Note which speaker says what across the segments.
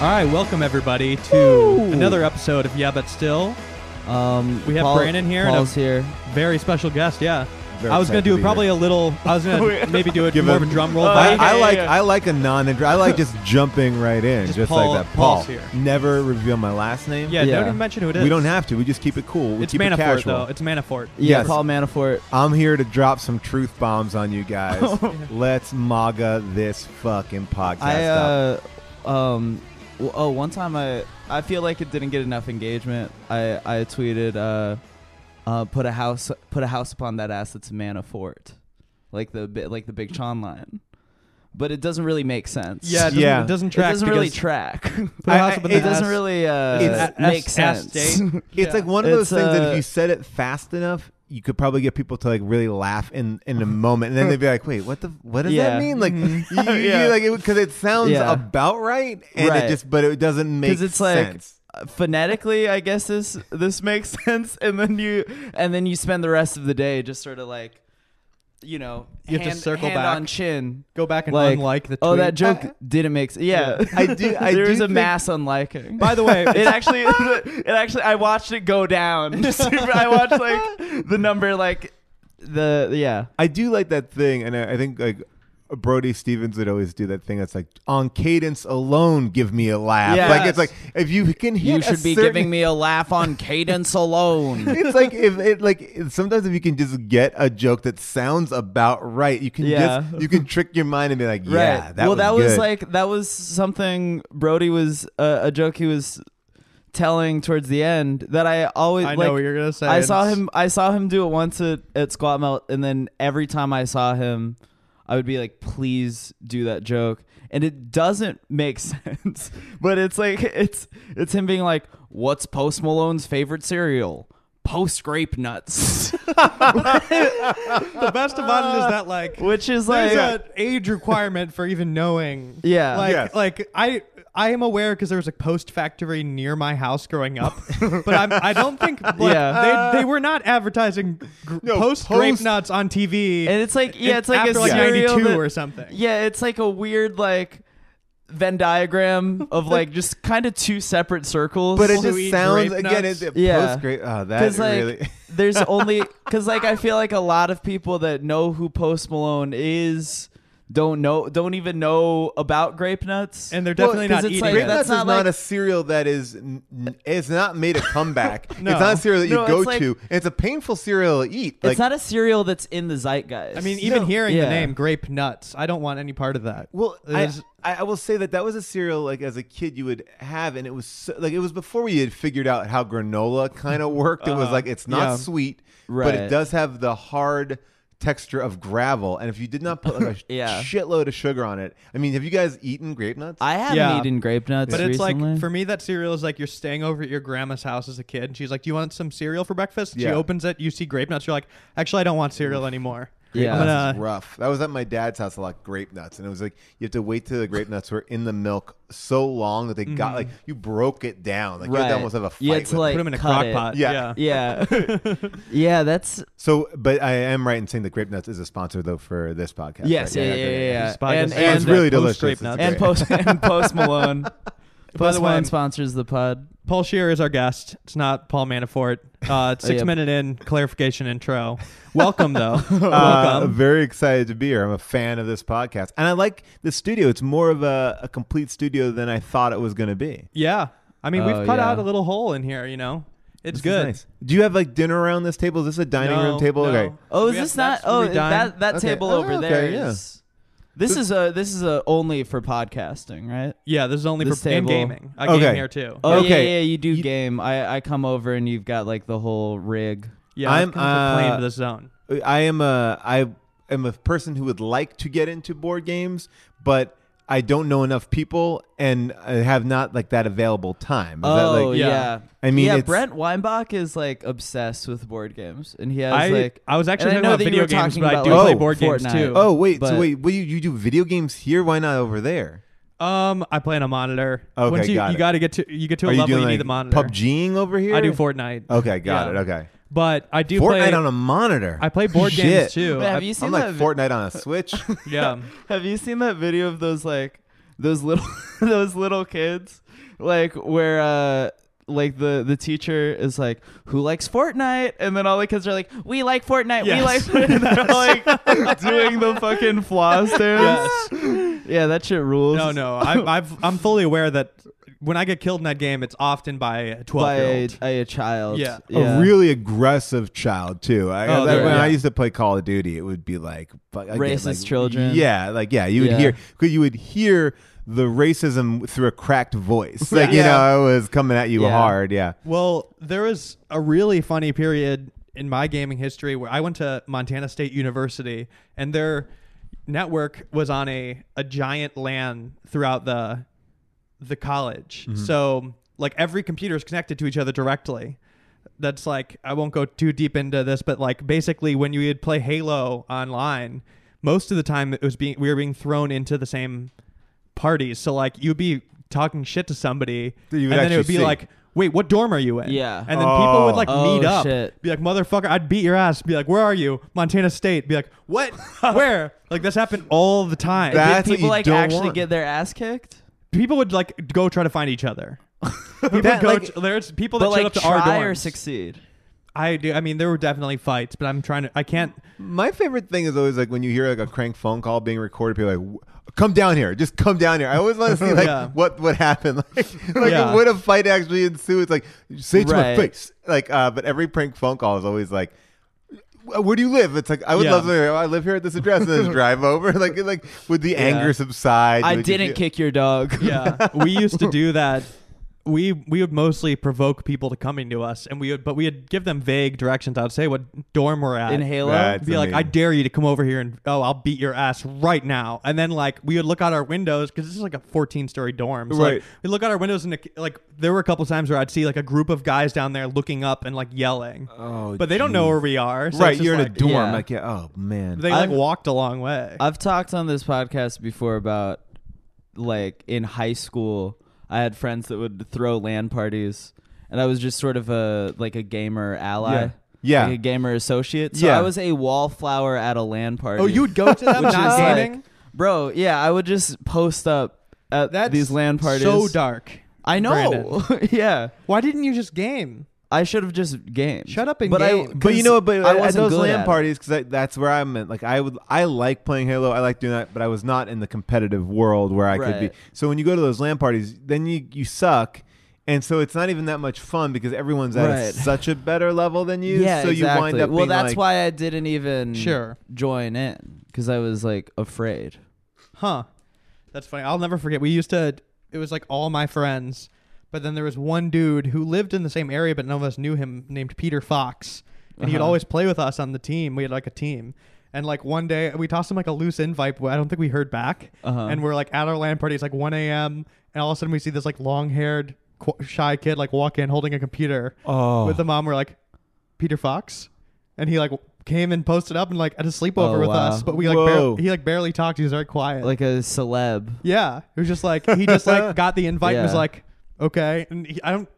Speaker 1: right, welcome everybody to
Speaker 2: Woo!
Speaker 1: another episode of Yeah But Still.
Speaker 2: Um,
Speaker 1: We have
Speaker 2: Paul-
Speaker 1: Brandon here and a-
Speaker 2: Paul's here.
Speaker 1: Very special guest, yeah.
Speaker 3: Very
Speaker 1: I was gonna
Speaker 3: excited
Speaker 1: do
Speaker 3: to be
Speaker 1: probably
Speaker 3: here.
Speaker 1: a little. I was gonna maybe do a
Speaker 3: Give
Speaker 1: more
Speaker 3: a- Uh,
Speaker 1: of a drum roll.
Speaker 4: Oh,
Speaker 1: vibe.
Speaker 4: yeah,
Speaker 3: I, I
Speaker 4: yeah,
Speaker 3: like
Speaker 4: yeah.
Speaker 3: I like a non. I like just jumping right in,
Speaker 1: Just
Speaker 3: just,
Speaker 1: Paul-
Speaker 3: like that. Paul,
Speaker 1: Paul's here.
Speaker 3: never reveal my last name.
Speaker 1: yeah,
Speaker 2: yeah.
Speaker 1: don't even mention who it is.
Speaker 3: we don't have to. We just keep it cool. We
Speaker 1: it's
Speaker 3: keep it
Speaker 1: Manafort
Speaker 3: casual.
Speaker 1: though. It's Manafort.
Speaker 2: Yeah,
Speaker 3: Yes.
Speaker 2: Paul Manafort.
Speaker 3: I'm here to drop some truth bombs on you guys. Let's MAGA this fucking podcast
Speaker 2: I
Speaker 3: up.
Speaker 2: uh, um, w- oh, one time I I feel like it didn't get enough engagement. I I tweeted uh, uh, put a house put a house upon that ass that's Manafort, like the bi- like the Big Sean line, but it doesn't really make sense.
Speaker 1: Yeah, it doesn't,
Speaker 3: Yeah.
Speaker 1: It doesn't
Speaker 2: it
Speaker 1: track.
Speaker 2: doesn't really
Speaker 1: because-
Speaker 2: track.
Speaker 1: Put a house up in
Speaker 2: it
Speaker 1: the
Speaker 2: doesn't
Speaker 1: ass.
Speaker 2: really uh,
Speaker 3: It's-
Speaker 2: make
Speaker 1: ass- ass
Speaker 2: sense.
Speaker 1: state.
Speaker 3: It's
Speaker 1: yeah.
Speaker 3: like one of those
Speaker 2: It's,
Speaker 3: things that
Speaker 2: uh,
Speaker 3: if you said it fast enough, you could probably get people to like really laugh in in a moment, and then they'd be like, "Wait, what the? What does
Speaker 2: Yeah. Mm-hmm.
Speaker 3: that mean?" Like, you, you,
Speaker 4: Yeah.
Speaker 3: like because it sounds
Speaker 2: Yeah.
Speaker 3: about right, and
Speaker 2: Right.
Speaker 3: it just but it doesn't make
Speaker 2: because it's like
Speaker 3: sense.
Speaker 2: uh, phonetically i guess this this makes sense and then you and then you spend the rest of the day just sort of like you know
Speaker 1: You have to
Speaker 2: hand,
Speaker 1: circle
Speaker 2: hand
Speaker 1: back.
Speaker 2: on chin
Speaker 1: Go back and
Speaker 2: like,
Speaker 1: unlike the. Tweet.
Speaker 2: oh that joke
Speaker 3: I-
Speaker 2: didn't make sense yeah,
Speaker 3: I do- I
Speaker 2: there
Speaker 3: do
Speaker 2: was a
Speaker 3: think-
Speaker 2: mass unliking
Speaker 1: By the way,
Speaker 2: it actually it actually i watched it go down Super- i watched like the number like the yeah
Speaker 3: I do like that thing, and I, I think like Brody Stevens would always do that thing. That's like on cadence alone, give me a laugh.
Speaker 2: Yes.
Speaker 3: Like it's like if you can hit,
Speaker 2: you
Speaker 3: a
Speaker 2: should be
Speaker 3: certain-
Speaker 2: giving me a laugh on cadence alone
Speaker 3: It's like if it like sometimes if you can just get a joke that sounds about right, you can
Speaker 2: Yeah.
Speaker 3: just you can trick your mind and be like, yeah, that
Speaker 2: well,
Speaker 3: was
Speaker 2: that was
Speaker 3: good.
Speaker 2: like that was something Brody was uh, a joke he was telling towards the end that I always
Speaker 1: I know
Speaker 2: like,
Speaker 1: what you're gonna say.
Speaker 2: I saw
Speaker 1: It's-
Speaker 2: him. I saw him do it once at, at Squat Melt, and then every time I saw him, I would be like, "Please do that joke." And it doesn't make sense, but it's like it's it's him being like, "What's Post Malone's favorite cereal?" Post grape nuts,
Speaker 1: The best about it is that like
Speaker 2: which is like
Speaker 1: there's an age requirement for even knowing.
Speaker 2: Yeah.
Speaker 1: Like
Speaker 3: Yes.
Speaker 1: like I I am aware because there was a post factory near my house growing up, but I'm, I don't think like,
Speaker 2: Yeah.
Speaker 1: they they were not advertising gr-
Speaker 3: No,
Speaker 1: post grape
Speaker 3: Post-
Speaker 1: nuts on TV.
Speaker 2: and it's like yeah, it's like
Speaker 1: after
Speaker 2: a
Speaker 1: like
Speaker 2: cereal
Speaker 1: 92
Speaker 2: that-
Speaker 1: or something.
Speaker 2: Yeah, it's like a weird like Venn diagram of like just kind of two separate circles.
Speaker 3: but it
Speaker 1: Who
Speaker 3: just
Speaker 1: eat
Speaker 3: sounds
Speaker 1: grape
Speaker 3: again.
Speaker 1: nuts?
Speaker 3: It's a
Speaker 2: Yeah.
Speaker 3: post grade. Oh, that
Speaker 2: because like
Speaker 3: really.
Speaker 2: there's only because like I feel like a lot of people that know who Post Malone is don't know don't even know about grape nuts.
Speaker 1: And they're
Speaker 3: Well,
Speaker 1: definitely
Speaker 2: 'cause
Speaker 1: not
Speaker 2: it's
Speaker 1: eating
Speaker 2: like
Speaker 3: Grape
Speaker 1: it.
Speaker 2: that's
Speaker 3: nuts
Speaker 2: not
Speaker 3: is not
Speaker 2: like-
Speaker 3: a cereal that is. n- n- It's not made a comeback.
Speaker 1: No.
Speaker 3: It's not a cereal that you
Speaker 2: No,
Speaker 3: go
Speaker 2: it's like-
Speaker 3: to. It's a painful cereal to eat. Like,
Speaker 2: it's not a cereal that's in the zeitgeist.
Speaker 1: I mean, even hearing
Speaker 2: Yeah.
Speaker 1: the name grape nuts, I don't want any part of that.
Speaker 3: Well, I,
Speaker 1: There's-
Speaker 3: I I will say that that was a cereal like as a kid you would have, and it was so, like it was before we had figured out how granola kind of worked. It was like it's not
Speaker 2: Uh-huh. yeah.
Speaker 3: sweet, but
Speaker 2: Right.
Speaker 3: it does have the hard texture of gravel. And if you did not put like a
Speaker 2: Yeah.
Speaker 3: shitload of sugar on it, I mean, have you guys eaten grape nuts?
Speaker 2: I haven't
Speaker 1: Yeah.
Speaker 2: eaten grape nuts,
Speaker 1: But it's
Speaker 2: recently.
Speaker 1: like for me, that cereal is like you're staying over at your grandma's house as a kid, and she's like, "Do you want some cereal for breakfast?" She
Speaker 3: Yeah.
Speaker 1: opens it, you see grape nuts, you're like, "Actually, I don't want cereal anymore."
Speaker 2: Yeah.
Speaker 1: I'm
Speaker 3: Grape
Speaker 1: gonna-
Speaker 3: nuts is rough. That was at my dad's house a lot. Grape nuts, and it was like you have to wait till the grape nuts were in the milk so long that they got like you broke it down. Like you
Speaker 2: Mm-hmm.
Speaker 3: had
Speaker 2: Right.
Speaker 3: to almost have a fight.
Speaker 2: You had to,
Speaker 3: with it.
Speaker 2: like,
Speaker 1: put them in a
Speaker 2: cut
Speaker 1: crock
Speaker 2: it.
Speaker 1: pot.
Speaker 3: Yeah.
Speaker 2: yeah, yeah, that's
Speaker 3: So, but I am right in saying that grape nuts is a sponsor though for this podcast.
Speaker 2: Yes,
Speaker 3: right?
Speaker 2: yeah, yeah, yeah, yeah.
Speaker 1: This podcast
Speaker 2: And-
Speaker 1: is
Speaker 2: and-
Speaker 3: It's really
Speaker 1: post
Speaker 3: delicious.
Speaker 1: grape
Speaker 3: It's
Speaker 1: nuts.
Speaker 3: great.
Speaker 2: and post and post Malone. Post
Speaker 1: the way,
Speaker 2: Malone
Speaker 1: I'm-
Speaker 2: sponsors the pod.
Speaker 1: Paul Shear is our guest. It's not Paul Manafort. Uh, it's
Speaker 2: Oh,
Speaker 1: six
Speaker 2: yeah.
Speaker 1: minute in clarification intro. Welcome though.
Speaker 3: Uh,
Speaker 1: Welcome.
Speaker 3: very excited to be here. I'm a fan of this podcast, and I like the studio. It's more of a, a complete studio than I thought it was going to be.
Speaker 1: Yeah. I mean,
Speaker 2: Oh,
Speaker 1: we've cut
Speaker 2: yeah.
Speaker 1: out a little hole in here. You know, it's
Speaker 3: This is
Speaker 1: good.
Speaker 3: nice. Do you have like dinner around this table? Is this a dining
Speaker 1: No,
Speaker 3: room table?
Speaker 1: no.
Speaker 3: Okay.
Speaker 2: Oh, is
Speaker 1: We have-
Speaker 2: this not?
Speaker 1: that's where
Speaker 2: Oh,
Speaker 1: we dine.
Speaker 2: that that
Speaker 3: Okay.
Speaker 2: table
Speaker 3: Oh,
Speaker 2: over
Speaker 3: okay,
Speaker 2: there.
Speaker 3: yeah.
Speaker 2: is- This is a this is a only for podcasting, right?
Speaker 1: Yeah, this is only
Speaker 2: This
Speaker 1: for and
Speaker 2: table.
Speaker 1: gaming. I game
Speaker 3: Okay.
Speaker 1: here too.
Speaker 2: Oh
Speaker 3: Okay.
Speaker 2: yeah, yeah, you do
Speaker 3: You-
Speaker 2: game. I I come over and you've got like the whole rig.
Speaker 1: yeah, I've
Speaker 3: I'm,
Speaker 1: come to claim
Speaker 3: uh,
Speaker 1: this zone.
Speaker 3: I am a I am a person who would like to get into board games, but I don't know enough people, and I have not like that available time. Is that,
Speaker 2: Oh
Speaker 3: like,
Speaker 2: yeah.
Speaker 1: yeah.
Speaker 3: I mean,
Speaker 2: yeah.
Speaker 3: it's-
Speaker 2: Brent Weinbach is like obsessed with board games, and he has
Speaker 1: I
Speaker 2: like
Speaker 1: I was actually
Speaker 2: and I
Speaker 1: talking
Speaker 2: know
Speaker 1: about
Speaker 2: that you
Speaker 1: video
Speaker 2: were
Speaker 1: games,
Speaker 2: talking
Speaker 1: but I
Speaker 2: about,
Speaker 1: do
Speaker 2: like,
Speaker 1: play board games
Speaker 2: Fortnite.
Speaker 1: too.
Speaker 3: Oh wait,
Speaker 2: But-
Speaker 3: so wait, what do you, you do video games here? Why not over there?
Speaker 1: Um, I play on a monitor.
Speaker 3: Okay,
Speaker 1: Once you,
Speaker 3: got
Speaker 1: you
Speaker 3: it.
Speaker 1: gotta get to you get to a
Speaker 3: Are you
Speaker 1: level
Speaker 3: doing
Speaker 1: you
Speaker 3: like,
Speaker 1: need the monitor.
Speaker 3: PUBGing over here?
Speaker 1: I do Fortnite.
Speaker 3: Okay, got
Speaker 1: Yeah.
Speaker 3: it. Okay,
Speaker 1: But I do
Speaker 3: Fortnite
Speaker 1: play
Speaker 3: on a monitor.
Speaker 1: I play board games
Speaker 3: Shit.
Speaker 1: too.
Speaker 2: But have
Speaker 1: I-
Speaker 2: you seen
Speaker 3: I'm
Speaker 2: that
Speaker 3: like
Speaker 2: vi-
Speaker 3: Fortnite on a Switch.
Speaker 1: yeah.
Speaker 2: Have you seen that video of those like those little those little kids like where uh like the the teacher is like, who likes Fortnite? And then all the kids are like, we like Fortnite. We
Speaker 1: Yes.
Speaker 2: like Fortnite. They're like doing the fucking flaw stairs. Yeah, that shit rules.
Speaker 1: No, no, I, I've, I'm fully aware that when I get killed in that game, it's often by a 12
Speaker 2: By
Speaker 1: year
Speaker 2: a,
Speaker 1: old.
Speaker 2: a child.
Speaker 1: Yeah. A
Speaker 3: A really aggressive child too. I,
Speaker 1: Oh,
Speaker 3: that-
Speaker 2: there-
Speaker 3: when
Speaker 2: yeah.
Speaker 3: I used to play Call of Duty, it would be like fuck, again,
Speaker 2: Racist
Speaker 3: like,
Speaker 2: children.
Speaker 3: Yeah, like yeah, you would
Speaker 2: Yeah.
Speaker 3: hear because you would hear the racism through a cracked voice. Like you
Speaker 2: Yeah.
Speaker 3: know, it was coming at you
Speaker 2: Yeah.
Speaker 3: hard. Yeah,
Speaker 1: Well, there was a really funny period in my gaming history where I went to Montana State University and their network was on a, a giant LAN throughout the the college.
Speaker 3: Mm-hmm.
Speaker 1: So like every computer is connected to each other directly. That's like I won't go too deep into this, but like basically when you would play Halo online, most of the time it was being we were being thrown into the same parties. So like you'd be talking shit to somebody,
Speaker 3: That you
Speaker 1: and
Speaker 3: would
Speaker 1: then it would
Speaker 3: actually
Speaker 1: be
Speaker 3: see.
Speaker 1: like wait, what dorm are you in?
Speaker 2: Yeah.
Speaker 1: And then people would like
Speaker 2: Oh.
Speaker 1: meet
Speaker 2: Oh,
Speaker 1: up.
Speaker 2: shit.
Speaker 1: Be like, motherfucker, I'd beat your ass. Be like, where are you? Montana State. Be like, what? Where? Like this happened all the time.
Speaker 3: That-
Speaker 2: Did
Speaker 3: That's what
Speaker 2: people
Speaker 3: you
Speaker 2: like
Speaker 3: don't
Speaker 2: actually
Speaker 3: want.
Speaker 2: get their ass kicked?
Speaker 1: people would like go try to find each other. People
Speaker 3: That,
Speaker 1: go
Speaker 3: like-
Speaker 1: to- there's people that
Speaker 2: But
Speaker 1: showed
Speaker 2: like
Speaker 1: up to
Speaker 2: try
Speaker 1: our
Speaker 2: or
Speaker 1: dorms.
Speaker 2: succeed.
Speaker 1: I do. I mean, there were definitely fights, but I'm trying to. I can't.
Speaker 3: my favorite thing is always like when you hear like a crank phone call being recorded. People are like, "W- come down here, just come down here. I always want to see like
Speaker 1: Yeah.
Speaker 3: what what happened. Like, like
Speaker 1: Yeah.
Speaker 3: would a fight actually ensue? It's like say it to my
Speaker 2: Right.
Speaker 3: face. Like, uh, but every prank phone call is always like. "Wh- Where do you live? It's like I would
Speaker 1: Yeah.
Speaker 3: love to. oh, I live here at this address, and then drive over. Like, like would the anger subside?
Speaker 2: I
Speaker 3: Would you
Speaker 2: didn't
Speaker 3: feel-
Speaker 2: kick your dog.
Speaker 1: Yeah, we used to do that. We we would mostly provoke people to coming to us, and we would, but we would give them vague directions. I would say what dorm we're at.
Speaker 2: In Halo.
Speaker 3: That's
Speaker 1: be like, I
Speaker 3: amazing.
Speaker 1: dare you to come over here and oh, I'll beat your ass right now. And then like we would look out our windows because this is like a 14 story dorm. So,
Speaker 3: Right.
Speaker 1: Like, we look out our windows and like there were a couple times where I'd see like a group of guys down there looking up and like yelling,
Speaker 3: Oh,
Speaker 1: but they don't know where we are. So
Speaker 3: right,
Speaker 1: it's just
Speaker 3: you're in a
Speaker 1: like-
Speaker 3: dorm.
Speaker 2: Yeah.
Speaker 3: Like, yeah, oh man.
Speaker 1: They like
Speaker 2: I've-
Speaker 1: walked a long way.
Speaker 2: I've talked on this podcast before about like in high school, I had friends that would throw LAN parties, and I was just sort of a like a gamer ally.
Speaker 3: Yeah.
Speaker 2: Like a gamer associate. So
Speaker 3: Yeah.
Speaker 2: I was a wallflower at a LAN party.
Speaker 1: oh, you would go to them
Speaker 2: Which
Speaker 1: not
Speaker 2: is
Speaker 1: gaming.
Speaker 2: like- bro, yeah, I would just post up at
Speaker 1: That's
Speaker 2: these LAN parties.
Speaker 1: So dark.
Speaker 2: I know. yeah.
Speaker 1: Why didn't you just game? I,
Speaker 2: I should have just gamed.
Speaker 1: Shut up and
Speaker 2: but I-
Speaker 1: game.
Speaker 3: But you
Speaker 2: 'cause
Speaker 3: know, what, but
Speaker 2: I
Speaker 3: at- at
Speaker 2: wasn't
Speaker 3: those
Speaker 2: good at
Speaker 3: LAN
Speaker 2: it.
Speaker 3: parties, because that's where I'm at. Like, I would, I like playing Halo. I like doing that, but I was not in the competitive world where I could
Speaker 2: Right.
Speaker 3: be. So when you go to those LAN parties, then you you suck, and so it's not even that much fun because everyone's at
Speaker 2: Right.
Speaker 3: such a better level than you.
Speaker 2: Yeah,
Speaker 3: so you
Speaker 2: exactly.
Speaker 3: wind up.
Speaker 2: Well,
Speaker 3: being
Speaker 2: that's
Speaker 3: like,
Speaker 2: why I didn't even
Speaker 1: Sure.
Speaker 2: join in because I was like afraid.
Speaker 1: huh? That's funny. I'll never forget. We used to. It was like all my friends, but then there was one dude who lived in the same area, but none of us knew him, named Peter Fox, and he'd
Speaker 2: Uh-huh.
Speaker 1: always play with us on the team. We had like a team. And like one day, we tossed him like a loose invite, but I don't think we heard back.
Speaker 2: Uh-huh.
Speaker 1: And we're like at our land party. It's like 1 a.m. And all of a sudden, we see this like long haired, qu- shy kid like walk in holding a computer.
Speaker 3: Oh.
Speaker 1: with the mom were like Peter Fox, and he like came and posted up and like at a sleepover
Speaker 2: Oh,
Speaker 1: with
Speaker 2: wow.
Speaker 1: us, but we like
Speaker 3: Whoa.
Speaker 1: barely, he like barely talked. He was very quiet.
Speaker 2: Like a celeb.
Speaker 1: yeah, it was just like he just like got the invite and was
Speaker 2: Yeah.
Speaker 1: like okay, and he, I don't.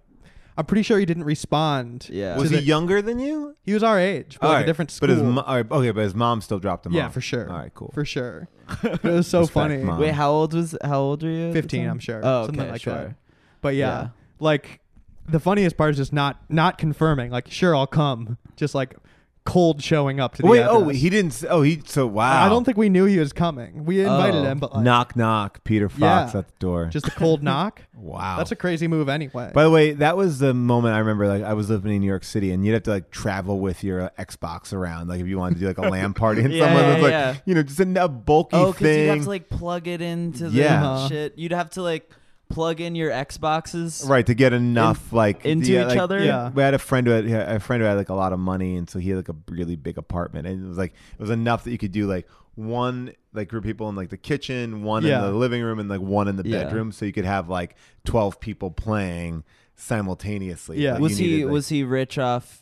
Speaker 1: I'm pretty sure he didn't respond.
Speaker 2: Yeah.
Speaker 1: to
Speaker 3: was he
Speaker 1: the-
Speaker 3: younger than you?
Speaker 1: He was our age, but
Speaker 3: All
Speaker 1: like
Speaker 3: right,
Speaker 1: a different school.
Speaker 3: But his mo- all right, okay, but his mom still dropped him
Speaker 1: yeah,
Speaker 3: off.
Speaker 1: for sure.
Speaker 3: All right, cool.
Speaker 1: for sure. it was so
Speaker 3: Respect,
Speaker 1: funny.
Speaker 3: Mom.
Speaker 2: Wait, how old was how old were you? at the
Speaker 1: 15
Speaker 2: time?
Speaker 1: i'm sure
Speaker 2: Oh,
Speaker 1: something
Speaker 2: okay,
Speaker 1: like
Speaker 2: sure.
Speaker 1: that but yeah,
Speaker 2: Yeah.
Speaker 1: like the funniest part is just not not confirming like sure i'll come just like cold showing up to the
Speaker 3: Wait,
Speaker 1: address.
Speaker 3: oh, he didn't. s- Oh, he. So wow.
Speaker 1: i don't think we knew he was coming we invited
Speaker 2: Oh.
Speaker 1: him but like,
Speaker 3: knock knock. Peter Fox
Speaker 1: Yeah.
Speaker 3: at the door.
Speaker 1: just a cold knock
Speaker 3: wow.
Speaker 1: that's a crazy move anyway
Speaker 3: By the way, that was the moment I remember. Like I was living in New York City, and you'd have to like travel with your uh, Xbox around, like if you wanted to do like a LAN party and
Speaker 2: Yeah,
Speaker 3: someone
Speaker 2: yeah,
Speaker 3: was like,
Speaker 2: yeah.
Speaker 3: you know, just a, a bulky
Speaker 2: Oh, because
Speaker 3: thing.
Speaker 2: you'd have to like plug it into the
Speaker 3: Yeah.
Speaker 1: Uh-huh.
Speaker 2: shit. You'd have to like plug in your Xboxes.
Speaker 3: Right to get enough like
Speaker 2: into
Speaker 3: yeah,
Speaker 2: each
Speaker 3: like,
Speaker 2: other?
Speaker 1: Yeah.
Speaker 3: We had a friend who had yeah, a friend who had like a lot of money, and so he had like a really big apartment, and it was like it was enough that you could do like one like group of people in like the kitchen, one
Speaker 1: Yeah.
Speaker 3: in the living room, and like one in the
Speaker 2: Yeah.
Speaker 3: bedroom, so you could have like twelve people playing simultaneously.
Speaker 1: Yeah.
Speaker 3: Like, you
Speaker 2: Was he
Speaker 3: needed, like-
Speaker 2: was he rich off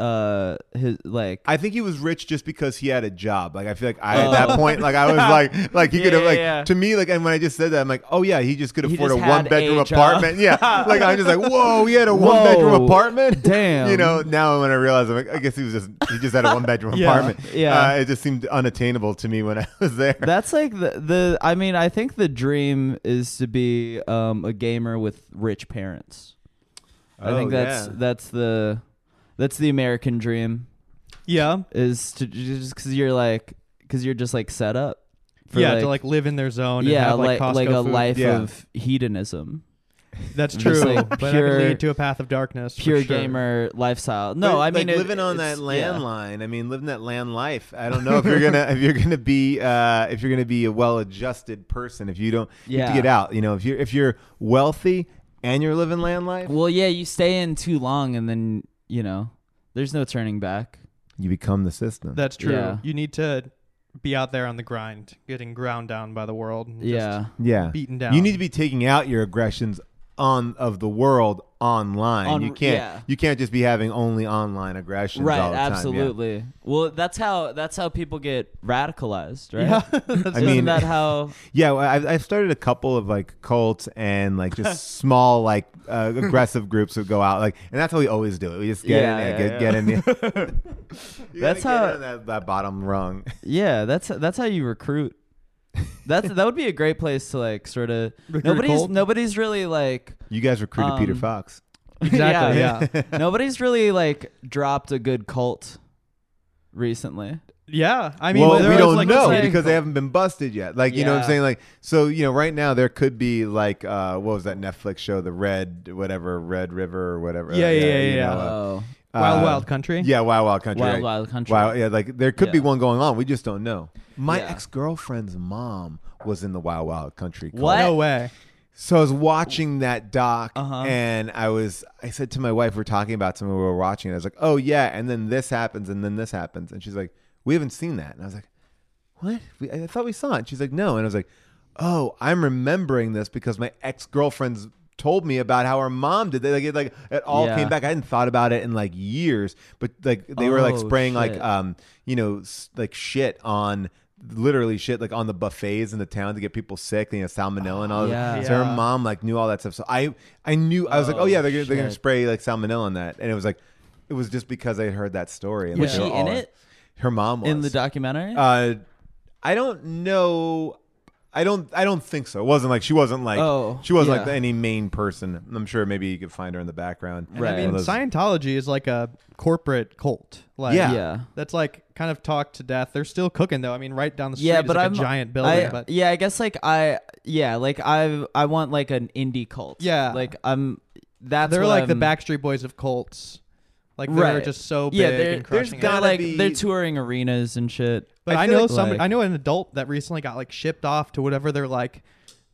Speaker 2: uh his like
Speaker 3: I think he was rich just because he had a job. Like I feel like I
Speaker 2: Oh.
Speaker 3: at that point, like I was like, like he could have
Speaker 2: Yeah,
Speaker 3: like
Speaker 2: yeah.
Speaker 3: to me, like and when I just said that, I'm like, oh yeah, he just could
Speaker 2: He
Speaker 3: afford
Speaker 2: just
Speaker 3: a
Speaker 2: had
Speaker 3: one bedroom
Speaker 2: a job.
Speaker 3: apartment. Yeah, like I'm just like, whoa, he had a one bedroom
Speaker 2: Whoa.
Speaker 3: apartment.
Speaker 2: Damn.
Speaker 3: you know. Now when I realize, I'm like, I guess he was just he just had a one bedroom
Speaker 1: Yeah.
Speaker 3: apartment.
Speaker 2: Yeah.
Speaker 3: uh, it just seemed unattainable to me when I was there.
Speaker 2: That's like the, the I mean, I think the dream is to be um, a gamer with rich parents. I
Speaker 3: Oh,
Speaker 2: think that's
Speaker 3: yeah.
Speaker 2: that's the that's the American dream
Speaker 1: Yeah.
Speaker 2: is to ju- just because you're like because you're just like set up. for,
Speaker 1: yeah, to like live in their zone. and
Speaker 2: yeah,
Speaker 1: have, like,
Speaker 2: like
Speaker 1: Costco
Speaker 2: like a
Speaker 1: food.
Speaker 2: life
Speaker 3: Yeah.
Speaker 2: of hedonism,
Speaker 1: That's
Speaker 2: Just,
Speaker 1: true,
Speaker 2: like,
Speaker 1: but that
Speaker 2: pure-
Speaker 1: could lead to a path of darkness. for
Speaker 2: pure
Speaker 1: sure.
Speaker 2: gamer lifestyle. No,
Speaker 3: But,
Speaker 2: I mean
Speaker 3: like,
Speaker 2: it-
Speaker 3: living on
Speaker 2: it's-
Speaker 3: that
Speaker 2: yeah.
Speaker 3: land line. I mean, living that land life. I don't know if you're gonna if you're gonna be uh, if you're gonna be a well-adjusted person. If you don't you have
Speaker 2: Yeah.
Speaker 3: to get out, you know, if you're if you're wealthy and you're living land life,
Speaker 2: Well, yeah, you stay in too long, and then you know, there's no turning back.
Speaker 3: you become the system.
Speaker 1: That's true.
Speaker 2: Yeah.
Speaker 1: You need to be out there on the grind, getting ground down by the world. And
Speaker 2: yeah,
Speaker 3: yeah,
Speaker 1: Just beaten down.
Speaker 3: you need to be taking out your aggressions on of the world online.
Speaker 2: On-
Speaker 3: you can't
Speaker 2: yeah.
Speaker 3: you can't just be having only online aggressions.
Speaker 2: right
Speaker 3: all the time, yeah.
Speaker 2: absolutely well that's how that's how people get radicalized right
Speaker 1: Yeah. That's
Speaker 3: I
Speaker 2: isn't
Speaker 3: mean-
Speaker 2: that how
Speaker 3: Yeah, well, I've, I've started a couple of like cults and like just small like uh, aggressive groups who go out like, and that's how we always do it. We just get
Speaker 2: Yeah,
Speaker 3: in
Speaker 2: yeah,
Speaker 3: there,
Speaker 2: yeah.
Speaker 3: get, get in there. You
Speaker 2: That's
Speaker 3: gotta get
Speaker 2: how-
Speaker 3: in that, that bottom rung.
Speaker 2: yeah that's that's how you recruit that's that would be a great place to like sort of
Speaker 1: Recruit
Speaker 2: nobody's
Speaker 1: cult?
Speaker 2: nobody's really like
Speaker 3: You guys recruited Peter
Speaker 2: Um,
Speaker 3: Fox.
Speaker 1: Exactly,
Speaker 2: yeah. nobody's really like dropped a good cult recently
Speaker 1: yeah. I mean,
Speaker 3: well,
Speaker 1: there
Speaker 3: we
Speaker 1: was,
Speaker 3: don't
Speaker 1: like,
Speaker 3: know
Speaker 1: saying-
Speaker 3: because they haven't been busted yet. Like, you know what
Speaker 2: Yeah.
Speaker 3: I'm saying? Like, so you know, right now there could be like, uh, what was that Netflix show, the Red, whatever, Red River or whatever.
Speaker 1: Yeah, yeah,
Speaker 3: you
Speaker 1: yeah, yeah.
Speaker 3: know, uh,
Speaker 2: oh
Speaker 1: Wild
Speaker 3: uh,
Speaker 1: Wild Country.
Speaker 3: Yeah, Wild Wild Country.
Speaker 2: wild
Speaker 3: right?
Speaker 2: wild country
Speaker 3: Wow, yeah, like there could be
Speaker 2: Yeah.
Speaker 3: one going on. We just don't know. My
Speaker 2: Yeah.
Speaker 3: ex girlfriend's mom was in the Wild Wild Country. Club.
Speaker 2: What?
Speaker 1: No way.
Speaker 3: So I was watching that doc,
Speaker 2: Uh-huh.
Speaker 3: and I was, I said to my wife, we're talking about something we were watching, and I was like, oh yeah, and then this happens, and then this happens, and she's like, we haven't seen that, and I was like, what? We, I thought we saw it. And she's like, no, and I was like, oh, I'm remembering this because my ex girlfriend's told me about how her mom did that. Like, it, like it all
Speaker 2: Yeah.
Speaker 3: came back. I hadn't thought about it in like years, but like they were like
Speaker 2: Oh,
Speaker 3: spraying like
Speaker 2: shit.
Speaker 3: um you know s- like shit on literally shit like on the buffets in the town to get people sick you know salmonella and all
Speaker 2: Yeah.
Speaker 3: that so her
Speaker 1: Yeah.
Speaker 3: mom like knew all that stuff so i i knew i was like oh
Speaker 2: Oh,
Speaker 3: yeah they're gonna, they're gonna
Speaker 2: shit.
Speaker 3: spray like salmonella on that and it was like it was just because i heard that story and
Speaker 2: was
Speaker 3: like,
Speaker 2: she
Speaker 3: they were
Speaker 2: in
Speaker 3: all-
Speaker 2: it
Speaker 3: her mom was
Speaker 2: in the documentary
Speaker 3: uh i don't know I don't. I don't think so. It wasn't like she wasn't like
Speaker 2: Oh,
Speaker 3: she wasn't like
Speaker 2: yeah.
Speaker 3: any main person. I'm sure maybe you could find her in the background.
Speaker 1: And
Speaker 2: Right.
Speaker 1: I
Speaker 3: One
Speaker 1: mean,
Speaker 3: of those-
Speaker 1: Scientology is like a corporate cult. Like,
Speaker 3: yeah.
Speaker 2: yeah
Speaker 1: That's like kind of talked to death. They're still cooking though. I mean, right down the street
Speaker 2: yeah,
Speaker 1: is
Speaker 2: but
Speaker 1: like
Speaker 2: I'm
Speaker 1: a giant building.
Speaker 2: I-
Speaker 1: but
Speaker 2: yeah, I guess like I yeah, like I I want like an indie cult.
Speaker 1: Yeah.
Speaker 2: like I'm. That's
Speaker 1: they're
Speaker 2: what
Speaker 1: like the
Speaker 2: I'm-
Speaker 1: Backstreet Boys of cults. Like they're
Speaker 2: Right.
Speaker 1: just so big
Speaker 2: Yeah, they're-
Speaker 1: and
Speaker 3: there's
Speaker 1: crushing. it.
Speaker 3: got-
Speaker 2: They're
Speaker 3: gotta
Speaker 2: like
Speaker 3: be-
Speaker 2: they're touring arenas and shit.
Speaker 1: But
Speaker 3: I
Speaker 1: I,
Speaker 3: feel
Speaker 1: know
Speaker 3: like-
Speaker 1: somebody.
Speaker 2: Like-
Speaker 1: I know an adult that recently got like shipped off to whatever they're like.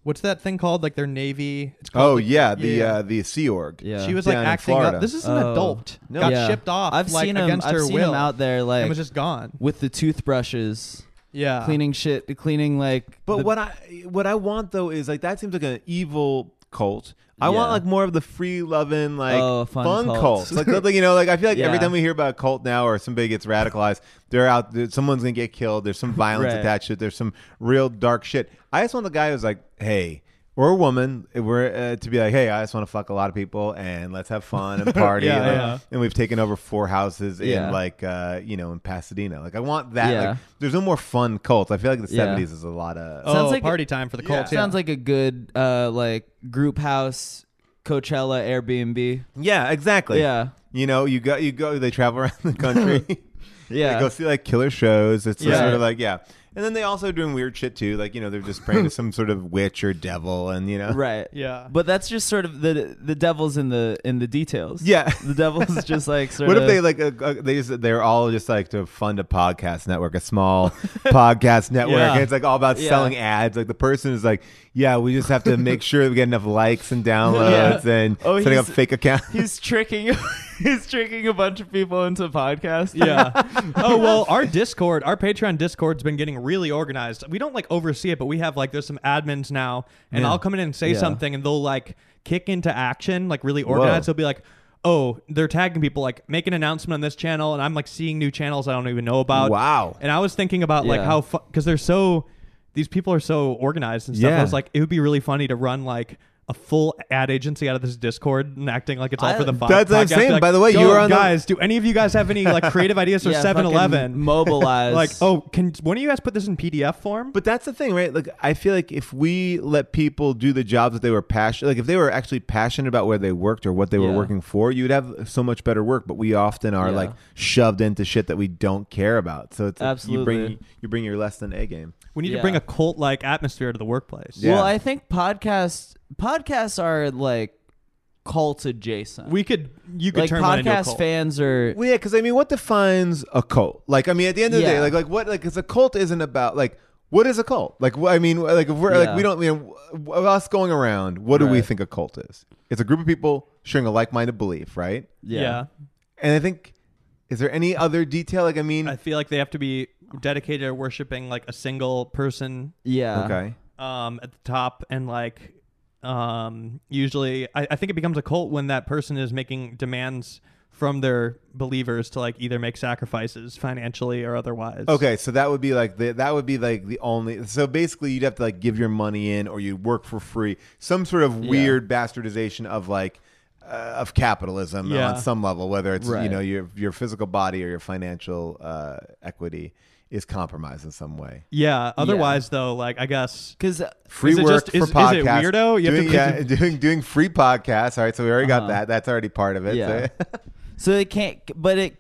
Speaker 1: What's that thing called? Like their navy. It's called
Speaker 3: Oh
Speaker 1: the-
Speaker 3: yeah, the
Speaker 1: yeah.
Speaker 3: Uh, the Sea Org.
Speaker 2: Yeah,
Speaker 1: She was like
Speaker 3: Down in
Speaker 1: acting
Speaker 3: Florida.
Speaker 1: up. This is an
Speaker 2: Oh.
Speaker 1: adult.
Speaker 3: No.
Speaker 1: Got
Speaker 2: Yeah.
Speaker 1: shipped off.
Speaker 2: I've
Speaker 1: like
Speaker 2: seen him.
Speaker 1: against
Speaker 2: I've
Speaker 1: her
Speaker 2: seen
Speaker 1: will.
Speaker 2: him out there
Speaker 1: and
Speaker 2: like
Speaker 1: was just gone.
Speaker 2: with the toothbrushes,
Speaker 1: Yeah.
Speaker 2: cleaning shit, cleaning like.
Speaker 3: But
Speaker 2: the-
Speaker 3: what I what I want though is like that seems like an evil cult. I want
Speaker 2: Yeah.
Speaker 3: like more of the free loving like
Speaker 2: Oh, fun cults.
Speaker 3: cults. Like, like you know like I feel like every
Speaker 2: Yeah.
Speaker 3: time we hear about a cult now or somebody gets radicalized, they're out there, someone's going to get killed, there's some violence
Speaker 2: Right.
Speaker 3: attached to it, there's some real dark shit. I just want the guy who's like, "Hey, or a woman, we're uh, to be like, "Hey, I just want to fuck a lot of people and let's have fun and party."
Speaker 1: Yeah,
Speaker 3: and, like,
Speaker 1: yeah.
Speaker 3: and we've taken over four houses
Speaker 2: Yeah.
Speaker 3: in like uh, you know, in Pasadena. Like I want that.
Speaker 2: Yeah.
Speaker 3: Like there's no more fun cults. I feel like the
Speaker 2: Yeah.
Speaker 3: 70s is a lot of
Speaker 1: Oh,
Speaker 2: Sounds like-
Speaker 1: party time for the
Speaker 3: Yeah.
Speaker 1: cults. yeah.
Speaker 2: sounds like a good uh like group house, Coachella, Airbnb.
Speaker 3: Yeah, exactly.
Speaker 2: Yeah,
Speaker 3: You know, you go you go they travel around the country. They
Speaker 2: yeah.
Speaker 3: go see like killer shows. It's
Speaker 1: Yeah.
Speaker 3: sort of like yeah. And then they also doing weird shit too. Like, you know, they're just praying to some sort of witch or devil and you know.
Speaker 2: Right.
Speaker 1: Yeah.
Speaker 2: But that's just sort of the the devil's in the in the details.
Speaker 3: Yeah.
Speaker 2: The devil's just like sort
Speaker 3: What
Speaker 2: of
Speaker 3: if they like uh, uh, they just, they're all just like to fund a podcast network, a small podcast network,
Speaker 1: Yeah.
Speaker 3: and it's like all about
Speaker 2: Yeah.
Speaker 3: selling ads. Like the person is like, yeah, we just have to make sure that we get enough likes and downloads
Speaker 2: Yeah.
Speaker 3: and
Speaker 2: Oh,
Speaker 3: setting up
Speaker 2: he's-
Speaker 3: fake accounts.
Speaker 2: he's tricking he's tricking a bunch of people into podcasts.
Speaker 1: yeah. Oh well, our Discord, our Patreon Discord's been getting really organized. We don't like oversee it, but we have like there's some admins now, and
Speaker 3: Yeah.
Speaker 1: I'll come in and say
Speaker 2: Yeah.
Speaker 1: something, and they'll like kick into action, like really organized.
Speaker 3: Whoa.
Speaker 1: They'll be like, oh, they're tagging people like make an announcement on this channel, and I'm like seeing new channels I don't even know about.
Speaker 3: Wow.
Speaker 1: And I was thinking about like
Speaker 2: Yeah.
Speaker 1: how because they're so these people are so organized and stuff.
Speaker 3: Yeah.
Speaker 1: I was like, it would be really funny to run like a full ad agency out of this Discord and acting like it's all
Speaker 2: I-
Speaker 1: for the fun.
Speaker 3: That's what I'm
Speaker 1: podcast. Be
Speaker 3: saying.
Speaker 1: like,
Speaker 3: By the way, you
Speaker 1: "Yo,
Speaker 3: were on the-
Speaker 1: guys. Do any of you guys have any like creative ideas for
Speaker 2: Yeah,
Speaker 1: Seven
Speaker 2: fucking
Speaker 1: Eleven?
Speaker 2: mobilize.
Speaker 1: Like, oh, can one of you guys put this in PDF form?
Speaker 3: But that's the thing, right? Like, I feel like if we let people do the jobs that they were passionate, like if they were actually passionate about where they worked or what they were
Speaker 2: Yeah.
Speaker 3: working for, you'd have so much better work. But we often are
Speaker 2: Yeah.
Speaker 3: like shoved into shit that we don't care about. So it's like, you bring
Speaker 2: Absolutely.
Speaker 3: you bring your less than a game.
Speaker 1: we need to
Speaker 2: yeah.
Speaker 1: bring a cult like atmosphere to the workplace.
Speaker 3: Yeah.
Speaker 2: Well, I think podcasts podcasts are like cult adjacent.
Speaker 1: We could you could
Speaker 2: like
Speaker 1: turn one into a
Speaker 2: podcast
Speaker 1: cult.
Speaker 2: fans are
Speaker 3: Well, yeah, because I mean, what defines a cult? Like, I mean, at the end of the day,
Speaker 2: Yeah.
Speaker 3: like, like what, like, because a cult isn't about like what is a cult? Like, wh- I mean, like, if we're like
Speaker 2: Yeah.
Speaker 3: we don't you know, w- of us going around, what do we
Speaker 2: Right.
Speaker 3: think a cult is? It's a group of people sharing a like-minded belief, right?
Speaker 1: yeah.
Speaker 3: And I think, is there any other detail? Like, I mean,
Speaker 1: I feel like they have to be dedicated to worshiping like a single person
Speaker 2: yeah.
Speaker 3: okay,
Speaker 1: um, at the top, and like um, usually, I, I think it becomes a cult when that person is making demands from their believers to like either make sacrifices financially or otherwise.
Speaker 3: okay. So that would be like the that would be like the only. So basically, you'd have to like give your money in, or you work for free. Some sort of weird bastardization of like. Uh, of capitalism
Speaker 1: Yeah.
Speaker 3: on some level, whether it's you
Speaker 2: Right.
Speaker 3: know your your physical body or your financial uh, equity is compromised in some way.
Speaker 1: Yeah. Otherwise, though, like I guess
Speaker 2: Cuz
Speaker 3: Free
Speaker 1: Is it
Speaker 3: work
Speaker 1: just-
Speaker 3: for
Speaker 1: is- is it
Speaker 3: podcasts.
Speaker 1: weirdo? You have to
Speaker 3: doing, yeah,
Speaker 1: put
Speaker 3: doing doing free podcasts. All right, so we already got
Speaker 2: Uh-huh.
Speaker 3: that. That's already part of it.
Speaker 2: Yeah.
Speaker 3: So-
Speaker 2: so it can't but it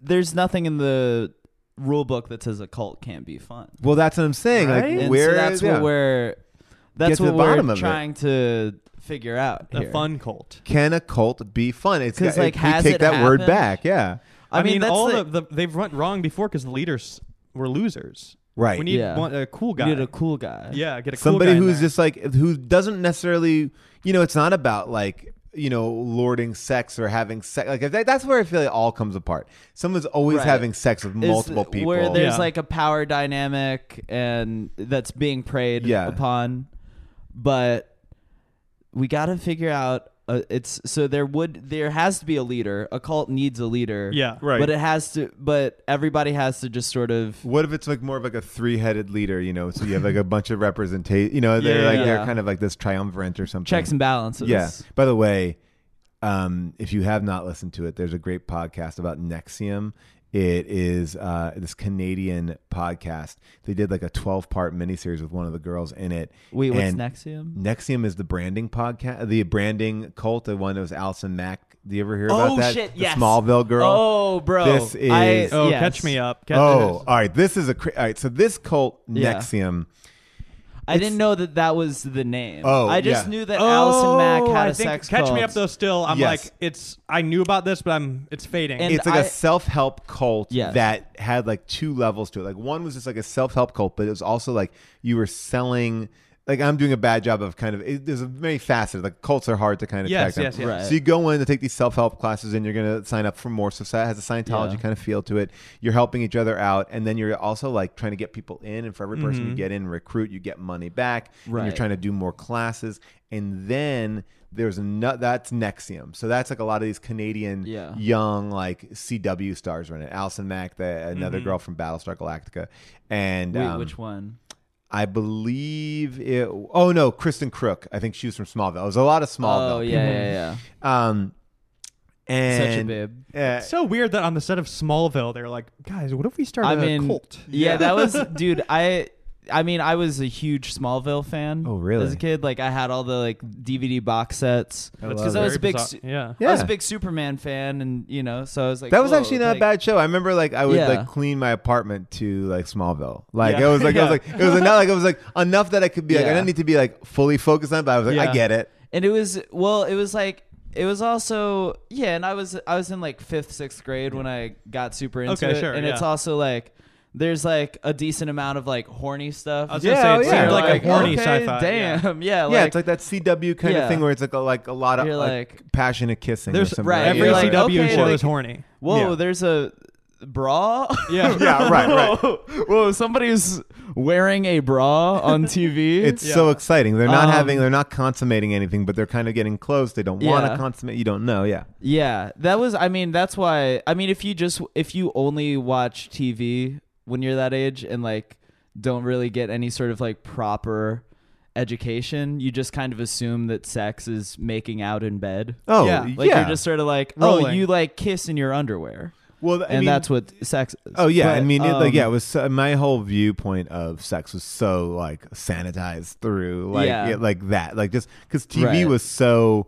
Speaker 2: there's nothing in the rule book that says a cult can't be fun.
Speaker 3: well, that's what I'm saying.
Speaker 1: Right?
Speaker 3: Like,
Speaker 2: And
Speaker 3: where
Speaker 2: so that's
Speaker 3: yeah.
Speaker 2: what we're that's
Speaker 3: to
Speaker 2: what
Speaker 3: the bottom
Speaker 2: we're
Speaker 3: of it.
Speaker 2: trying to figure out
Speaker 1: a
Speaker 2: here.
Speaker 1: fun cult.
Speaker 3: can a cult be fun? It's
Speaker 2: 'Cause,
Speaker 3: got-
Speaker 2: like,
Speaker 3: we
Speaker 2: has
Speaker 3: take
Speaker 2: it
Speaker 3: that word
Speaker 2: happened?
Speaker 3: back, yeah.
Speaker 1: I, mean,
Speaker 2: that's
Speaker 1: all
Speaker 2: the-
Speaker 1: the, the they've run wrong before because the leaders were losers.
Speaker 3: Right.
Speaker 1: We need
Speaker 2: Yeah.
Speaker 1: one, a cool
Speaker 2: you
Speaker 1: guy.
Speaker 2: need a cool guy.
Speaker 1: yeah, get a cool
Speaker 3: Somebody
Speaker 1: guy in
Speaker 3: who's
Speaker 1: there.
Speaker 3: just like who doesn't necessarily, you know, it's not about like you know lording sex or having sex. Like if that, that's where I feel it all comes apart. Someone's always
Speaker 2: Right.
Speaker 3: having sex with
Speaker 2: is
Speaker 3: multiple people.
Speaker 2: Where there's
Speaker 1: Yeah.
Speaker 2: like a power dynamic and that's being preyed
Speaker 3: Yeah.
Speaker 2: upon. But we got to figure out uh, it's so there would there has to be a leader. A cult needs a leader.
Speaker 1: Yeah.
Speaker 3: Right.
Speaker 2: But it has to but everybody has to just sort of
Speaker 3: what if it's like more of like a three-headed leader? You know, so you have like a bunch of representation. You know, they're
Speaker 1: Yeah,
Speaker 3: like
Speaker 2: yeah,
Speaker 3: they're
Speaker 2: yeah.
Speaker 3: kind of like this triumvirate or something.
Speaker 2: checks and balances.
Speaker 3: Yeah. By the way, um, if you have not listened to it, there's a great podcast about Nexium. It is uh, this Canadian podcast. They did like a 12 part miniseries with one of the girls in it.
Speaker 2: Wait, what's
Speaker 3: And
Speaker 2: Nexium?
Speaker 3: Nexium is the branding podcast, the branding cult, the one that was Allison Mack. Do you ever hear
Speaker 2: Oh
Speaker 3: about that?
Speaker 2: shit,
Speaker 3: The
Speaker 2: yes.
Speaker 3: Smallville girl.
Speaker 2: Oh, bro.
Speaker 3: This
Speaker 2: I-
Speaker 3: is-
Speaker 1: Oh,
Speaker 2: yes.
Speaker 1: catch me up. Catch
Speaker 3: Oh, all right. This is a cra- all right. So this cult
Speaker 2: Yeah.
Speaker 3: Nexium.
Speaker 2: I didn't know that that was the name.
Speaker 3: Oh,
Speaker 2: I just
Speaker 3: yeah.
Speaker 2: knew that Allison Mack had
Speaker 1: Oh, I
Speaker 2: a
Speaker 1: think-
Speaker 2: sex
Speaker 1: Catch me
Speaker 2: cult.
Speaker 1: up though. Still, I'm
Speaker 3: Yes.
Speaker 1: like, it's. I knew about this, but I'm. It's fading.
Speaker 2: And-
Speaker 3: it's like a
Speaker 2: I-
Speaker 3: self-help cult
Speaker 2: Yes.
Speaker 3: that had like two levels to it. Like one was just like a self-help cult, but it was also like you were selling. Like I'm doing a bad job of kind of. It, there's a very facet. Like cults are hard to kind of
Speaker 1: Yes,
Speaker 3: track down.
Speaker 1: yes, yes.
Speaker 2: Right.
Speaker 3: So you go in to take these self-help classes, and you're gonna sign up for more. So that has a Scientology
Speaker 2: Yeah.
Speaker 3: kind of feel to it. You're helping each other out, and then you're also like trying to get people in. And for every person you get in, recruit, you get money back. And you're
Speaker 2: Mm-hmm. Right.
Speaker 3: trying to do more classes, and then. There's another that's Nexium, so that's like a lot of these Canadian
Speaker 2: Yeah.
Speaker 3: young like CW stars were in it. Allison Mack, the, another girl from Battlestar Galactica, and
Speaker 2: Mm-hmm. Wait,
Speaker 3: um,
Speaker 2: which one?
Speaker 3: I believe it. Oh no, Kristen Crook. I think she was from Smallville. It was a lot of Smallville.
Speaker 2: Oh yeah, yeah, yeah.
Speaker 3: yeah. Um, and
Speaker 2: Such a babe.
Speaker 3: uh,
Speaker 1: so weird that on the set of Smallville, they're like, guys, what if we started
Speaker 2: I mean,
Speaker 1: a cult?
Speaker 2: Yeah,
Speaker 3: Yeah.
Speaker 2: that was, dude. I, I mean, I was a huge Smallville fan.
Speaker 3: Oh, really?
Speaker 2: As a kid, like I had all the like DVD box sets
Speaker 3: love
Speaker 2: because I,
Speaker 3: it.
Speaker 2: was a
Speaker 1: Very
Speaker 2: big,
Speaker 1: bizarre-
Speaker 2: su-
Speaker 1: yeah.
Speaker 3: Yeah.
Speaker 2: I was a big Superman fan, and you know, so I was like,
Speaker 3: that was
Speaker 2: whoa,
Speaker 3: actually not
Speaker 2: like-
Speaker 3: a bad show. I remember like I would
Speaker 2: Yeah.
Speaker 3: like clean my apartment to like Smallville. Like
Speaker 1: Yeah.
Speaker 3: it was like I
Speaker 1: Yeah.
Speaker 3: was like it was not like it was like enough that I could be like I
Speaker 2: Yeah.
Speaker 3: didn't need to be like fully focused on, it, but I was like I
Speaker 1: Yeah.
Speaker 3: get it.
Speaker 2: And it was well, it was like it was also yeah, and I was I was in like fifth, sixth grade when I got super into
Speaker 1: Okay,
Speaker 2: it,
Speaker 1: sure,
Speaker 2: and it's
Speaker 1: yeah.
Speaker 2: also like. There's like a decent amount of like horny stuff.
Speaker 1: I was
Speaker 3: Yeah,
Speaker 1: gonna
Speaker 3: oh,
Speaker 1: say it
Speaker 3: yeah.
Speaker 1: seemed like,
Speaker 3: Like,
Speaker 1: a horny
Speaker 2: okay,
Speaker 1: sci-fi. yeah.
Speaker 2: Damn, yeah,
Speaker 3: yeah,
Speaker 2: like,
Speaker 3: it's like that CW kind of
Speaker 2: Yeah.
Speaker 3: thing where it's like a, like a lot of
Speaker 2: You're
Speaker 3: like,
Speaker 2: like-
Speaker 3: passionate kissing. or
Speaker 1: There's
Speaker 3: something
Speaker 2: right,
Speaker 3: like
Speaker 1: every
Speaker 2: you're
Speaker 3: that.
Speaker 2: like,
Speaker 1: CW
Speaker 2: okay,
Speaker 1: show
Speaker 2: like-
Speaker 1: is horny.
Speaker 2: whoa
Speaker 3: Yeah.
Speaker 2: there's a bra?
Speaker 1: Yeah.
Speaker 2: oh.
Speaker 3: Yeah, right, right.
Speaker 2: Whoa, whoa, somebody's wearing a bra on TV.
Speaker 3: It's so
Speaker 1: Yeah.
Speaker 3: exciting. They're not
Speaker 2: Um,
Speaker 3: having, they're not consummating anything, but they're kind of getting close. They don't want to
Speaker 2: Yeah.
Speaker 3: consummate. You don't know. Yeah.
Speaker 2: yeah, that was. I mean, that's why. I mean, if you just if you only watch TV when you're that age and like don't really get any sort of like proper education, you just kind of assume that sex is making out in bed.
Speaker 3: Oh, yeah.
Speaker 1: Yeah.
Speaker 2: Like you're just sort of like, oh,
Speaker 1: Rolling.
Speaker 2: you like kiss in your underwear,
Speaker 3: well, I
Speaker 2: and
Speaker 3: mean-
Speaker 2: that's what sex. Is.
Speaker 3: Oh yeah, I
Speaker 2: But,
Speaker 3: mean, it, like
Speaker 2: um,
Speaker 3: yeah, it was so, my whole viewpoint of sex was so like sanitized through, like
Speaker 2: Yeah.
Speaker 3: it- like that, like just because TV
Speaker 2: Right.
Speaker 3: was so,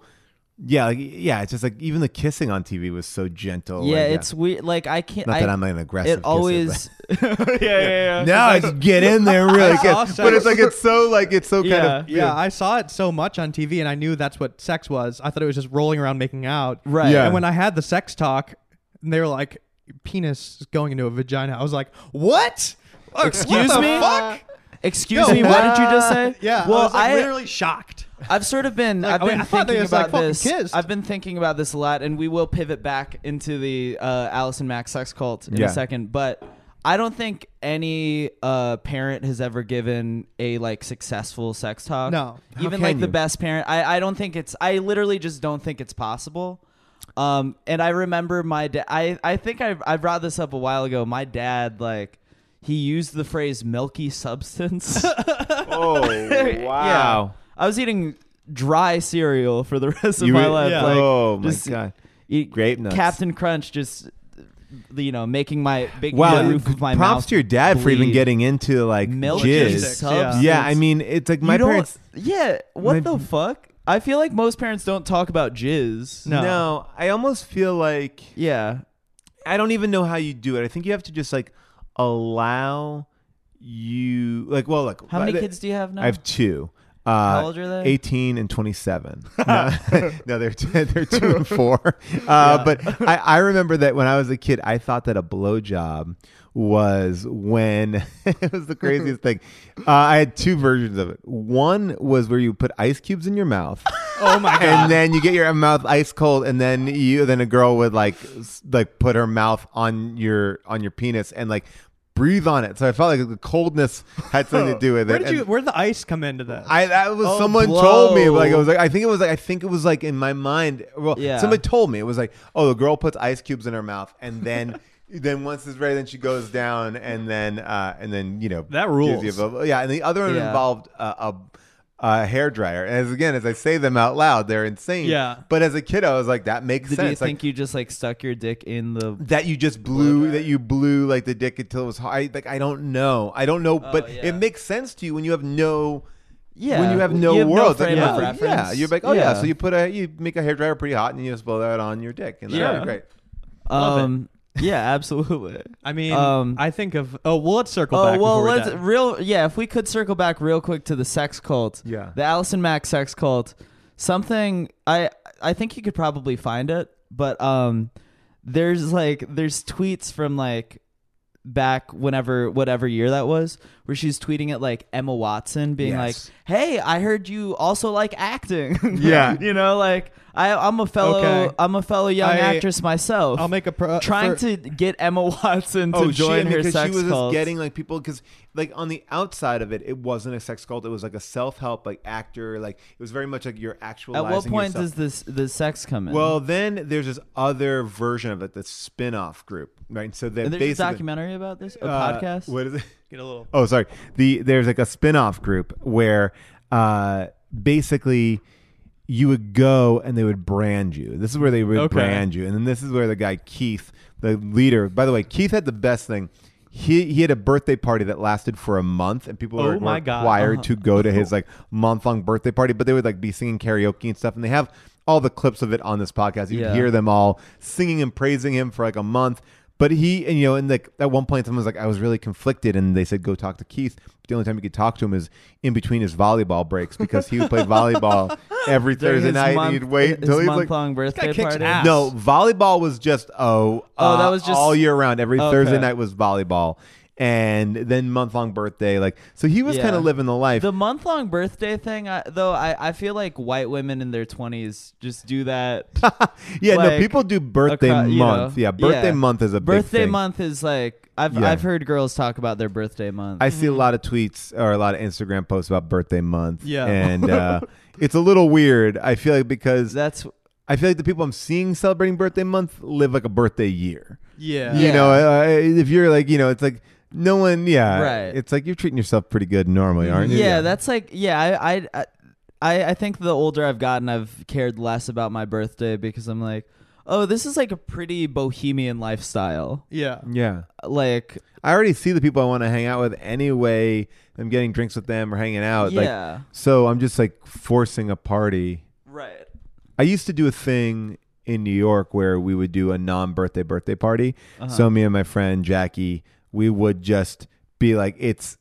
Speaker 3: yeah, like yeah, it's just like even the kissing on TV was so gentle.
Speaker 2: Yeah,
Speaker 3: like,
Speaker 2: it's weird. Like I can't.
Speaker 3: not that
Speaker 2: I,
Speaker 3: I'm an aggressive.
Speaker 2: it
Speaker 3: kisser,
Speaker 2: always. yeah, yeah, yeah.
Speaker 3: but- no, I just get in there and really
Speaker 1: I
Speaker 3: kiss,
Speaker 1: saw
Speaker 3: but
Speaker 1: sex-
Speaker 3: it's like it's so like it's so kind of
Speaker 1: Yeah, I saw it so much on TV, and I knew that's what sex was. I thought it was just rolling around making out.
Speaker 2: Right.
Speaker 3: Yeah.
Speaker 1: And when I had the sex talk, and they were like, "Penis is going into a vagina," I was like, "What? Uh,
Speaker 2: Excuse
Speaker 1: what the
Speaker 2: me?
Speaker 1: Fuck?
Speaker 2: Excuse
Speaker 1: No.
Speaker 2: me. What did you just say?
Speaker 1: Yeah. I
Speaker 2: Well,
Speaker 1: was like,
Speaker 2: I,
Speaker 1: literally shocked.
Speaker 2: I've sort of been.
Speaker 1: Like,
Speaker 2: I've
Speaker 1: oh, wait,
Speaker 2: been
Speaker 1: I thought they
Speaker 2: thinking
Speaker 1: just, like,
Speaker 2: about
Speaker 1: fucking
Speaker 2: this.
Speaker 1: kissed.
Speaker 2: I've been thinking about this a lot, and we will pivot back into the uh, Allison Mack sex cult in
Speaker 3: Yeah.
Speaker 2: a second. But I don't think any uh, parent has ever given a like successful sex talk.
Speaker 1: No.
Speaker 3: How
Speaker 2: even
Speaker 3: can
Speaker 2: like the
Speaker 3: you?
Speaker 2: best parent. I I don't think it's. I literally just don't think it's possible. Um, and I remember my dad. I I think I I brought this up a while ago. My dad like. He used the phrase milky substance.
Speaker 3: oh
Speaker 2: Yeah.
Speaker 3: wow.
Speaker 2: I was eating dry cereal for the rest of
Speaker 3: You
Speaker 2: my
Speaker 3: re-
Speaker 2: life.
Speaker 1: yeah.
Speaker 2: Like,
Speaker 3: oh my
Speaker 2: just
Speaker 3: god.
Speaker 2: eat
Speaker 3: Grape nuts.
Speaker 2: Captain Crunch just you know, making my big
Speaker 3: Wow,
Speaker 2: the roof of my
Speaker 3: props
Speaker 2: mouth
Speaker 3: to your dad for even
Speaker 2: bleed.
Speaker 3: getting into like
Speaker 2: milk
Speaker 3: jizz.
Speaker 1: Logistics, yeah.
Speaker 2: substance.
Speaker 3: Yeah, I mean, it's like
Speaker 2: You
Speaker 3: my
Speaker 2: don't-
Speaker 3: parents
Speaker 2: Yeah, what
Speaker 3: my-
Speaker 2: the fuck? I feel like most parents don't talk about jizz.
Speaker 1: No.
Speaker 3: No, I almost feel like
Speaker 2: Yeah.
Speaker 3: I don't even know how you do it. I think you have to just like allow you like well look
Speaker 2: How many
Speaker 3: I-
Speaker 2: kids do you have now?
Speaker 3: I have two. Uh,
Speaker 2: How old are they?
Speaker 3: 18 and 27. no, no, they're t- they're two and four. Uh, But I, I remember that when I was a kid, I thought that a blowjob was when it was the craziest thing. Uh, I had two versions of it. One was where you put ice cubes in your mouth.
Speaker 1: Oh my god.
Speaker 3: and then you get your mouth ice cold, and then you then a girl would like s- like put her mouth on your on your penis and like breathe on it. So I felt like the coldness had something to do with
Speaker 1: Where
Speaker 3: it.
Speaker 1: did you?
Speaker 3: And
Speaker 1: Where'd the ice come into this?
Speaker 3: I that was
Speaker 2: Oh,
Speaker 3: someone told me
Speaker 2: blow.
Speaker 3: like I was like I think it was like I think it was like in my mind. Well,
Speaker 2: Yeah.
Speaker 3: somebody told me it was like oh the girl puts ice cubes in her mouth and then. Then once it's ready, then she goes down, and then uh, and then you know
Speaker 1: That
Speaker 3: gives you
Speaker 1: rules.
Speaker 3: a- yeah, and the other one
Speaker 2: Yeah.
Speaker 3: involved uh, a, a hair dryer. And as again, as I say them out loud, they're insane.
Speaker 1: Yeah.
Speaker 3: But as a kid, I was like, that makes
Speaker 2: Did
Speaker 3: sense.
Speaker 2: you
Speaker 3: Like,
Speaker 2: think you just like stuck your dick in the
Speaker 3: that you just blew that you blew like the dick until it was hard. Like I don't know, I don't know, but
Speaker 2: Oh, yeah.
Speaker 3: it makes sense to you when you have no.
Speaker 2: Yeah.
Speaker 3: When you have no
Speaker 2: You have no
Speaker 3: world,
Speaker 2: frame
Speaker 3: like,
Speaker 2: of
Speaker 3: oh,
Speaker 2: reference.
Speaker 3: yeah, you're like, oh
Speaker 2: Yeah.
Speaker 3: yeah. so you put a, you make a hair dryer pretty hot, and you just blow that on your dick, and
Speaker 1: Yeah.
Speaker 3: yeah, great.
Speaker 1: Love it.
Speaker 2: um yeah, absolutely.
Speaker 1: I mean,
Speaker 2: Um,
Speaker 1: I think of. Oh, well, let's circle
Speaker 2: Oh
Speaker 1: back.
Speaker 2: well,
Speaker 1: before we're
Speaker 2: let's
Speaker 1: done.
Speaker 2: real yeah. If we could circle back real quick to the sex cult,
Speaker 3: Yeah.
Speaker 2: the Allison Mack sex cult. Something I I think you could probably find it, but um, there's like there's tweets from like back whenever whatever year that was where she's tweeting at like Emma Watson being
Speaker 3: Yes.
Speaker 2: like, "Hey, I heard you also like acting."
Speaker 3: Yeah.
Speaker 2: you know, like I I'm a fellow
Speaker 1: Okay.
Speaker 2: I'm a fellow young
Speaker 1: I-
Speaker 2: actress myself.
Speaker 1: I'll make a pro-
Speaker 2: trying
Speaker 1: Uh, for-
Speaker 2: to get Emma Watson to
Speaker 3: oh,
Speaker 2: join
Speaker 3: she,
Speaker 2: her
Speaker 3: because
Speaker 2: sex
Speaker 3: she was
Speaker 2: cult.
Speaker 3: just getting like people because like on the outside of it, it wasn't a sex cult. It was like a self help like actor. Like it was very much like you're
Speaker 2: At
Speaker 3: actualizing.
Speaker 2: what point
Speaker 3: yourself.
Speaker 2: does this the sex come in?
Speaker 3: Well, then there's this other version of it, the spin-off group, right? So they
Speaker 2: and there's a
Speaker 3: basically
Speaker 2: documentary about this, a
Speaker 3: uh,
Speaker 2: podcast.
Speaker 3: What is it?
Speaker 1: get a little.
Speaker 3: Oh, sorry. The there's like a spin-off group where uh, basically you would go and they would brand you. This is where they would
Speaker 1: Okay.
Speaker 3: brand you, and then this is where the guy Keith, the leader. By the way, Keith had the best thing. He, he had a birthday party that lasted for a month, and people
Speaker 1: Oh
Speaker 3: were, were
Speaker 1: my God.
Speaker 3: required to go to his like month long birthday party. But they would like be singing karaoke and stuff, and they have all the clips of it on this podcast. You
Speaker 2: Yeah.
Speaker 3: would hear them all singing and praising him for like a month. But he, and you know, and like at one point, someone was like, I was really conflicted. And they said, go talk to Keith. the only time you could talk to him is in between his volleyball breaks because he would play volleyball every
Speaker 2: During
Speaker 3: Thursday
Speaker 2: his
Speaker 3: night.
Speaker 2: month-
Speaker 3: and he'd wait
Speaker 2: his
Speaker 3: until he's like,
Speaker 2: month-long birthday
Speaker 1: kicks
Speaker 2: party.
Speaker 1: ass.
Speaker 3: no, volleyball was just, oh,
Speaker 2: Oh, that
Speaker 3: uh,
Speaker 2: was just-
Speaker 3: all year round. Every
Speaker 2: Okay.
Speaker 3: Thursday night was volleyball. and then month long birthday. Like, so he was
Speaker 2: Yeah.
Speaker 3: kind of living the life.
Speaker 2: The month long birthday thing, I, though, I, I feel like white women in their 20s just do that.
Speaker 3: yeah, no,
Speaker 2: like,
Speaker 3: people do birthday
Speaker 2: acro- you
Speaker 3: month.
Speaker 2: know,
Speaker 3: yeah, birthday
Speaker 2: yeah.
Speaker 3: month is a big
Speaker 2: birthday
Speaker 3: thing.
Speaker 2: month is like, I've,
Speaker 3: Yeah.
Speaker 2: I've heard girls talk about their birthday month.
Speaker 3: I see a lot of tweets or a lot of Instagram posts about birthday month.
Speaker 1: Yeah.
Speaker 3: and uh, it's a little weird. I feel like because
Speaker 2: That's
Speaker 3: I feel like the people I'm seeing celebrating birthday month live like a birthday year.
Speaker 1: Yeah.
Speaker 3: You know, uh, if you're like, you know, it's like no one. Yeah,
Speaker 2: Right.
Speaker 3: It's like you're treating yourself pretty good normally, aren't you?
Speaker 2: yeah, that's like yeah I, I i i think the older i've gotten i've cared less about my birthday because i'm like oh this is like a pretty bohemian lifestyle
Speaker 1: Yeah.
Speaker 3: yeah.
Speaker 2: like
Speaker 3: I already see the people I want to hang out with anyway. I'm getting drinks with them or hanging out. Oh, Like,
Speaker 2: yeah
Speaker 3: so I'm just like forcing a party.
Speaker 2: right
Speaker 3: I used to do a thing in New York where we would do a non birthday birthday party.
Speaker 2: Uh-huh.
Speaker 3: So me and my friend Jackie, we would just be like, it's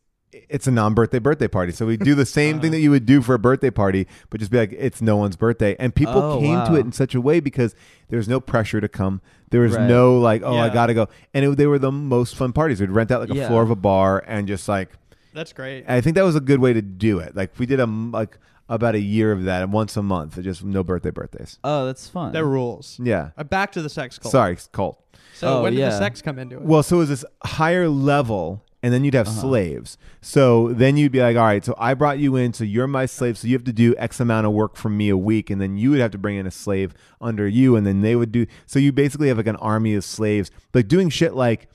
Speaker 3: it's a non birthday birthday party. So we do the same
Speaker 2: Uh-huh.
Speaker 3: thing that you would do for a birthday party, but just be like, it's no one's birthday. And people
Speaker 2: Oh,
Speaker 3: came to
Speaker 2: wow.
Speaker 3: it in such a way because there was no pressure to come. There was
Speaker 2: Right.
Speaker 3: no like, oh, I
Speaker 1: Yeah.
Speaker 3: gotta go. And it, they were the most fun parties. We'd rent out like a
Speaker 2: Yeah.
Speaker 3: floor of a bar and just like
Speaker 1: That's great.
Speaker 3: I think that was a good way to do it. Like we did a m- like about a year of that once a month. Just no birthday birthdays.
Speaker 2: oh that's fun
Speaker 1: That rules.
Speaker 3: Yeah.
Speaker 1: Uh, back to the sex cult.
Speaker 3: Sorry, it's cult.
Speaker 1: So
Speaker 2: Oh,
Speaker 1: when did the
Speaker 2: yeah.
Speaker 1: sex come into it?
Speaker 3: Well, so it was this higher level, and then you'd have
Speaker 1: Uh-huh.
Speaker 3: slaves. So then you'd be like, all right, so I brought you in, so you're my slave, so you have to do X amount of work for me a week, and then you would have to bring in a slave under you, and then they would do. So you basically have like an army of slaves, like doing shit like.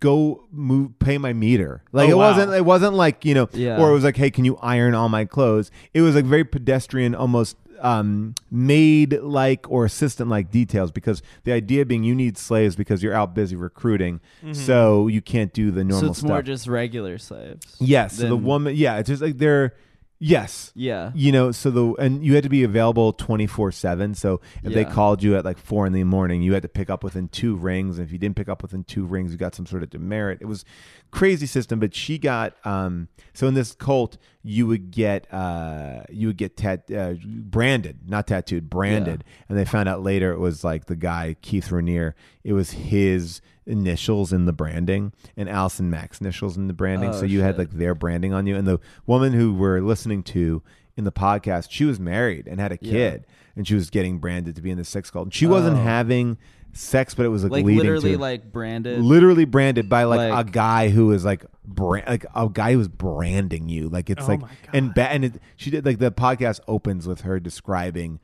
Speaker 3: Go move, pay my meter. Like
Speaker 1: Oh,
Speaker 3: it
Speaker 1: wow.
Speaker 3: wasn't. It wasn't like you know,
Speaker 2: Yeah.
Speaker 3: or it was like, hey, can you iron all my clothes? It was like very pedestrian, almost um, maid like or assistant like details because the idea being you need slaves because you're out busy recruiting, so you can't do the normal
Speaker 2: so it's
Speaker 3: stuff.
Speaker 2: more just regular slaves
Speaker 3: yes, so the
Speaker 2: than-
Speaker 3: woman. Yeah, it's just like they're yes.
Speaker 2: yeah
Speaker 3: You know, so the and you had to be available twenty four seven. So if they
Speaker 2: Yeah.
Speaker 3: called you at like four in the morning, you had to pick up within two rings. And if you didn't pick up within two rings, you got some sort of demerit. It was crazy system. But she got um. So in this cult, you would get uh you would get tat uh, branded, not tattooed, branded. And they found out later it was like the guy Keith Rainier. It was his initials in the branding and Allison Max initials in the branding.
Speaker 2: Oh,
Speaker 3: so you had
Speaker 2: shit.
Speaker 3: like their branding on you. And the woman who we're listening to in the podcast, she was married and had a
Speaker 2: Yeah.
Speaker 3: kid, and she was getting branded to be in the sex cult. And she wasn't
Speaker 2: Oh.
Speaker 3: having sex, but it was like,
Speaker 2: like
Speaker 3: leading
Speaker 2: literally
Speaker 3: to
Speaker 2: like branded
Speaker 3: literally branded by like,
Speaker 2: Like-
Speaker 3: a guy who is like brand like a guy who's branding you. Like it's
Speaker 1: Oh
Speaker 3: like
Speaker 1: my
Speaker 3: and ba- and it, she did like the podcast opens with her describing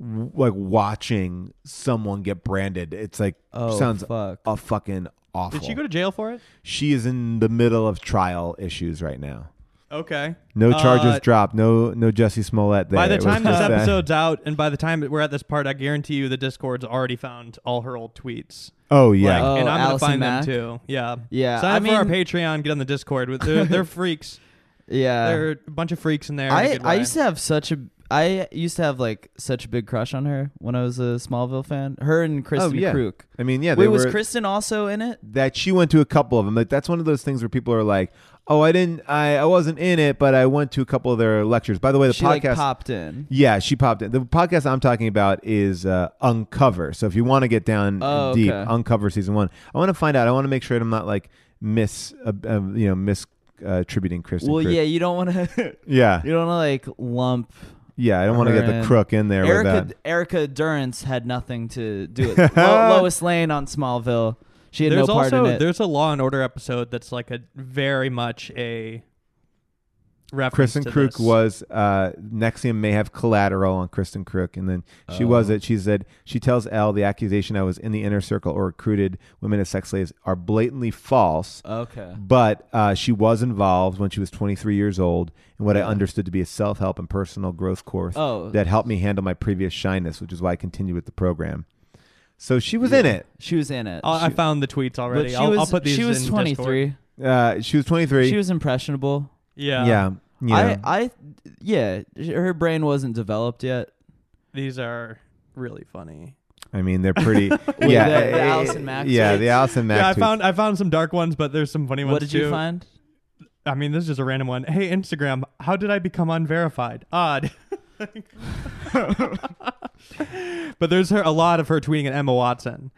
Speaker 3: w- like watching someone get branded. It's like
Speaker 2: Oh,
Speaker 3: sounds
Speaker 2: fuck.
Speaker 3: a fucking awful.
Speaker 1: did she go to jail for it?
Speaker 3: she is in the middle of trial issues right now.
Speaker 1: Okay.
Speaker 3: No charges
Speaker 1: Uh,
Speaker 3: dropped. No, no Jesse Smollett. There.
Speaker 1: By the
Speaker 3: It was
Speaker 1: time this
Speaker 3: just that-
Speaker 1: episode's out, and by the time that we're at this part, I guarantee you the Discord's already found all her old tweets.
Speaker 3: oh yeah,
Speaker 1: Like,
Speaker 2: Oh,
Speaker 1: and I'm
Speaker 2: Allison
Speaker 1: gonna find
Speaker 2: Mack?
Speaker 1: them too. Yeah,
Speaker 2: Yeah,
Speaker 1: Sign
Speaker 2: I
Speaker 1: up for our
Speaker 2: mean-
Speaker 1: Patreon. Get on the Discord. With they're, they're freaks.
Speaker 2: yeah
Speaker 1: There are a bunch of freaks in there. in a
Speaker 2: Uh, I,
Speaker 1: good
Speaker 2: I
Speaker 1: way.
Speaker 2: used to have such a I used to have like such a big crush on her when I was a Smallville fan. Her and Kristen
Speaker 3: Oh, yeah.
Speaker 2: Kruk.
Speaker 3: I mean, yeah, they
Speaker 2: Wait, was
Speaker 3: were-
Speaker 2: Kristen also in it?
Speaker 3: that she went to a couple of them. Like that's one of those things where people are like, "Oh, I didn't, I, I wasn't in it, but I went to a couple of their lectures." By the way, the
Speaker 2: she
Speaker 3: podcast.
Speaker 2: like popped in.
Speaker 3: yeah, she popped in. The podcast I'm talking about is uh, Uncover. So if you want to get down
Speaker 2: Oh,
Speaker 3: deep,
Speaker 2: okay.
Speaker 3: Uncover season one. I want to find out. I want to make sure I'm not like miss, uh, uh, you know, mis uh, attributing Kristen.
Speaker 2: Well,
Speaker 3: Krug.
Speaker 2: yeah, you don't want to.
Speaker 3: yeah,
Speaker 2: you don't want to like lump.
Speaker 3: yeah. I don't want to get
Speaker 2: Her
Speaker 3: the
Speaker 2: and-
Speaker 3: crook in there with that.
Speaker 2: Erica Erica Durrance had nothing to do with Lo- Lois Lane on Smallville. She had
Speaker 1: There's
Speaker 2: no part
Speaker 1: also
Speaker 2: in it.
Speaker 1: there's a Law and Order episode that's like a very much a reference.
Speaker 3: Kristen
Speaker 1: to
Speaker 3: Kruk
Speaker 1: this.
Speaker 3: was uh, Nexium may have collateral on Kristen Kruk, and then she was
Speaker 2: Oh.
Speaker 3: it. She said she tells L the accusation I was in the inner circle or recruited women as sex slaves are blatantly false.
Speaker 2: Okay.
Speaker 3: But uh, she was involved when she was 23 years old in what I understood to be a self help and personal growth course
Speaker 2: Oh.
Speaker 3: that helped me handle my previous shyness, which is why I continued with the program. So she was in it.
Speaker 2: She was in it.
Speaker 1: Oh, I I
Speaker 2: She-
Speaker 1: found the tweets
Speaker 2: but
Speaker 1: already.
Speaker 2: she
Speaker 1: I'll,
Speaker 2: was
Speaker 1: I'll put these.
Speaker 2: she was
Speaker 1: in
Speaker 2: 23.
Speaker 1: Discord.
Speaker 3: Uh, she was 23.
Speaker 2: She was impressionable.
Speaker 1: Yeah,
Speaker 3: yeah. yeah.
Speaker 2: I I yeah, her brain wasn't developed yet.
Speaker 1: These are really funny.
Speaker 3: I mean, they're pretty. yeah,
Speaker 2: the- the
Speaker 3: eh,
Speaker 2: Allison Mack
Speaker 3: Yeah, the
Speaker 2: tweets.
Speaker 3: Allison Mack.
Speaker 1: yeah, I
Speaker 3: tweets.
Speaker 1: found I found some dark ones, but there's some funny ones
Speaker 2: What did
Speaker 1: too.
Speaker 2: you find?
Speaker 1: I mean, this is just a random one. Hey, Instagram, how did I become unverified? Odd. but there's her, a lot of her tweeting at Emma Watson.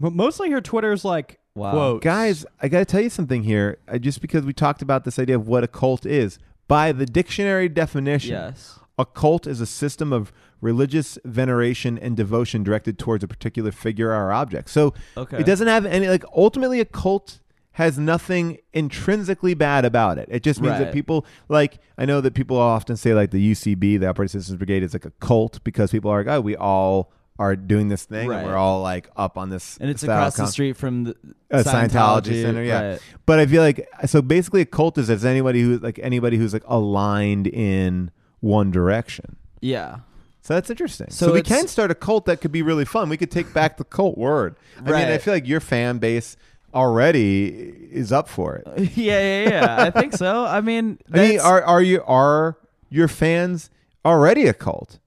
Speaker 1: But mostly her Twitter's like
Speaker 2: Wow.
Speaker 1: Quote.
Speaker 3: Guys, I got to tell you something here. I, just because we talked about this idea of what a cult is, by the dictionary definition,
Speaker 2: Yes.
Speaker 3: a cult is a system of religious veneration and devotion directed towards a particular figure or object. So
Speaker 2: Okay.
Speaker 3: it doesn't have any, like, ultimately, a cult has nothing intrinsically bad about it. It just means that
Speaker 2: Right.
Speaker 3: people, like, I know that people often say, like, the UCB, the Operating Systems Brigade, is like a cult because people are like, oh, we all are doing this thing
Speaker 2: Right.
Speaker 3: and we're all, like, up on this.
Speaker 2: And it's
Speaker 3: style
Speaker 2: across
Speaker 3: con-
Speaker 2: the street from the
Speaker 3: a Scientology, center, yeah. But I feel like so basically a cult is as anybody who's like anybody who's like aligned in one direction.
Speaker 2: Yeah.
Speaker 3: So that's interesting. So,
Speaker 2: So
Speaker 3: we
Speaker 2: it's-
Speaker 3: can start a cult that could be really fun. We could take back the cult word. I mean, I
Speaker 2: Right.
Speaker 3: feel like your fan base already is up for it.
Speaker 2: yeah, yeah, yeah. I think so. I mean,
Speaker 3: I mean,
Speaker 2: that's-
Speaker 3: are are you are your fans already a cult?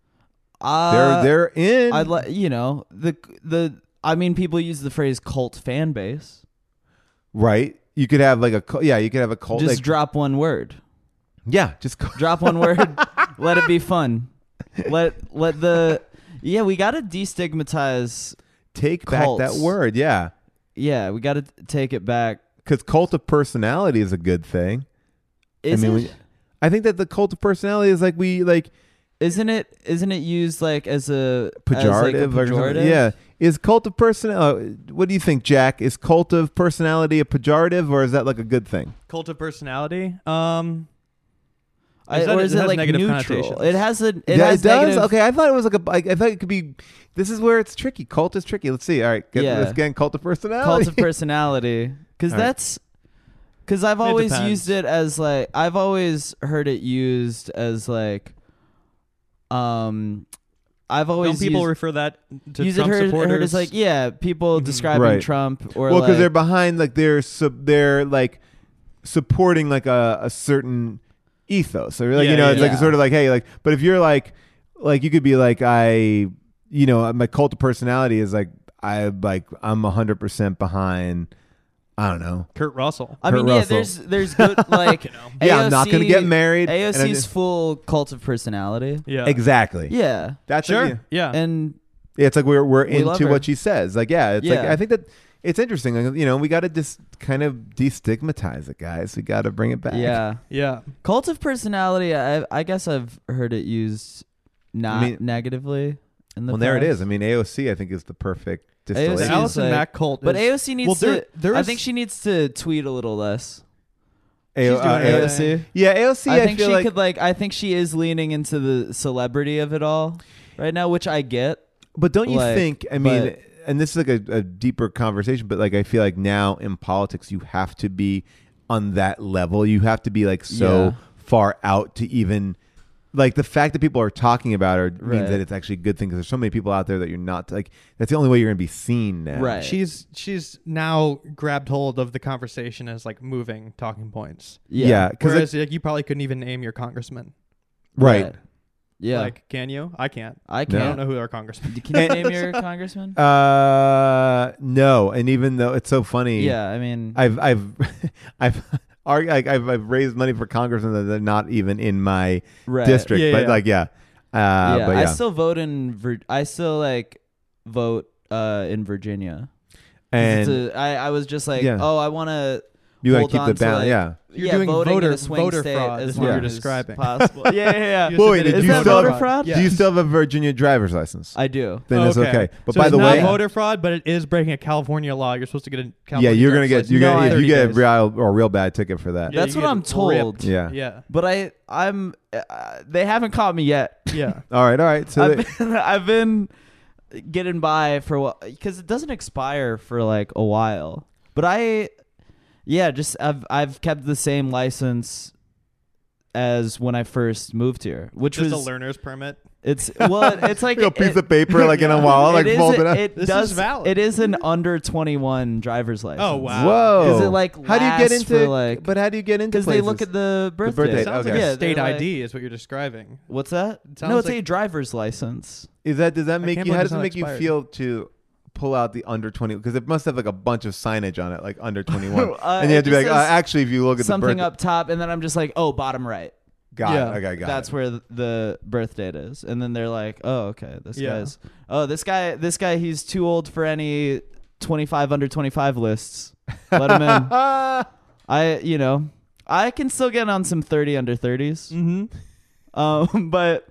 Speaker 2: uh,
Speaker 3: they're they're in.
Speaker 2: I like you know the the. I mean, people use the phrase cult fan base.
Speaker 3: right. You could have like a cult. Yeah, you could have a cult.
Speaker 2: Just
Speaker 3: like-
Speaker 2: drop one word.
Speaker 3: yeah, just cult.
Speaker 2: Drop one word. let it be fun. Let let the yeah. We gotta destigmatize.
Speaker 3: take back
Speaker 2: Cults.
Speaker 3: that word. Yeah,
Speaker 2: Yeah, we gotta take it back.
Speaker 3: because cult of personality is a good thing.
Speaker 2: Is
Speaker 3: I mean,
Speaker 2: it?
Speaker 3: we- I think that the cult of personality is like we like
Speaker 2: Isn't it? Isn't it used like as a as, like, a
Speaker 3: pejorative, or something.
Speaker 2: pejorative?
Speaker 3: Yeah, is cult of personality? What do you think, Jack? Is cult of personality a pejorative, or is that like a good thing?
Speaker 1: Cult of personality. Um,
Speaker 2: I,
Speaker 1: Is that-
Speaker 2: or
Speaker 1: it
Speaker 2: is it,
Speaker 1: has
Speaker 2: like
Speaker 1: negative
Speaker 2: neutral?
Speaker 1: connotations.
Speaker 2: It has a. It
Speaker 3: yeah,
Speaker 2: has
Speaker 3: it does.
Speaker 2: negative-
Speaker 3: Okay, I thought it was like a. I, I thought it could be. This is where it's tricky. Cult is tricky. Let's see. All right, get,
Speaker 2: Yeah.
Speaker 3: let's get in cult of personality.
Speaker 2: Cult of personality, because
Speaker 3: Oh, All right.
Speaker 2: that's because I've
Speaker 1: It
Speaker 2: always
Speaker 1: depends.
Speaker 2: used it as like I've always heard it used as like, um, I've always
Speaker 1: don't people
Speaker 2: used,
Speaker 1: refer that to
Speaker 2: use
Speaker 1: Trump
Speaker 2: it heard,
Speaker 1: supporters?
Speaker 2: heard as like yeah people
Speaker 1: Mhm.
Speaker 2: describing
Speaker 3: Mm-hmm. Right.
Speaker 2: Trump or
Speaker 3: well, because
Speaker 2: like,
Speaker 3: they're behind, like they're sub, they're like supporting like a, a certain ethos, or like
Speaker 1: Yeah,
Speaker 3: you know,
Speaker 1: yeah,
Speaker 3: it's
Speaker 2: yeah.
Speaker 3: like sort of like hey, like but if you're like like you could be like I, you know, my cult of personality is like I like I'm hundred percent behind. I don't know.
Speaker 1: Kurt Russell.
Speaker 2: I
Speaker 3: Kurt
Speaker 2: mean yeah
Speaker 3: Russell.
Speaker 2: there's there's good like
Speaker 1: You know.
Speaker 3: Yeah, I'm not gonna
Speaker 2: AOC
Speaker 3: get married, and I
Speaker 2: AOC's
Speaker 3: just-
Speaker 2: full cult of personality.
Speaker 1: Yeah.
Speaker 3: Exactly.
Speaker 2: Yeah,
Speaker 3: That's
Speaker 1: Sure.
Speaker 3: yeah.
Speaker 1: yeah.
Speaker 2: and
Speaker 3: Yeah, it's like we're we're
Speaker 2: We love
Speaker 3: into
Speaker 2: her.
Speaker 3: what she says. Like, yeah, it's like
Speaker 2: Yeah.
Speaker 3: I think that it's interesting. Like, you know, we got to just kind of destigmatize it, guys. We got to bring it back.
Speaker 2: yeah.
Speaker 1: yeah.
Speaker 2: Cult of personality. I I guess I've heard it used not
Speaker 3: mean-
Speaker 2: negatively. In the
Speaker 3: Well, there it
Speaker 2: past.
Speaker 3: is. I mean, AOC, I think, is the perfect
Speaker 1: The
Speaker 2: AOC
Speaker 3: distillation.
Speaker 2: is-
Speaker 1: Allison
Speaker 2: like-
Speaker 1: Mack cult.
Speaker 2: But
Speaker 1: is,
Speaker 2: AOC needs
Speaker 1: well, there-
Speaker 2: to.
Speaker 1: there
Speaker 2: I
Speaker 1: is-
Speaker 2: think she needs to tweet a little less.
Speaker 1: she's doing
Speaker 3: uh,
Speaker 1: everything.
Speaker 2: AOC.
Speaker 3: Yeah, AOC. I,
Speaker 2: I think
Speaker 3: feel
Speaker 2: she
Speaker 3: like
Speaker 2: could like. I think she is leaning into the celebrity of it all right now, which I get.
Speaker 3: But don't you
Speaker 2: Like,
Speaker 3: think? I mean,
Speaker 2: but-
Speaker 3: and this is like a, a deeper conversation, but like I feel like now in politics, you have to be on that level. You have to be like so
Speaker 2: Yeah.
Speaker 3: far out to even like the fact that people are talking about her
Speaker 2: Right.
Speaker 3: means that it's actually a good thing because there's so many people out there that you're not like. That's the only way you're going to be seen now.
Speaker 2: Right.
Speaker 1: She's she's now grabbed hold of the conversation as like moving talking points.
Speaker 3: Yeah. Because
Speaker 1: Whereas like, you probably couldn't even name your congressman.
Speaker 3: right.
Speaker 2: Right. Yeah.
Speaker 1: Like, can you? I can't.
Speaker 2: I
Speaker 1: I
Speaker 2: can't.
Speaker 1: don't know who our congressman.
Speaker 2: Can you name your congressman?
Speaker 3: Uh, no. And even though it's so funny.
Speaker 2: yeah. I mean.
Speaker 3: I've I've I've argu- like I've I've raised money for congressmen that they're not even in my
Speaker 2: Right.
Speaker 3: district,
Speaker 1: Yeah,
Speaker 3: but
Speaker 1: yeah.
Speaker 3: like yeah, uh,
Speaker 2: yeah,
Speaker 3: but yeah.
Speaker 2: I still vote in. Vir- I still like vote uh in Virginia. 'Cause it's
Speaker 3: and
Speaker 2: a- I I was just like,
Speaker 3: Yeah.
Speaker 2: oh, I want to.
Speaker 3: you gotta
Speaker 2: hold
Speaker 3: keep
Speaker 2: on
Speaker 3: the
Speaker 2: to,
Speaker 3: balance.
Speaker 2: like,
Speaker 3: yeah.
Speaker 1: You're
Speaker 2: yeah,
Speaker 1: doing
Speaker 2: voting in
Speaker 1: voter-
Speaker 2: a swing
Speaker 1: voter
Speaker 2: state
Speaker 1: fraud
Speaker 2: as
Speaker 1: is
Speaker 3: what
Speaker 2: long
Speaker 3: you're
Speaker 2: as
Speaker 1: describing.
Speaker 2: possible. yeah, yeah, yeah.
Speaker 1: You
Speaker 3: Well, wait,
Speaker 1: submitted-
Speaker 3: did
Speaker 2: Is
Speaker 3: you
Speaker 2: that
Speaker 3: still
Speaker 2: voter
Speaker 3: have-
Speaker 2: fraud?
Speaker 1: Yeah.
Speaker 3: Do you still have a Virginia driver's license?
Speaker 2: I do.
Speaker 3: then it's okay. But
Speaker 1: so
Speaker 3: by
Speaker 1: it's
Speaker 3: the
Speaker 1: not
Speaker 3: way,
Speaker 1: voter fraud, but it is breaking a California law. You're supposed to get a California
Speaker 3: yeah, you're gonna
Speaker 1: driver's license
Speaker 3: get you're
Speaker 1: in
Speaker 3: gonna if
Speaker 1: 30
Speaker 3: you get a
Speaker 1: days.
Speaker 3: real or real bad ticket for that.
Speaker 1: Yeah,
Speaker 2: That's
Speaker 1: you
Speaker 2: what
Speaker 1: get
Speaker 2: I'm told.
Speaker 1: ripped.
Speaker 3: Yeah.
Speaker 1: Yeah.
Speaker 2: But I, I'm, uh, they haven't caught me yet.
Speaker 1: Yeah.
Speaker 3: All right, all right. So they-
Speaker 2: I've been, I've been getting by for what because it doesn't expire for like a while. But I, yeah, just I've I've kept the same license as when I first moved here, which
Speaker 1: Just a
Speaker 2: was
Speaker 1: learner's permit.
Speaker 2: it's well, it- it's like
Speaker 3: like a
Speaker 2: it-
Speaker 3: piece
Speaker 2: it-
Speaker 3: of paper like in a wall, like
Speaker 2: it is-
Speaker 3: folded up.
Speaker 2: It
Speaker 1: This is
Speaker 2: does
Speaker 1: valid.
Speaker 2: It is an under twenty one driver's license.
Speaker 1: Oh, wow.
Speaker 3: Whoa!
Speaker 2: Does it, like,
Speaker 3: how do you get
Speaker 2: last
Speaker 3: into?
Speaker 2: for, like-
Speaker 3: but how do you get into?
Speaker 2: Because they look
Speaker 3: places?
Speaker 2: at the birth
Speaker 3: birth
Speaker 2: date.
Speaker 3: date,
Speaker 1: Sounds
Speaker 3: okay.
Speaker 1: like
Speaker 2: Yeah,
Speaker 1: a state
Speaker 2: they're like-
Speaker 1: ID is what you're describing.
Speaker 2: What's that?
Speaker 1: sounds
Speaker 2: No, it's
Speaker 1: like-
Speaker 2: a driver's license.
Speaker 3: Is that does that make
Speaker 1: can't
Speaker 3: you?
Speaker 1: believe
Speaker 3: How
Speaker 1: it's
Speaker 3: does it
Speaker 1: not
Speaker 3: make
Speaker 1: expired.
Speaker 3: you feel to pull out the under twenty? Because it must have like a bunch of signage on it, like under twenty one,
Speaker 2: Uh,
Speaker 3: and you have to be
Speaker 2: it
Speaker 3: like, uh,
Speaker 2: says
Speaker 3: actually, if you look at the
Speaker 2: Something
Speaker 3: birth,
Speaker 2: up top, and then I'm just like, oh, bottom right.
Speaker 3: got
Speaker 1: Yeah.
Speaker 3: it. Okay, got
Speaker 2: That's
Speaker 3: it.
Speaker 2: where th- the birth date is, and then they're like, oh, okay, this
Speaker 1: Yeah.
Speaker 2: guy's, oh, this guy, this guy, he's too old for any twenty five under twenty five lists. Let him in.
Speaker 3: Ah,
Speaker 2: I you know I can still get on some thirty under 30s
Speaker 1: Mm-hmm.
Speaker 2: um, but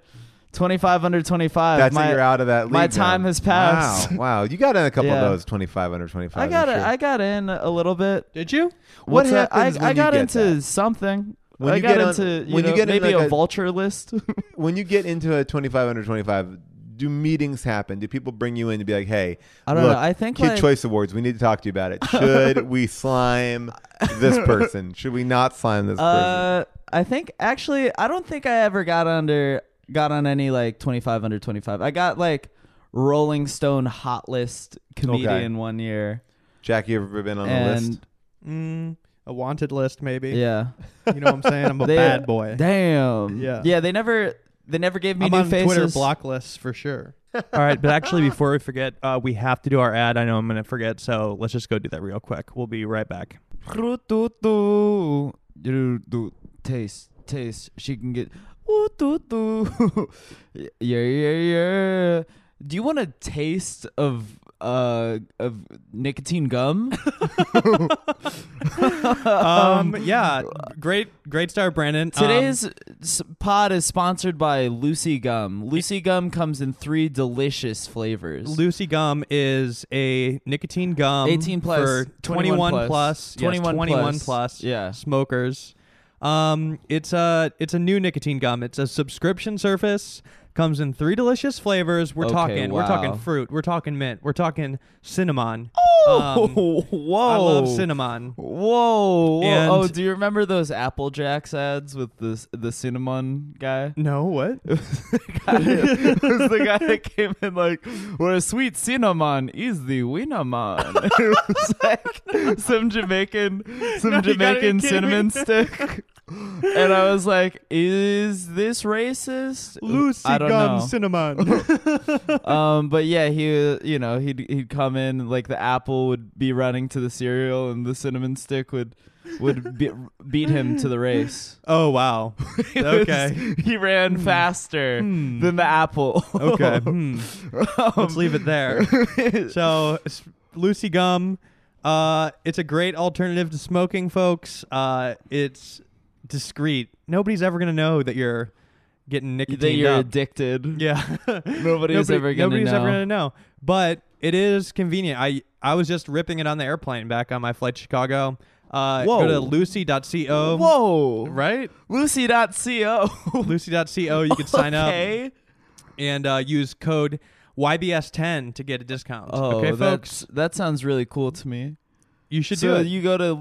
Speaker 2: twenty five under twenty five.
Speaker 3: that's it. You're out of that league.
Speaker 2: my time
Speaker 3: now.
Speaker 2: has passed.
Speaker 3: Wow, wow. You got in a couple
Speaker 2: Yeah.
Speaker 3: of those 25 under 25.
Speaker 2: I got
Speaker 3: I'm
Speaker 2: it.
Speaker 3: sure.
Speaker 2: I got in a little bit.
Speaker 1: Did you?
Speaker 3: What
Speaker 2: What's that?
Speaker 3: happens
Speaker 2: I,
Speaker 3: when
Speaker 2: I
Speaker 3: you
Speaker 2: got
Speaker 3: get
Speaker 2: into
Speaker 3: that?
Speaker 2: something.
Speaker 3: When
Speaker 2: I
Speaker 3: you
Speaker 2: got
Speaker 3: get on-
Speaker 2: into you
Speaker 3: when you
Speaker 2: know,
Speaker 3: get in
Speaker 2: maybe
Speaker 3: like
Speaker 2: a
Speaker 3: a-
Speaker 2: vulture list.
Speaker 3: when you get into a 25 under 25, do meetings happen? Do people bring you in to be like, hey,
Speaker 2: I don't
Speaker 3: look,
Speaker 2: know. I think
Speaker 3: Kid
Speaker 2: like,
Speaker 3: Choice Awards, we need to talk to you about it. Should we slime this person? Should we not slime this person?
Speaker 2: Uh, I think actually, I don't think I ever got under got on any like twenty five under twenty five. I got like Rolling Stone hot list comedian one year,
Speaker 3: Jack, you ever been on a
Speaker 2: and
Speaker 3: list?
Speaker 1: Mm, a wanted list, maybe.
Speaker 2: yeah,
Speaker 1: You know what I'm saying? I'm a
Speaker 2: They-
Speaker 1: bad boy.
Speaker 2: damn,
Speaker 1: Yeah.
Speaker 2: yeah. They never they never gave me
Speaker 1: I'm
Speaker 2: new
Speaker 1: on
Speaker 2: faces.
Speaker 1: Twitter block lists for sure. All right, but actually, before we forget, uh, we have to do our ad. I know I'm going to forget, so let's just go do that real quick. We'll be right back.
Speaker 2: Ru tu tu. Ru tu. Taste, taste. She can get. Ooh, tu tu. yeah, yeah, yeah. Do you want a taste of uh of nicotine gum?
Speaker 1: Um, yeah, great, great star, Brandon. Um,
Speaker 2: Today's s- pod is sponsored by Lucy Gum. Lucy Gum comes in three delicious flavors.
Speaker 1: Lucy Gum is a nicotine gum
Speaker 2: 18 plus,
Speaker 1: for
Speaker 2: 21
Speaker 1: 21
Speaker 2: plus,
Speaker 1: plus, yes,
Speaker 2: 21
Speaker 1: 21
Speaker 2: plus,
Speaker 1: plus
Speaker 2: yeah.
Speaker 1: smokers. Um, it's a it's a new nicotine gum. It's a subscription surface. Comes in three delicious flavors. We're
Speaker 2: Okay,
Speaker 1: talking we're talking
Speaker 2: wow.
Speaker 1: fruit. We're talking mint. We're talking cinnamon. Um,
Speaker 2: oh, whoa!
Speaker 1: I love cinnamon.
Speaker 2: Whoa! whoa.
Speaker 1: And-
Speaker 2: oh, do you remember those Apple Jacks ads with the the cinnamon guy?
Speaker 1: No, what?
Speaker 2: guy- it was the guy that came in like, "Where a sweet cinnamon is the winnaman." it was like some Jamaican, some
Speaker 1: No, you gotta be
Speaker 2: Jamaican
Speaker 1: kidding
Speaker 2: cinnamon
Speaker 1: me.
Speaker 2: stick. And I was like, "Is this racist?" I don't know.
Speaker 1: cinnamon.
Speaker 2: Um, but yeah, he, you know, he'd he'd come in like the apple would be running to the cereal, and the cinnamon stick would would be, beat him to the race.
Speaker 1: oh wow.
Speaker 2: It was-
Speaker 1: Okay.
Speaker 2: he ran faster
Speaker 1: Hmm.
Speaker 2: than the apple.
Speaker 1: Okay. hmm. Let's leave it there. so s- Lucy Gum, uh, it's a great alternative to smoking, folks. Uh, it's discreet. Nobody's ever gonna know that you're getting nicotine.
Speaker 2: that you're
Speaker 1: up.
Speaker 2: addicted.
Speaker 1: yeah.
Speaker 2: Nobody's ever gonna
Speaker 1: nobody's
Speaker 2: know.
Speaker 1: ever gonna know. But it is convenient. I I was just ripping it on the airplane back on my flight to Chicago. Uh,
Speaker 2: Whoa.
Speaker 1: Go to lucy.co.
Speaker 2: Whoa.
Speaker 1: Right?
Speaker 2: Lucy.co.
Speaker 1: Lucy.co. You can sign up
Speaker 2: okay.
Speaker 1: and uh, use code YBS10 to get a discount.
Speaker 2: Oh,
Speaker 1: okay,
Speaker 2: that's-
Speaker 1: folks.
Speaker 2: that sounds really cool to me.
Speaker 1: You should
Speaker 2: so
Speaker 1: do it.
Speaker 2: you go to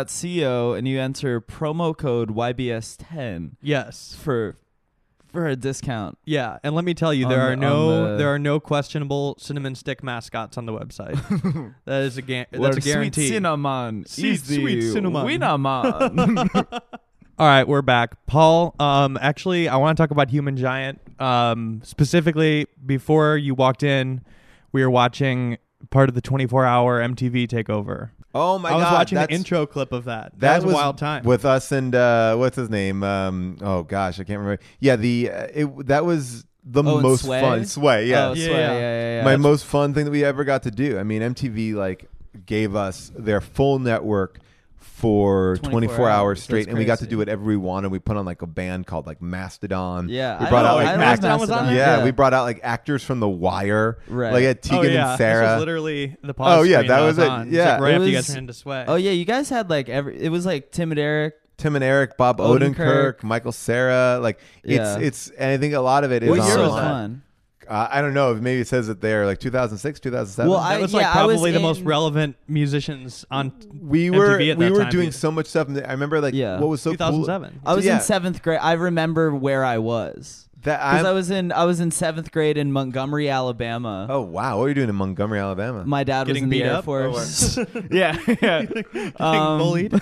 Speaker 2: lucy.co and you enter promo code YBS10
Speaker 1: yes.
Speaker 2: for for a discount.
Speaker 1: Yeah, and let me tell you,
Speaker 2: On
Speaker 1: there
Speaker 2: the-
Speaker 1: are
Speaker 2: on
Speaker 1: no
Speaker 2: the-
Speaker 1: there are no questionable cinnamon stick mascots on the website. that is a ga-
Speaker 2: Where
Speaker 1: that's a guarantee.
Speaker 2: Sweet cinnamon.
Speaker 1: Sweet,
Speaker 2: is the
Speaker 1: sweet cinnamon.
Speaker 2: winnaman.
Speaker 1: All right, we're back, Paul. Um, actually, I want to talk about Human Giant. Um, specifically, before you walked in, we were watching part of the 24 hour MTV takeover.
Speaker 3: Oh my
Speaker 1: I was
Speaker 3: god,
Speaker 1: watching the
Speaker 3: that's-
Speaker 1: intro clip of that. That,
Speaker 3: That
Speaker 1: was, a wild time.
Speaker 3: with us and uh, what's his name? Um, oh gosh, I can't remember. Yeah, the uh, it that was the
Speaker 2: Oh, and
Speaker 3: most
Speaker 2: Sway?
Speaker 3: fun sway. Yeah,
Speaker 2: Oh,
Speaker 1: Yeah,
Speaker 2: Sway, yeah,
Speaker 1: yeah.
Speaker 2: yeah, yeah.
Speaker 3: my most fun thing that we ever got to do. I mean, MTV like gave us their full network for
Speaker 2: 24
Speaker 3: 24,
Speaker 2: hours.
Speaker 3: hours,
Speaker 2: That's
Speaker 3: straight, and we got to
Speaker 2: crazy.
Speaker 3: do whatever we wanted. We put on like a band called like Mastodon.
Speaker 2: Yeah,
Speaker 3: we
Speaker 2: I
Speaker 3: brought
Speaker 1: know,
Speaker 3: out like
Speaker 1: I love
Speaker 3: act-
Speaker 1: Mastodon was on there.
Speaker 3: yeah, we brought out like actors from The Wire,
Speaker 2: Right.
Speaker 3: like at
Speaker 1: oh,
Speaker 3: Tegan
Speaker 1: yeah.
Speaker 3: and
Speaker 1: This
Speaker 3: Sarah.
Speaker 1: was literally the pause.
Speaker 3: Oh, yeah,
Speaker 1: screen
Speaker 3: that
Speaker 1: I
Speaker 3: was it.
Speaker 1: on.
Speaker 3: Yeah.
Speaker 1: like right
Speaker 2: It
Speaker 1: after you
Speaker 2: was-
Speaker 1: guys ran into Sway.
Speaker 2: Oh yeah, you guys had like every. It was like Tim and Eric.
Speaker 3: Tim and Eric, Bob
Speaker 2: Odenkirk.
Speaker 3: Odenkirk, Michael Sarah. Like
Speaker 2: Yeah.
Speaker 3: it's it's and I think a lot of it is
Speaker 2: What
Speaker 1: What
Speaker 2: year
Speaker 1: year
Speaker 2: was
Speaker 1: was
Speaker 3: online.
Speaker 2: fun?
Speaker 3: Uh, I don't know. Maybe it says it there, like 2006, 2007.
Speaker 2: Well, I-
Speaker 1: that was like
Speaker 2: yeah, was
Speaker 1: probably the most
Speaker 2: in-
Speaker 1: relevant musicians on
Speaker 3: we were
Speaker 1: MTV
Speaker 3: we
Speaker 1: at that
Speaker 3: were
Speaker 1: time,
Speaker 3: doing
Speaker 1: yeah.
Speaker 3: so much stuff. And I remember like
Speaker 2: Yeah.
Speaker 3: what was so cool.
Speaker 1: 2007.
Speaker 2: I was
Speaker 3: Yeah.
Speaker 2: in seventh grade. I remember where I was
Speaker 3: That
Speaker 2: because
Speaker 3: I'm,
Speaker 2: I was in I was in seventh grade in Montgomery, Alabama.
Speaker 3: oh wow, what were you doing in Montgomery, Alabama?
Speaker 2: My dad was
Speaker 1: Getting
Speaker 2: in the
Speaker 1: beat
Speaker 2: Air
Speaker 1: up?
Speaker 2: Force. yeah, yeah. Um,
Speaker 1: bullied.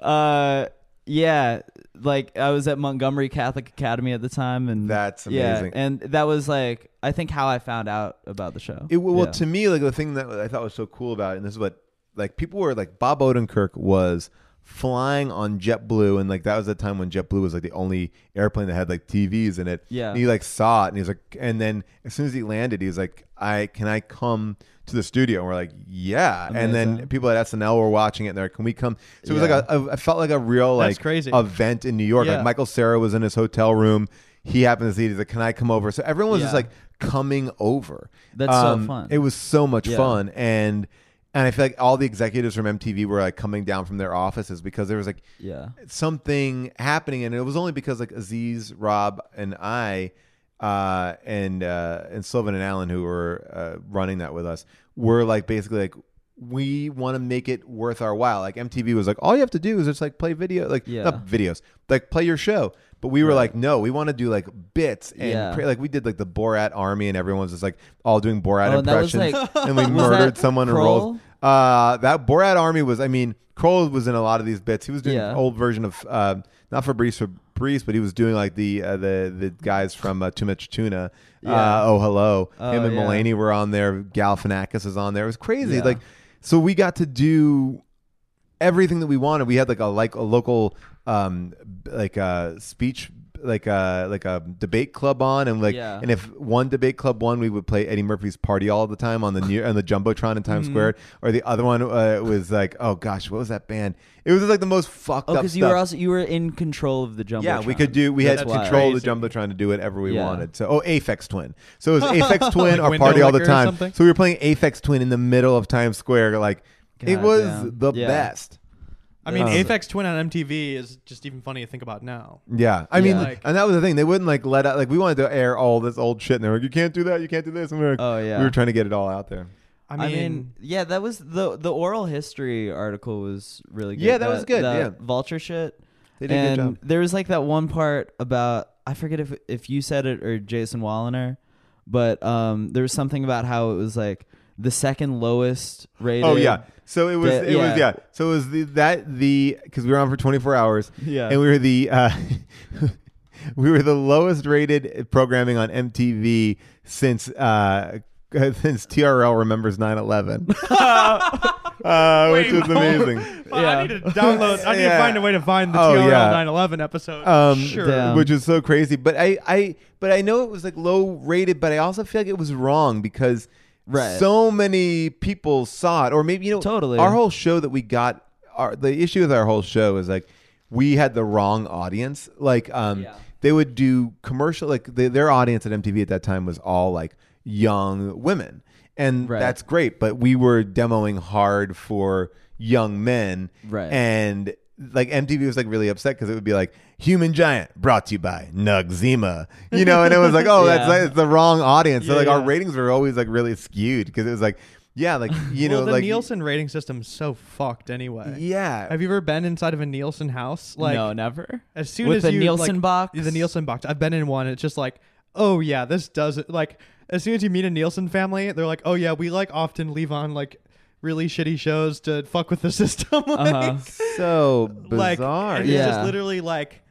Speaker 2: uh, yeah. Like I was at Montgomery Catholic Academy at the time, and
Speaker 3: That's amazing.
Speaker 2: Yeah, and that was like I think how I found out about the show.
Speaker 3: It, well,
Speaker 2: Yeah.
Speaker 3: to me, like the thing that I thought was so cool about it, and this is what like people were like Bob Odenkirk was flying on JetBlue, and like that was the time when JetBlue was like the only airplane that had like TVs in it.
Speaker 2: Yeah.
Speaker 3: and he like saw it, and he was like, and then as soon as he landed, he was like, "I can I come to the studio. And we're like, yeah. And then
Speaker 2: Amazing.
Speaker 3: people at SNL were watching it. And they're like, can we come? So it was
Speaker 2: Yeah.
Speaker 3: like a, a, I felt like a real like
Speaker 1: That's crazy.
Speaker 3: event in New York.
Speaker 1: Yeah.
Speaker 3: Like Michael Sarah was in his hotel room. He happened to see it. He's like, can I come over? So everyone was just
Speaker 2: Yeah.
Speaker 3: like coming over.
Speaker 2: That's so fun.
Speaker 3: Um, It was so much
Speaker 2: Yeah.
Speaker 3: fun. And, and I feel like all the executives from MTV were like coming down from their offices because there was like
Speaker 2: Yeah.
Speaker 3: something happening, and it was only because like Aziz, Rob, and I, uh, and uh, and Sylvan and Alan, who were uh, running that with us, were like basically like we want to make it worth our while. Like MTV was like, all you have to do is just like play video, like
Speaker 2: Yeah.
Speaker 3: not videos, like play your show. But we were like, no, we want to do like bits and
Speaker 2: Yeah.
Speaker 3: pre- like we did like the Borat Army, and everyone's just like all doing Borat
Speaker 2: Oh, that was,
Speaker 3: impressions,
Speaker 2: like-
Speaker 3: and we
Speaker 2: was that
Speaker 3: murdered someone and rolled.
Speaker 2: Kroll?
Speaker 3: Uh, that Borat Army was, I mean, Kroll was in a lot of these bits. He was doing
Speaker 2: Yeah.
Speaker 3: an old version of, uh, not Fabrice Fabrice, but he was doing like the uh, the the guys from uh, Too Much Tuna.
Speaker 2: Yeah.
Speaker 3: Uh, oh, hello.
Speaker 2: Oh,
Speaker 3: Him and
Speaker 2: yeah.
Speaker 3: Mulaney were on there. Galifianakis is on there. It was crazy.
Speaker 2: Yeah.
Speaker 3: Like, so we got to do everything that we wanted. We had like a like a local um b- like a speech like a like a debate club on and like
Speaker 2: Yeah.
Speaker 3: and if one debate club won we would play Eddie Murphy's party all the time on the new on the jumbotron in Times
Speaker 2: Mm-hmm.
Speaker 3: Square or the other one uh, was like oh gosh what was that band it was like the most fucked
Speaker 2: Oh,
Speaker 3: up
Speaker 2: because
Speaker 3: stuff
Speaker 2: you were also you were in control of the jumbo.
Speaker 3: yeah we could do we had
Speaker 1: That's
Speaker 3: control of the
Speaker 1: crazy.
Speaker 3: jumbotron to do whatever we
Speaker 2: Yeah.
Speaker 3: wanted so oh Aphex Twin so it was Aphex Twin
Speaker 1: Like
Speaker 3: our
Speaker 1: window
Speaker 3: party all the
Speaker 1: licker or
Speaker 3: time
Speaker 1: something?
Speaker 3: so we were playing Aphex Twin in the middle of Times Square like it was
Speaker 2: Goddamn.
Speaker 3: the
Speaker 2: Yeah.
Speaker 3: best.
Speaker 1: I mean,
Speaker 3: Um,
Speaker 1: Aphex Twin on MTV is just even funny to think about now.
Speaker 3: Yeah, I mean,
Speaker 2: Yeah.
Speaker 1: Like-
Speaker 3: and that was the thing. They wouldn't like let out. Like we wanted to air all this old shit, and they were like, "You can't do that. You can't do this." And we were,
Speaker 2: Oh, yeah.
Speaker 3: we were trying to get it all out there.
Speaker 1: I
Speaker 2: I
Speaker 1: mean,
Speaker 2: mean, yeah, that was the the oral history article was really good.
Speaker 3: Yeah, that was good,
Speaker 2: that
Speaker 3: yeah.
Speaker 2: vulture shit.
Speaker 3: They did a good
Speaker 2: and
Speaker 3: job.
Speaker 2: There was like that one part about I forget if if you said it or Jason Walliner, but um, there was something about how it was like the second lowest rated.
Speaker 3: Oh yeah, so it was
Speaker 2: That-
Speaker 3: it was
Speaker 2: yeah.
Speaker 3: yeah, so it was the that the because we were on for twenty four hours,
Speaker 2: Yeah.
Speaker 3: and we were the uh, we were the lowest rated programming on MTV since uh since TRL remembers 9-11. uh, which
Speaker 1: Wait,
Speaker 3: was amazing.
Speaker 1: I need to download. I need
Speaker 3: Yeah.
Speaker 1: to find a way to find the
Speaker 3: Oh,
Speaker 1: TRL
Speaker 3: yeah.
Speaker 1: 911 episode.
Speaker 3: um,
Speaker 1: sure.
Speaker 2: Damn.
Speaker 3: which is so crazy. But I, I, but I know it was like low rated, but I also feel like it was wrong because
Speaker 2: Right.
Speaker 3: so many people saw it, or maybe you know,
Speaker 2: Totally.
Speaker 3: Our whole show that we got, our the issue with our whole show is like we had the wrong audience. Like, um,
Speaker 2: Yeah.
Speaker 3: they would do commercial, like they, their audience at MTV at that time was all like young women, and
Speaker 2: Right.
Speaker 3: that's great. But we were demoing hard for young men,
Speaker 2: Right.
Speaker 3: and like MTV was like really upset because it would be like Human Giant brought to you by Nugzima, you know, and it was like, oh, that's
Speaker 2: Yeah.
Speaker 3: like, it's the wrong audience. so
Speaker 1: Yeah,
Speaker 3: like our
Speaker 1: yeah.
Speaker 3: ratings were always like really skewed because it was like, yeah, like you
Speaker 1: well,
Speaker 3: know,
Speaker 1: the
Speaker 3: like
Speaker 1: Nielsen rating system's so fucked anyway.
Speaker 3: yeah,
Speaker 1: Have you ever been inside of a Nielsen house? Like,
Speaker 2: no, never.
Speaker 1: as soon
Speaker 2: With
Speaker 1: as
Speaker 2: the
Speaker 1: you,
Speaker 2: Nielsen
Speaker 1: like,
Speaker 2: box?
Speaker 1: the Nielsen box. I've been in one. It's just like, oh yeah, this doesn't like. As soon as you meet a Nielsen family, they're like, oh yeah, we like often leave on like really shitty shows to fuck with the system. like,
Speaker 2: Uh-huh.
Speaker 3: so
Speaker 1: like,
Speaker 3: bizarre.
Speaker 1: and
Speaker 3: yeah.
Speaker 1: it's
Speaker 2: Yeah.
Speaker 1: just literally like.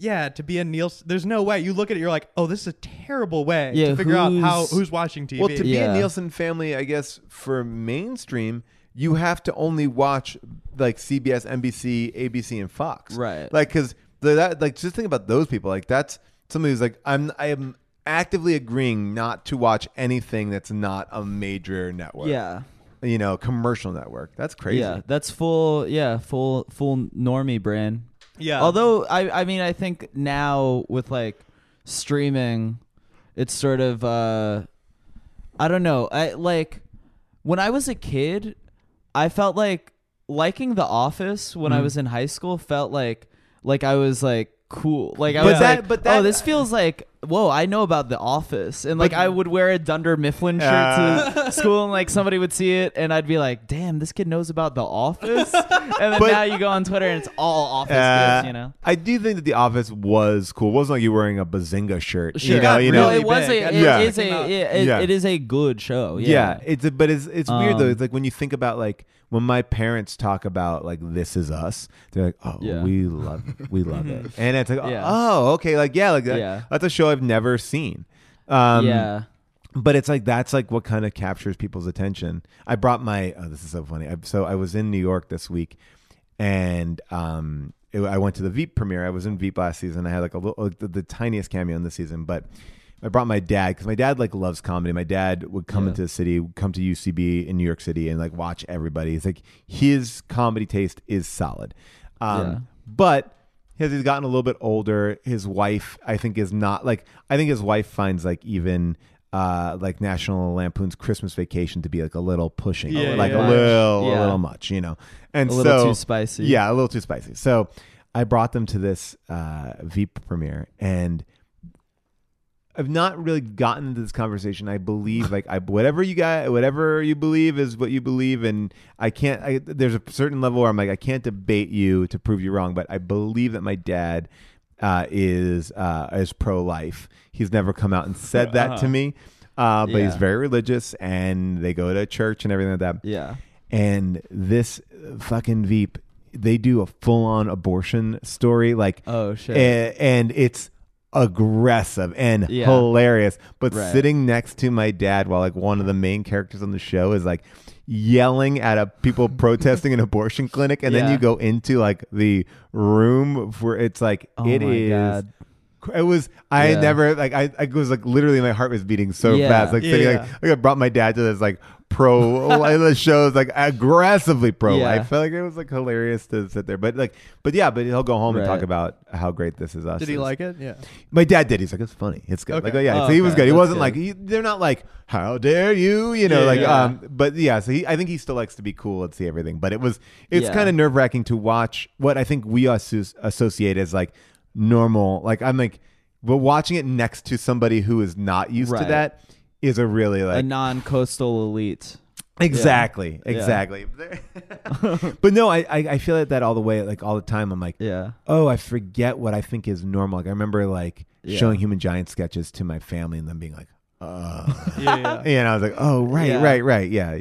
Speaker 1: Yeah, to be a Nielsen, there's no way. You look at it, you're like, oh, this is a terrible way
Speaker 2: Yeah,
Speaker 1: to figure out how
Speaker 2: who's-
Speaker 1: who's watching TV.
Speaker 3: Well, to be a
Speaker 2: Yeah.
Speaker 3: Nielsen family, I guess for mainstream, you have to only watch like CBS, NBC, ABC, and Fox.
Speaker 2: Right.
Speaker 3: Like, because that like just think about those people. Like, that's somebody who's like, I'm I am actively agreeing not to watch anything that's not a major network.
Speaker 2: Yeah.
Speaker 3: You know, commercial network. That's crazy.
Speaker 2: Yeah, that's full. Yeah, full full normie brand.
Speaker 1: Yeah.
Speaker 2: Although I I mean I think now with like streaming, it's sort of uh, I don't know. I like when I was a kid, I felt like liking The Office when
Speaker 3: Mm-hmm.
Speaker 2: I was in high school felt like like I was like cool. Like I
Speaker 3: But
Speaker 2: was
Speaker 3: that-
Speaker 2: like,
Speaker 3: but
Speaker 2: oh,
Speaker 3: that-
Speaker 2: this feels like whoa, I know about The Office, and like I would wear a Dunder Mifflin shirt to school, and like somebody would see it, and I'd be like, damn, this kid knows about The Office, and then
Speaker 3: But-
Speaker 2: now you go on Twitter and it's all Office,
Speaker 3: Uh,
Speaker 2: kids, you know.
Speaker 3: I do think that the office was cool. It wasn't like you wearing a bazinga shirt.
Speaker 2: Sure.
Speaker 3: You know, you know,
Speaker 2: no, it was
Speaker 1: big.
Speaker 2: a,
Speaker 1: I
Speaker 2: it
Speaker 1: mean,
Speaker 3: Yeah.
Speaker 2: is a,
Speaker 1: Yeah.
Speaker 2: it- it-
Speaker 3: Yeah.
Speaker 2: it is a good show.
Speaker 3: Yeah,
Speaker 2: Yeah,
Speaker 3: it's a, but it's it's weird though.
Speaker 2: Um,
Speaker 3: It's like when you think about like when my parents talk about like this is us, they're like, oh,
Speaker 2: Yeah.
Speaker 3: we love it. we love it, and it's like,
Speaker 2: Yeah.
Speaker 3: oh, okay, like yeah, like that-
Speaker 2: Yeah.
Speaker 3: that's a show I've never seen. Um,
Speaker 2: yeah.
Speaker 3: but it's like that's like what kind of captures people's attention. I brought my oh, this is so funny. I, so I was in New York this week, and um, oh, it- I went to the Veep premiere. I was in Veep last season. I had like a little like the, the tiniest cameo in this season, but I brought my dad because my dad like loves comedy. My dad would come
Speaker 2: Yeah.
Speaker 3: into the city, would come to UCB in New York City, and like watch everybody. It's like his comedy taste is solid, um,
Speaker 2: Yeah.
Speaker 3: but as he's gotten a little bit older, his wife I think is not like I think his wife finds like even. Uh, like National Lampoon's Christmas Vacation to be like a little pushing,
Speaker 1: Yeah,
Speaker 3: like
Speaker 1: yeah.
Speaker 3: a little,
Speaker 2: Yeah.
Speaker 3: a little much, you know, and
Speaker 2: A little
Speaker 3: so
Speaker 2: too spicy.
Speaker 3: yeah, a little too spicy. So I brought them to this uh, Veep premiere, and I've not really gotten into this conversation. I believe, like, I whatever you got, whatever you believe is what you believe, and I can't. I, there's a certain level where I'm like, I can't debate you to prove you wrong, but I believe that my dad uh, is uh, is pro life. He's never come out and said that to me, uh, but he's
Speaker 2: Uh-huh. Yeah.
Speaker 3: very religious, and they go to church and everything like that
Speaker 2: Yeah.
Speaker 3: and this fucking Veep, they do a full on abortion story, like,
Speaker 2: Oh shit.
Speaker 3: a- and it's aggressive and
Speaker 2: Yeah.
Speaker 3: hilarious. But
Speaker 2: Right.
Speaker 3: sitting next to my dad, while like one of the main characters on the show is like yelling at a people protesting an abortion clinic, and then
Speaker 2: Yeah.
Speaker 3: you go into like the room where it's like
Speaker 2: Oh
Speaker 3: it
Speaker 2: my
Speaker 3: is.
Speaker 2: God.
Speaker 3: It was I
Speaker 2: Yeah.
Speaker 3: never like I, I was like literally my heart was beating so
Speaker 2: Yeah.
Speaker 3: fast like
Speaker 1: Yeah,
Speaker 3: sitting
Speaker 1: yeah.
Speaker 3: like, like I brought my dad to this like pro the shows like aggressively pro life.
Speaker 2: Yeah.
Speaker 3: I felt like it was like hilarious to sit there, but like but yeah, but he'll go home and talk
Speaker 2: Right.
Speaker 3: about how great this is us.
Speaker 1: Did he
Speaker 3: is.
Speaker 1: like it? Yeah.
Speaker 3: My dad did. He's like, it's funny. It's good.
Speaker 1: Okay.
Speaker 3: Like, oh, yeah.
Speaker 2: Oh,
Speaker 3: so he was
Speaker 2: okay.
Speaker 3: good. He
Speaker 2: That's
Speaker 3: wasn't
Speaker 2: good.
Speaker 3: like he, they're not like, how dare you? You know,
Speaker 1: Yeah,
Speaker 3: like,
Speaker 2: yeah.
Speaker 3: um, but yeah. So he, I think he still likes to be cool and see everything. But it was, it's
Speaker 2: Yeah.
Speaker 3: kind of nerve wracking to watch what I think we asso- associate as like normal. Like I'm like, but watching it next to somebody who is not used to
Speaker 2: Right.
Speaker 3: that is a really like
Speaker 2: a non-coastal elite.
Speaker 3: exactly,
Speaker 2: Yeah.
Speaker 3: exactly. but no, I, I I feel like that all the way, like all the time. I'm like,
Speaker 2: Yeah.
Speaker 3: oh, I forget what I think is normal. Like I remember like
Speaker 2: Yeah.
Speaker 3: showing human giant sketches to my family and them being like, uh
Speaker 1: Yeah. yeah.
Speaker 3: and I was like, oh right,
Speaker 2: Yeah.
Speaker 3: right, right, yeah.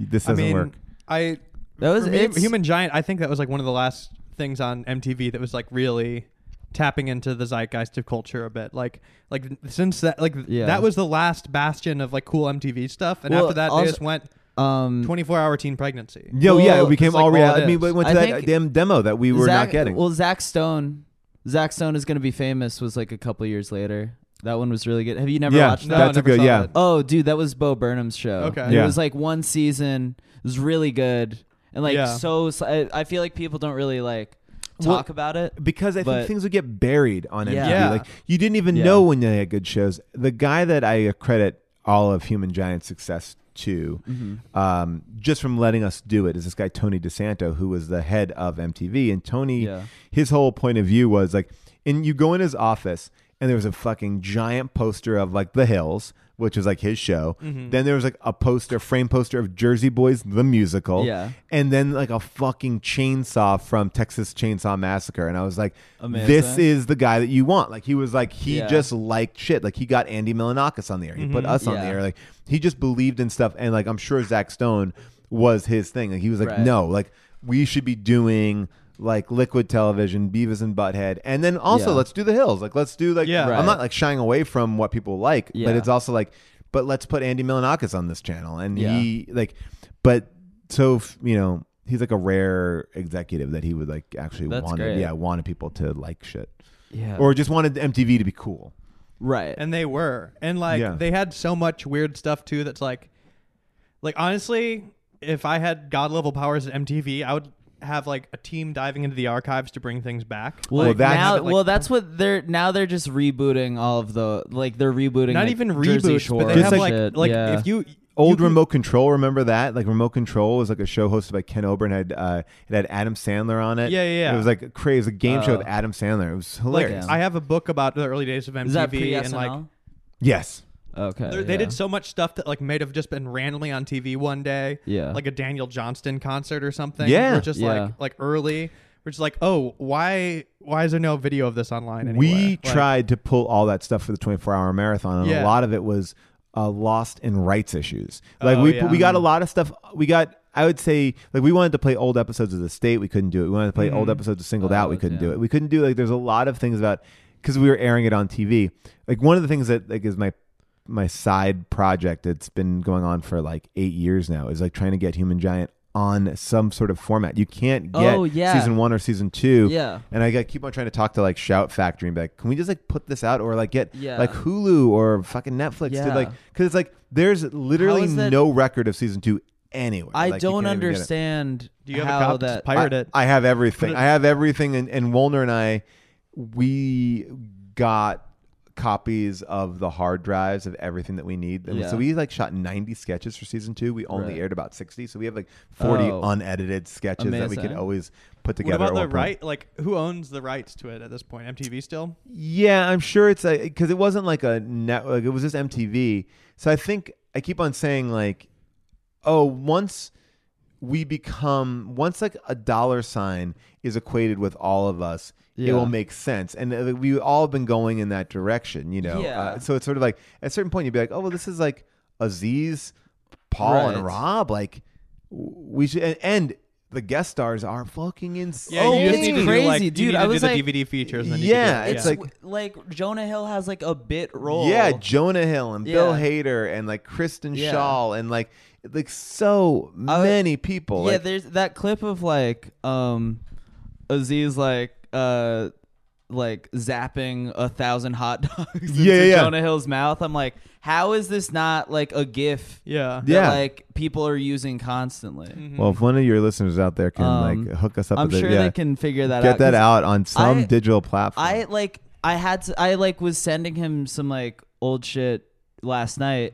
Speaker 3: This
Speaker 1: I
Speaker 3: doesn't
Speaker 1: mean,
Speaker 3: work.
Speaker 1: I
Speaker 2: That was
Speaker 1: for me,
Speaker 2: it's,
Speaker 1: Human Giant. I think that was like one of the last things on MTV that was like really tapping into the zeitgeist of culture a bit. Like, like since that, like
Speaker 2: Yeah.
Speaker 1: that was the last bastion of like cool MTV stuff, and
Speaker 2: Well,
Speaker 1: after that
Speaker 2: also-
Speaker 1: they just went
Speaker 2: Um,
Speaker 1: 24 hour teen pregnancy.
Speaker 3: Yo, yeah,
Speaker 2: Well,
Speaker 3: it became
Speaker 1: it's like
Speaker 3: all
Speaker 1: all
Speaker 3: reality.
Speaker 1: it
Speaker 3: I mean,
Speaker 1: is.
Speaker 3: we went
Speaker 2: I
Speaker 3: to that
Speaker 2: think-
Speaker 3: damn demo that we were
Speaker 2: Zac-
Speaker 3: not getting.
Speaker 2: Well, Zach Stone, Zach Stone is gonna be famous. Was like a couple years later. That one was really good. Have you never
Speaker 3: yeah,
Speaker 2: watched
Speaker 1: No,
Speaker 2: that?
Speaker 3: that's a
Speaker 1: never
Speaker 3: good
Speaker 1: saw
Speaker 3: yeah.
Speaker 1: that.
Speaker 2: Oh, dude, that was Bo Burnham's show.
Speaker 1: Okay.
Speaker 2: And
Speaker 3: Yeah.
Speaker 2: It was like one season. It was really good. And like
Speaker 1: Yeah.
Speaker 2: so, I, I feel like people don't really like
Speaker 3: Well,
Speaker 2: talk about it.
Speaker 3: Because I think
Speaker 2: But-
Speaker 3: things would get buried on MTV.
Speaker 2: Yeah.
Speaker 1: Yeah.
Speaker 3: Like you didn't even
Speaker 2: Yeah.
Speaker 3: know when they had good shows. The guy that I accredit all of Human Giant's success to,
Speaker 2: Mm-hmm.
Speaker 3: um, just from letting us do it, is this guy Tony DeSanto, who was the head of MTV. And Tony,
Speaker 2: Yeah.
Speaker 3: his whole point of view was like, and you go in his office, and there was a fucking giant poster of like The Hills. Which was like his show.
Speaker 2: Mm-hmm.
Speaker 3: Then there was like a poster, frame poster of Jersey Boys the musical,
Speaker 2: Yeah.
Speaker 3: and then like a fucking chainsaw from Texas Chainsaw Massacre, and I was like,
Speaker 2: Amazing.
Speaker 3: this is the guy that you want. Like he was like he
Speaker 2: Yeah. Mm-hmm.
Speaker 3: just liked shit. Like he got Andy Milanakis on the air. He put us on the
Speaker 2: Yeah.
Speaker 3: air. Like he just believed in stuff. And like I'm sure Zach Stone was his thing. Like he was like,
Speaker 2: Right.
Speaker 3: no, like we should be doing like liquid television, Beavis and Butthead, and then also
Speaker 2: Yeah.
Speaker 3: let's do the hills. Like let's do like
Speaker 1: Yeah.
Speaker 3: I'm
Speaker 2: Right.
Speaker 3: not like shying away from what people like,
Speaker 2: Yeah.
Speaker 3: but it's also like, but let's put Andy Milanakis on this channel, and
Speaker 2: Yeah.
Speaker 3: he like, but so f- you know. He's like a rare executive that he would like actually
Speaker 2: That's
Speaker 3: wanted,
Speaker 2: great.
Speaker 3: yeah, wanted people to like shit
Speaker 2: Yeah.
Speaker 3: or just wanted MTV to be cool.
Speaker 2: right.
Speaker 1: and they were and like
Speaker 3: Yeah.
Speaker 1: they had so much weird stuff too that's like like honestly if i had god level powers at mtv i would have like a team diving into the archives to bring things back
Speaker 2: Well,
Speaker 3: Like, that's-
Speaker 2: now,
Speaker 1: have it, like-
Speaker 2: well, that's what they're now. They're just rebooting all of the like they're rebooting,
Speaker 1: not
Speaker 2: like,
Speaker 1: even
Speaker 2: Jersey
Speaker 1: reboots
Speaker 2: Shore
Speaker 1: but they
Speaker 2: and
Speaker 1: have like
Speaker 2: shit.
Speaker 1: like
Speaker 2: yeah.
Speaker 1: if you you
Speaker 3: Old
Speaker 1: can-
Speaker 3: Remote Control, remember that? Like Remote Control was like a show hosted by Ken Ober and had uh, it had Adam Sandler on it.
Speaker 1: Yeah, yeah, yeah. Uh,
Speaker 3: It was like crazy. It was a game show
Speaker 2: Oh.
Speaker 3: with Adam Sandler. It was
Speaker 1: like
Speaker 3: hilarious.
Speaker 2: Yeah.
Speaker 1: i have a book about the early days of mtv
Speaker 2: is that pre
Speaker 1: and like
Speaker 2: SNL?
Speaker 3: yes.
Speaker 2: Okay,
Speaker 1: they're- they
Speaker 2: Uh, yeah.
Speaker 1: did so much stuff that like may have just been randomly on tv one day
Speaker 2: Yeah.
Speaker 1: like a daniel johnston concert or something
Speaker 3: Yeah.
Speaker 1: or just
Speaker 2: Yeah.
Speaker 1: like like early which is like oh why why is there no video of this online anywhere?
Speaker 3: We
Speaker 1: Like-
Speaker 3: tried to pull all that stuff for the 24 hour marathon, and
Speaker 1: Yeah.
Speaker 3: a lot of it was uh, lost in rights issues. Like
Speaker 1: Oh,
Speaker 3: we
Speaker 1: yeah.
Speaker 3: we got a lot of stuff. We got I would say like we wanted to play old episodes of the state, we couldn't do it. We wanted to play
Speaker 1: Mm-hmm.
Speaker 3: old episodes of Singled Out, we
Speaker 2: Oh,
Speaker 3: couldn't do
Speaker 2: yeah.
Speaker 3: it. We couldn't do like there's a lot of things about because we were airing it on TV. Like one of the things that like is my my side project that's been going on for like eight years now is like trying to get Human Giant on some sort of format. You can't get
Speaker 2: Oh, yeah.
Speaker 3: season one or season two.
Speaker 2: Yeah.
Speaker 3: And I got- keep on trying to talk to like Shout Factory and be like, can we just like put this out or like get
Speaker 2: Yeah.
Speaker 3: like Hulu or fucking Netflix to
Speaker 2: Yeah.
Speaker 3: like because it's like there's literally
Speaker 2: is that-
Speaker 3: no record of season two anywhere.
Speaker 2: I
Speaker 3: Like, you
Speaker 2: don't
Speaker 3: can't even get it.
Speaker 2: understand
Speaker 1: Do you have
Speaker 2: how
Speaker 1: a cop?
Speaker 2: that.
Speaker 1: Just pirate
Speaker 3: I,
Speaker 1: it.
Speaker 3: I have everything.
Speaker 1: Put it-
Speaker 3: I have everything. And, and Wolner and I, we got copies of the hard drives of everything that we need. And
Speaker 2: Yeah.
Speaker 3: So we like shot 90 sketches for season two. We only
Speaker 2: Right.
Speaker 3: aired about 60. So we have like 40
Speaker 2: Oh.
Speaker 3: unedited sketches that we could
Speaker 2: Amazing.
Speaker 3: always put
Speaker 1: What
Speaker 3: together.
Speaker 1: about
Speaker 3: at
Speaker 1: the
Speaker 3: one point.
Speaker 1: right? Like, who owns the rights to it at this point? MTV still?
Speaker 3: Yeah, I'm sure it's a because it wasn't like a net. Like it was just MTV. So I think I keep on saying like, oh, once we become once like a dollar sign is equated with all of us, it
Speaker 2: Yeah.
Speaker 3: will make sense. And uh, we all have been going in that direction, you know.
Speaker 2: Yeah.
Speaker 3: Uh, so it's sort of like at a certain point you'd be like, oh well, this is like Aziz, Paul, and
Speaker 2: Right.
Speaker 3: Rob. Like w- we should and. and the guest stars are fucking insane.
Speaker 2: Yeah, you just
Speaker 1: need to
Speaker 2: It's
Speaker 1: do, like-
Speaker 2: crazy,
Speaker 1: you
Speaker 2: dude.
Speaker 1: need to
Speaker 2: I was
Speaker 1: do
Speaker 2: like-
Speaker 1: the DVD features. And then you could
Speaker 3: Yeah,
Speaker 1: do it.
Speaker 3: it's
Speaker 1: yeah.
Speaker 3: like-
Speaker 2: like Jonah Hill has like a bit role.
Speaker 3: Yeah, Jonah Hill and Bill
Speaker 2: Yeah.
Speaker 3: Hader and like Kristen
Speaker 2: Yeah.
Speaker 3: Shaw and like like so
Speaker 2: I-
Speaker 3: many people.
Speaker 2: yeah,
Speaker 3: Like,
Speaker 2: there's that clip of like um Aziz like uh like zapping a thousand hot dogs
Speaker 3: Yeah,
Speaker 2: into
Speaker 3: yeah, yeah.
Speaker 2: Jonah Hill's mouth. I'm like, how is this not like a gif
Speaker 1: yeah.
Speaker 2: that
Speaker 3: Yeah.
Speaker 2: like people are using constantly?
Speaker 3: well, if one of your listeners out there can
Speaker 2: Um,
Speaker 3: like hook us up,
Speaker 2: I'm
Speaker 3: with
Speaker 2: sure
Speaker 3: it, yeah,
Speaker 2: they can figure that
Speaker 3: get
Speaker 2: out.
Speaker 3: that
Speaker 2: 'cause
Speaker 3: out on some
Speaker 2: I-
Speaker 3: digital platform.
Speaker 2: I like I had to I like was sending him some like old shit last night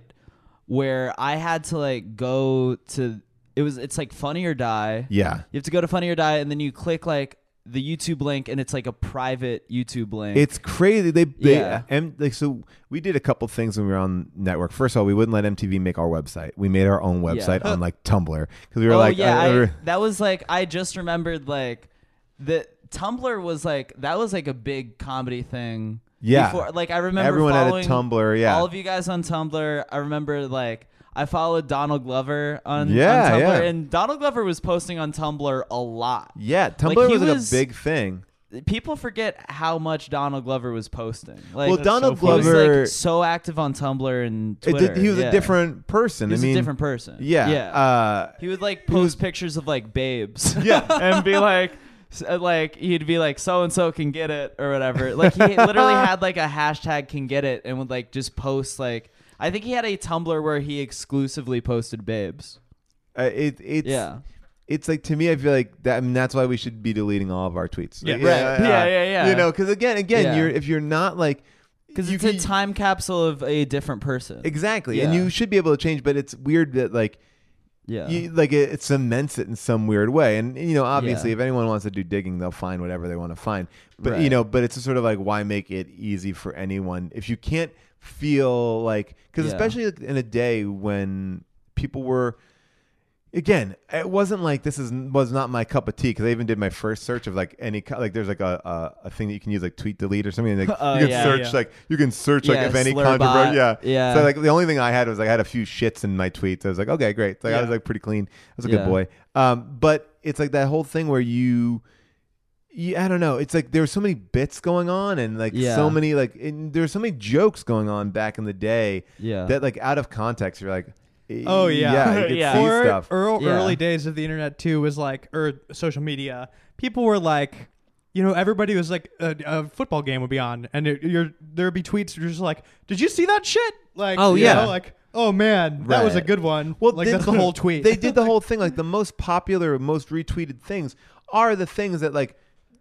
Speaker 2: where I had to like go to it was it's like funny or die.
Speaker 3: yeah,
Speaker 2: You have to go to Funny or Die, and then you click like the YouTube link, and it's like a private YouTube link.
Speaker 3: it's crazy. They they
Speaker 2: Yeah.
Speaker 3: and like so we did a couple things when we were on network. First of all, we wouldn't let MTV make our website. We made our own website on like Tumblr because we were
Speaker 2: oh
Speaker 3: like
Speaker 2: yeah,
Speaker 3: uh,
Speaker 2: I-
Speaker 3: uh,
Speaker 2: that was like I just remembered like the Tumblr was like that was like a big comedy thing.
Speaker 3: Yeah.
Speaker 2: before. like I remember
Speaker 3: Everyone had a
Speaker 2: following
Speaker 3: Tumblr, yeah.
Speaker 2: all of you guys on Tumblr. I remember like. I followed Donald Glover on, on
Speaker 3: Yeah,
Speaker 2: Tumblr,
Speaker 3: yeah.
Speaker 2: and Donald Glover was posting on Tumblr a lot.
Speaker 3: yeah. Tumblr
Speaker 2: he
Speaker 3: was, like,
Speaker 2: was-
Speaker 3: a big thing.
Speaker 2: People forget how much Donald Glover was posting. Like,
Speaker 3: well, Donald
Speaker 2: He was
Speaker 3: Glover,
Speaker 2: like so active on Tumblr and
Speaker 3: it
Speaker 2: Twitter.
Speaker 3: did- he was
Speaker 2: yeah.
Speaker 3: a different person.
Speaker 2: He was
Speaker 3: I mean,
Speaker 2: a different person.
Speaker 3: Yeah,
Speaker 2: yeah.
Speaker 3: Uh,
Speaker 2: he would like post pictures of like babes.
Speaker 3: Yeah.
Speaker 2: and be like, s- uh, like he'd be like, so and so can get it or whatever. Like he literally had like a hashtag can get it and would like just post like. I think he had a Tumblr where he exclusively posted babes.
Speaker 3: Uh, it it's
Speaker 2: Yeah.
Speaker 3: It's like to me, I feel like that. I mean, that's why we should be deleting all of our tweets. Like, uh,
Speaker 1: Yeah.
Speaker 2: Right. Yeah, yeah, yeah.
Speaker 3: You know, because again, again,
Speaker 2: Yeah.
Speaker 3: you're if you're not like
Speaker 2: Because
Speaker 3: you
Speaker 2: it's
Speaker 3: can-
Speaker 2: a time capsule of a different person.
Speaker 3: exactly, and
Speaker 2: Yeah.
Speaker 3: you should be able to change. But it's weird that like
Speaker 2: yeah.
Speaker 3: you like it, it cements it in some weird way. And you know, obviously,
Speaker 2: Yeah.
Speaker 3: if anyone wants to do digging, they'll find whatever they want to find. But you
Speaker 2: Right.
Speaker 3: know, but it's sort of like why make it easy for anyone if you can't feel like because
Speaker 2: Yeah.
Speaker 3: especially in a day when people were again, it wasn't like this is was not my cup of tea because I even did my first search of like any co- like there's like a, a a thing that you can use like tweet delete or something like
Speaker 2: Oh,
Speaker 3: you can
Speaker 2: yeah.
Speaker 3: search
Speaker 1: Yeah.
Speaker 3: like you can search like
Speaker 2: Yeah,
Speaker 3: if any
Speaker 2: Slurbot.
Speaker 3: controversy yeah
Speaker 2: Yeah.
Speaker 3: so like the only thing I had was like I had a few shits in my tweets I was like okay great like I was
Speaker 1: Yeah.
Speaker 3: like pretty clean I was a good
Speaker 2: Yeah.
Speaker 3: boy um but it's like that whole thing where you. you I don't know. It's like there were so many bits going on, and like
Speaker 2: Yeah.
Speaker 3: so many like and there were so many jokes going on back in the day
Speaker 2: Yeah.
Speaker 3: that like out of context you're like, "Eh,
Speaker 1: Oh yeah,
Speaker 3: yeah, you could
Speaker 2: Yeah.
Speaker 3: see
Speaker 1: Or
Speaker 3: stuff.
Speaker 1: ear-
Speaker 2: Yeah.
Speaker 1: early days of the internet too was like, or social media. People were like, you know, everybody was like, a, a football game would be on, and it, you're, there'd be tweets just like, "Did you see that shit?" Like,
Speaker 2: Oh,
Speaker 1: you
Speaker 2: yeah.
Speaker 1: know, like, oh man, that was a
Speaker 2: Right.
Speaker 1: good one.
Speaker 3: Well,
Speaker 1: like
Speaker 3: they-
Speaker 1: that's the whole tweet.
Speaker 3: They did the whole thing. Like the most popular, most retweeted things are the things that like.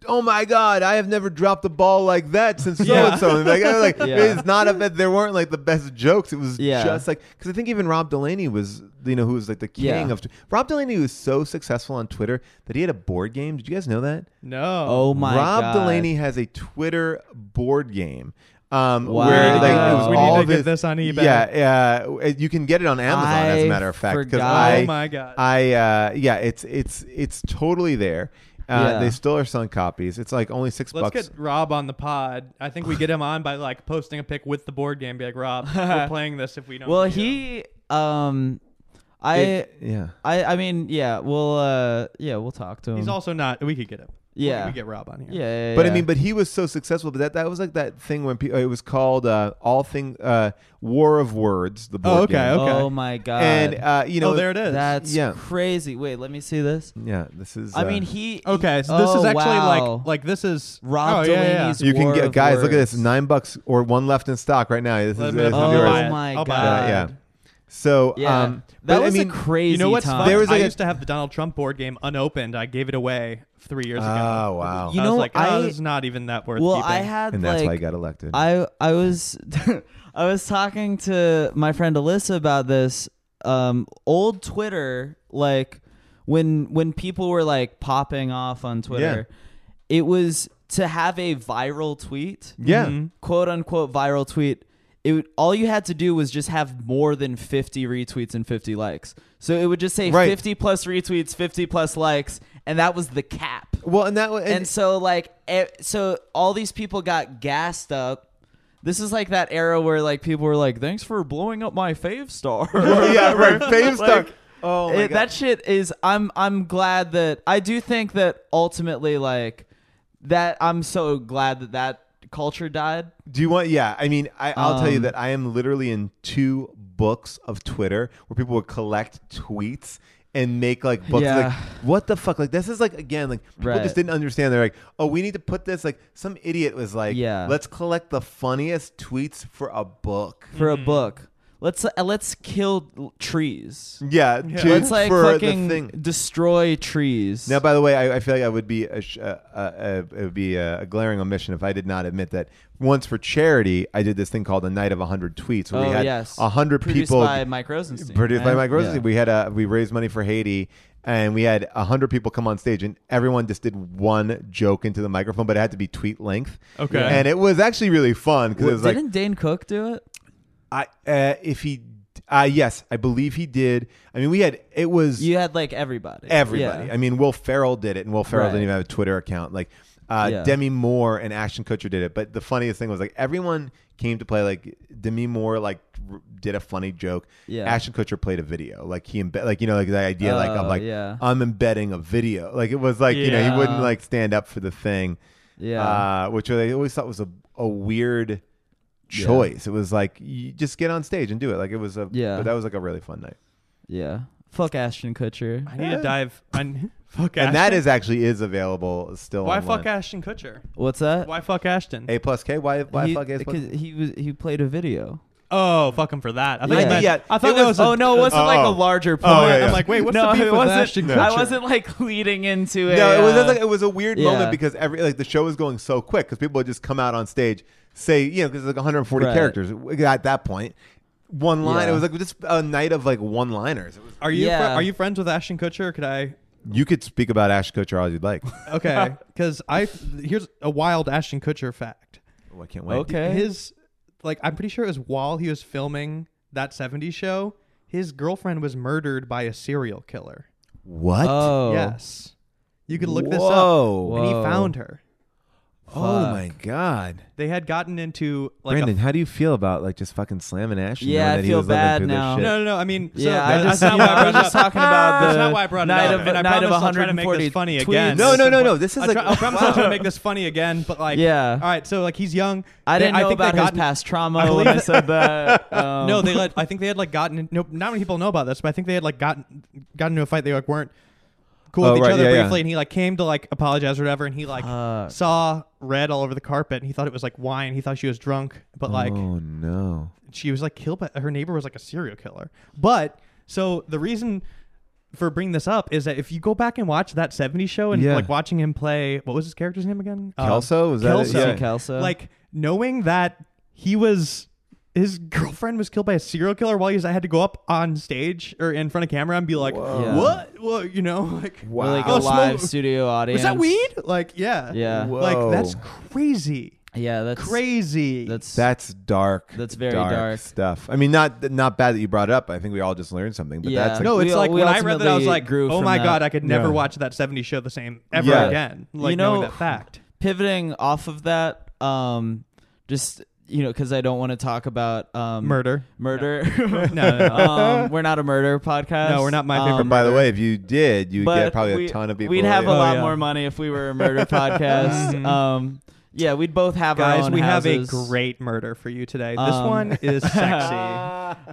Speaker 3: Oh my God! I have never dropped a ball like that since so
Speaker 1: Yeah.
Speaker 3: and so. Like, I was like
Speaker 2: Yeah.
Speaker 3: it's not a bet. There weren't like the best jokes. It was
Speaker 2: Yeah.
Speaker 3: just like because I think even Rob Delaney was, you know, who was like the king
Speaker 2: Yeah.
Speaker 3: of. Rob Delaney was so successful on Twitter that he had a board game. Did you guys know that?
Speaker 1: no.
Speaker 2: oh my
Speaker 3: Rob
Speaker 2: god.
Speaker 3: Delaney has a Twitter board game. Um,
Speaker 2: Wow.
Speaker 3: where like, it was
Speaker 2: We need
Speaker 3: all
Speaker 1: to
Speaker 3: of
Speaker 1: get
Speaker 3: his-
Speaker 1: this on eBay.
Speaker 3: Yeah, yeah. You can get it on Amazon as a
Speaker 2: I
Speaker 3: matter of fact. 'cause
Speaker 2: forgot.
Speaker 3: I,
Speaker 1: Oh my God.
Speaker 3: I uh, yeah, it's it's it's totally there. Uh,
Speaker 2: Yeah.
Speaker 3: They still are selling copies. It's like only 6
Speaker 1: Let's
Speaker 3: bucks.
Speaker 1: get Rob on the pod. I think we get him on by like posting a pic with the board game. Be like, Rob, we're playing this if we don't.
Speaker 2: Well,
Speaker 1: you know."
Speaker 2: he um, I
Speaker 3: It- yeah.
Speaker 2: I I mean yeah. We'll uh yeah we'll talk to him.
Speaker 1: he's also not. We could get him.
Speaker 2: Yeah.
Speaker 1: we get Rob on here.
Speaker 2: yeah, yeah, yeah.
Speaker 3: But I mean, but he was so successful. But that that was like that thing when people. It was called uh, all thing uh, War of Words. The board
Speaker 1: Oh, okay,
Speaker 3: game.
Speaker 1: okay.
Speaker 2: oh my god,
Speaker 3: And uh, you know,
Speaker 1: oh, there it is.
Speaker 2: that's
Speaker 3: yeah.
Speaker 2: crazy. Wait, let me see this.
Speaker 3: yeah, this is.
Speaker 2: I
Speaker 3: uh,
Speaker 2: mean, he.
Speaker 1: okay, so this
Speaker 2: oh,
Speaker 1: is actually
Speaker 2: wow.
Speaker 1: like like this is
Speaker 2: Rob
Speaker 1: oh, yeah, yeah,
Speaker 2: Delaney's-
Speaker 3: you can
Speaker 2: War
Speaker 3: get
Speaker 2: of
Speaker 3: guys. Look at this,
Speaker 2: Words.
Speaker 3: nine bucks or one left in stock right now. This
Speaker 1: Let
Speaker 3: is,
Speaker 1: me-
Speaker 3: this is
Speaker 1: I'll
Speaker 2: Oh
Speaker 3: yours.
Speaker 1: buy it.
Speaker 2: my
Speaker 1: I'll buy it.
Speaker 2: god.
Speaker 3: yeah. So
Speaker 2: Yeah.
Speaker 3: um,
Speaker 2: that
Speaker 3: but,
Speaker 2: was
Speaker 3: I mean,
Speaker 2: a crazy
Speaker 1: You know what's
Speaker 2: time.
Speaker 1: fun?
Speaker 3: There was like
Speaker 1: I
Speaker 3: a-
Speaker 1: used to have the Donald Trump board game unopened. I gave it away three years
Speaker 3: Oh
Speaker 1: ago.
Speaker 3: wow!
Speaker 2: You
Speaker 1: I
Speaker 2: know,
Speaker 1: was like, oh,
Speaker 2: I-
Speaker 1: this is not even that worth.
Speaker 2: well,
Speaker 1: keeping.
Speaker 2: I had
Speaker 3: and that's
Speaker 2: like
Speaker 3: why I got elected.
Speaker 2: I I was I was talking to my friend Alyssa about this um old Twitter like when when people were like popping off on Twitter it was to have a viral tweet
Speaker 3: yeah,
Speaker 1: Mhm.
Speaker 2: quote unquote viral tweet it would, all you had to do was just have more than 50 retweets and 50 likes so it would just say
Speaker 3: Right.
Speaker 2: 50 plus retweets 50 plus likes and that was the cap
Speaker 3: well, and that was
Speaker 2: and so like e- so all these people got gassed up this is like that era where like people were like thanks for blowing up my fave star
Speaker 3: yeah, right. Fame stuff. Oh my
Speaker 2: It-
Speaker 3: Oh god!
Speaker 2: that shit is i'm i'm glad that i do think that ultimately like that i'm so glad that that culture died
Speaker 3: Do you want? Yeah, I mean, I, I'll tell you
Speaker 2: Um,
Speaker 3: that I am literally in two books of Twitter where people would collect tweets and make like books.
Speaker 2: Yeah.
Speaker 3: Like, what the fuck? Like, this is like again, like people
Speaker 2: Right.
Speaker 3: just didn't understand. They're like, oh, we need to put this. Like, some idiot was like,
Speaker 2: Yeah.
Speaker 3: let's collect the funniest tweets for a book.
Speaker 2: for a book let's uh, let's kill l- trees
Speaker 3: Yeah, tweets
Speaker 2: let's like
Speaker 3: for the
Speaker 2: fucking
Speaker 3: thing.
Speaker 2: destroy trees
Speaker 3: Now, by the way, I, I feel like I would be a, sh- uh, uh, uh, it would be a, a glaring omission if I did not admit that once for charity, I did this thing called a night of hundred tweets. Where
Speaker 2: oh
Speaker 3: we had
Speaker 2: yes
Speaker 3: hundred
Speaker 2: produced
Speaker 3: people
Speaker 2: by mike rosenstein
Speaker 3: produced by
Speaker 2: right?
Speaker 3: Mike Rosenstein.
Speaker 2: Yeah.
Speaker 3: We had a we raised money for Haiti, and we had hundred people come on stage, and everyone just did one joke into the microphone, but it had to be tweet length.
Speaker 1: Okay.
Speaker 3: and it was actually really fun because it was like
Speaker 2: Didn't Dane Cook do it?
Speaker 3: I uh, if he uh, yes, I believe he did. I mean, we had it was
Speaker 2: You had like everybody.
Speaker 3: everybody.
Speaker 2: Yeah.
Speaker 3: I mean, Will Ferrell did it, and Will Ferrell
Speaker 2: Right.
Speaker 3: didn't even have a Twitter account. Like uh,
Speaker 2: Yeah.
Speaker 3: Demi Moore and Ashton Kutcher did it. But the funniest thing was like everyone came to play. Like Demi Moore like r- did a funny joke.
Speaker 2: Yeah.
Speaker 3: Ashton Kutcher played a video. Like he embed like you know like the idea like of
Speaker 2: Oh,
Speaker 3: like
Speaker 2: yeah.
Speaker 3: I'm embedding a video. Like it was like you know
Speaker 1: Yeah.
Speaker 3: he wouldn't like stand up for the thing.
Speaker 2: Yeah.
Speaker 3: Uh, which I always thought was a a weird
Speaker 2: Yeah.
Speaker 3: choice. It was like you just get on stage and do it. Like it was a
Speaker 2: Yeah.
Speaker 3: But that was like a really fun night.
Speaker 2: yeah. Fuck Ashton Kutcher.
Speaker 1: I need to dive. on fuck Ashton.
Speaker 3: And that is actually is available still.
Speaker 1: why
Speaker 3: online.
Speaker 1: fuck Ashton Kutcher?
Speaker 2: What's that?
Speaker 1: Why fuck Ashton?
Speaker 3: A plus K. Why? Why
Speaker 2: he,
Speaker 3: fuck A plus?
Speaker 2: because he was he played a video.
Speaker 1: Oh, fuck him for that. I thought,
Speaker 2: Yeah.
Speaker 1: you meant-
Speaker 3: Yeah,
Speaker 1: I thought
Speaker 3: it
Speaker 1: that was.
Speaker 3: was-
Speaker 1: a- uh,
Speaker 2: oh no, it wasn't
Speaker 3: Oh,
Speaker 2: like a
Speaker 3: oh.
Speaker 2: larger point.
Speaker 3: Oh, yeah, yeah.
Speaker 1: I'm like, wait, what's
Speaker 2: no,
Speaker 1: the beef
Speaker 2: it
Speaker 1: with
Speaker 2: wasn't.
Speaker 1: Ashton
Speaker 2: I
Speaker 1: Kutcher?
Speaker 2: wasn't like leading into a.
Speaker 3: No, it was
Speaker 2: uh,
Speaker 3: just like it was a weird
Speaker 2: yeah.
Speaker 3: moment because every like the show was going so quick because people would just come out on stage, say you know because like 140
Speaker 2: Right.
Speaker 3: characters at that point, one line.
Speaker 2: Yeah.
Speaker 3: It was like just a night of like one liners. It was.
Speaker 1: Are you fri-
Speaker 2: Yeah.
Speaker 1: are you friends with Ashton Kutcher? Could I?
Speaker 3: You could speak about Ash Kutcher all you'd like.
Speaker 1: Okay, because I here's a wild Ashton Kutcher fact.
Speaker 3: oh, I can't wait.
Speaker 2: okay.
Speaker 1: His like I'm pretty sure it was while he was filming that '70s show, his girlfriend was murdered by a serial killer.
Speaker 3: What?
Speaker 2: oh
Speaker 1: Yes, you could look
Speaker 3: Whoa.
Speaker 1: this up. And he
Speaker 2: Whoa.
Speaker 1: found her.
Speaker 3: Oh my God,
Speaker 1: They had gotten into like
Speaker 3: Brandon,
Speaker 1: a.
Speaker 3: how do you feel about like just fucking slamming Ash? and
Speaker 2: Yeah,
Speaker 3: knowing
Speaker 2: I
Speaker 3: that he
Speaker 2: feel
Speaker 3: was living
Speaker 2: bad
Speaker 3: through this
Speaker 2: now.
Speaker 3: shit?
Speaker 1: No, no, no. I mean,
Speaker 2: Yeah,
Speaker 1: that-
Speaker 2: I just,
Speaker 1: that's not why I
Speaker 2: I was
Speaker 1: brought it
Speaker 2: just
Speaker 1: up.
Speaker 2: talking about the
Speaker 1: That's not why I brought it
Speaker 2: night
Speaker 1: up.
Speaker 2: of
Speaker 1: and I
Speaker 2: night of
Speaker 1: promise I'll try to make
Speaker 2: 140
Speaker 1: this funny
Speaker 2: tweets.
Speaker 1: again.
Speaker 3: No, no, no, no. This is
Speaker 1: I,
Speaker 3: like
Speaker 1: try, I promise I'll try to make this funny again, but like,
Speaker 2: Yeah.
Speaker 1: all right. So like, he's young.
Speaker 2: I didn't
Speaker 1: They-
Speaker 2: know
Speaker 1: think they
Speaker 2: about his
Speaker 1: gotten-
Speaker 2: past trauma
Speaker 1: I
Speaker 2: when
Speaker 1: believe
Speaker 2: I said that. Um,
Speaker 1: No, they let. I think they had like gotten. No, not many people know about this, but I think they had like gotten gotten into a fight. They like weren't cool
Speaker 3: Oh,
Speaker 1: with each
Speaker 3: right,
Speaker 1: other
Speaker 3: yeah, yeah.
Speaker 1: briefly, and he like came to like apologize or whatever, and he like
Speaker 2: Fuck.
Speaker 1: saw red all over the carpet, and he thought it was like wine. He thought she was drunk, but like
Speaker 3: oh no.
Speaker 1: she was like killed by her neighbor was like a serial killer. But so the reason for bringing this up is that if you go back and watch that 70s show and
Speaker 3: Yeah.
Speaker 1: like watching him play what was his character's name again? Um,
Speaker 3: Kelso? Was that it?
Speaker 1: Kelso.
Speaker 3: Yeah.
Speaker 2: Kelso.
Speaker 1: Like knowing that he was his girlfriend was killed by a serial killer while he was, I had to go up on stage or in front of camera and be like,
Speaker 3: Whoa.
Speaker 2: Yeah.
Speaker 1: "What? Well, you know, like
Speaker 2: We're like
Speaker 1: Oh,
Speaker 2: a live
Speaker 1: smoke.
Speaker 2: studio audience.
Speaker 1: was that weed? Like, yeah,
Speaker 2: Yeah.
Speaker 1: like that's
Speaker 3: Whoa.
Speaker 1: crazy,
Speaker 2: Yeah, that's
Speaker 1: crazy.
Speaker 2: That's
Speaker 3: That's dark.
Speaker 2: That's very dark.
Speaker 3: stuff. I mean, not not bad that you brought it up. I think we all just learned something. But
Speaker 2: Yeah.
Speaker 3: that's like,
Speaker 1: no, it's
Speaker 2: we-
Speaker 1: like
Speaker 2: we
Speaker 1: when I read that, I was
Speaker 2: ultimately
Speaker 1: like,
Speaker 2: grew
Speaker 1: "Oh
Speaker 2: from
Speaker 1: my
Speaker 2: that."
Speaker 1: god, I could never
Speaker 3: Yeah.
Speaker 1: watch that '70s show the same ever
Speaker 3: Yeah.
Speaker 1: again." Like
Speaker 2: You know-
Speaker 1: knowing that fact.
Speaker 2: pivoting off of that. Um, just you know, because I don't want to talk about um,
Speaker 1: Murder.
Speaker 2: Murder.
Speaker 1: No, no, no.
Speaker 2: um, we're not a murder podcast. Um,
Speaker 1: No, we're not My Favorite
Speaker 3: But by the way, if you did, you'd
Speaker 2: but
Speaker 3: get probably
Speaker 2: we-
Speaker 3: a ton of people.
Speaker 2: We'd have a
Speaker 1: Oh,
Speaker 2: lot
Speaker 1: yeah.
Speaker 2: more money if we were a murder podcast.
Speaker 1: Mhm.
Speaker 2: Um, yeah, we'd both have our
Speaker 1: Guys,
Speaker 2: own
Speaker 1: we
Speaker 2: houses.
Speaker 1: have a great murder for you today. This
Speaker 2: Um,
Speaker 1: one is sexy.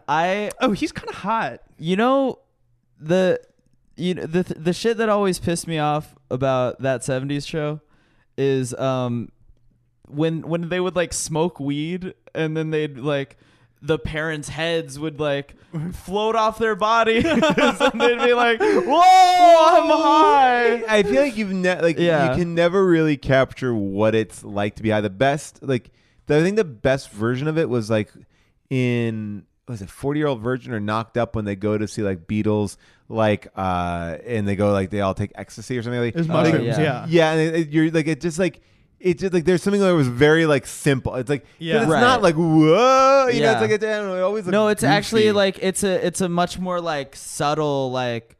Speaker 2: I
Speaker 1: oh, he's kind of hot.
Speaker 2: you know the you know the the shit that always pissed me off about that 70s show is um when when they would like smoke weed and then they'd like the parents' heads would like float off their bodies and they'd be like, "Whoa, I'm high."
Speaker 3: I feel like you've ne- like
Speaker 2: Yeah.
Speaker 3: you can never really capture what it's like to be high. The best like the, I think the best version of it was like in was it Forty Year Old Virgin or Knocked Up when they go to see like Beatles like uh and they go like they all take ecstasy or something like
Speaker 1: It was
Speaker 3: Uh,
Speaker 1: mushrooms.
Speaker 2: yeah.
Speaker 1: yeah.
Speaker 3: yeah, and it, it- you're like it just like it just like there's something that was very like simple. It's like 'cause
Speaker 1: Yeah.
Speaker 3: it's
Speaker 2: Right.
Speaker 3: not like whoa, you know.
Speaker 2: Yeah.
Speaker 3: It's like it, I don't know, it always looked
Speaker 2: No, it's actually
Speaker 3: goofy.
Speaker 2: like it's a it's a much more like subtle like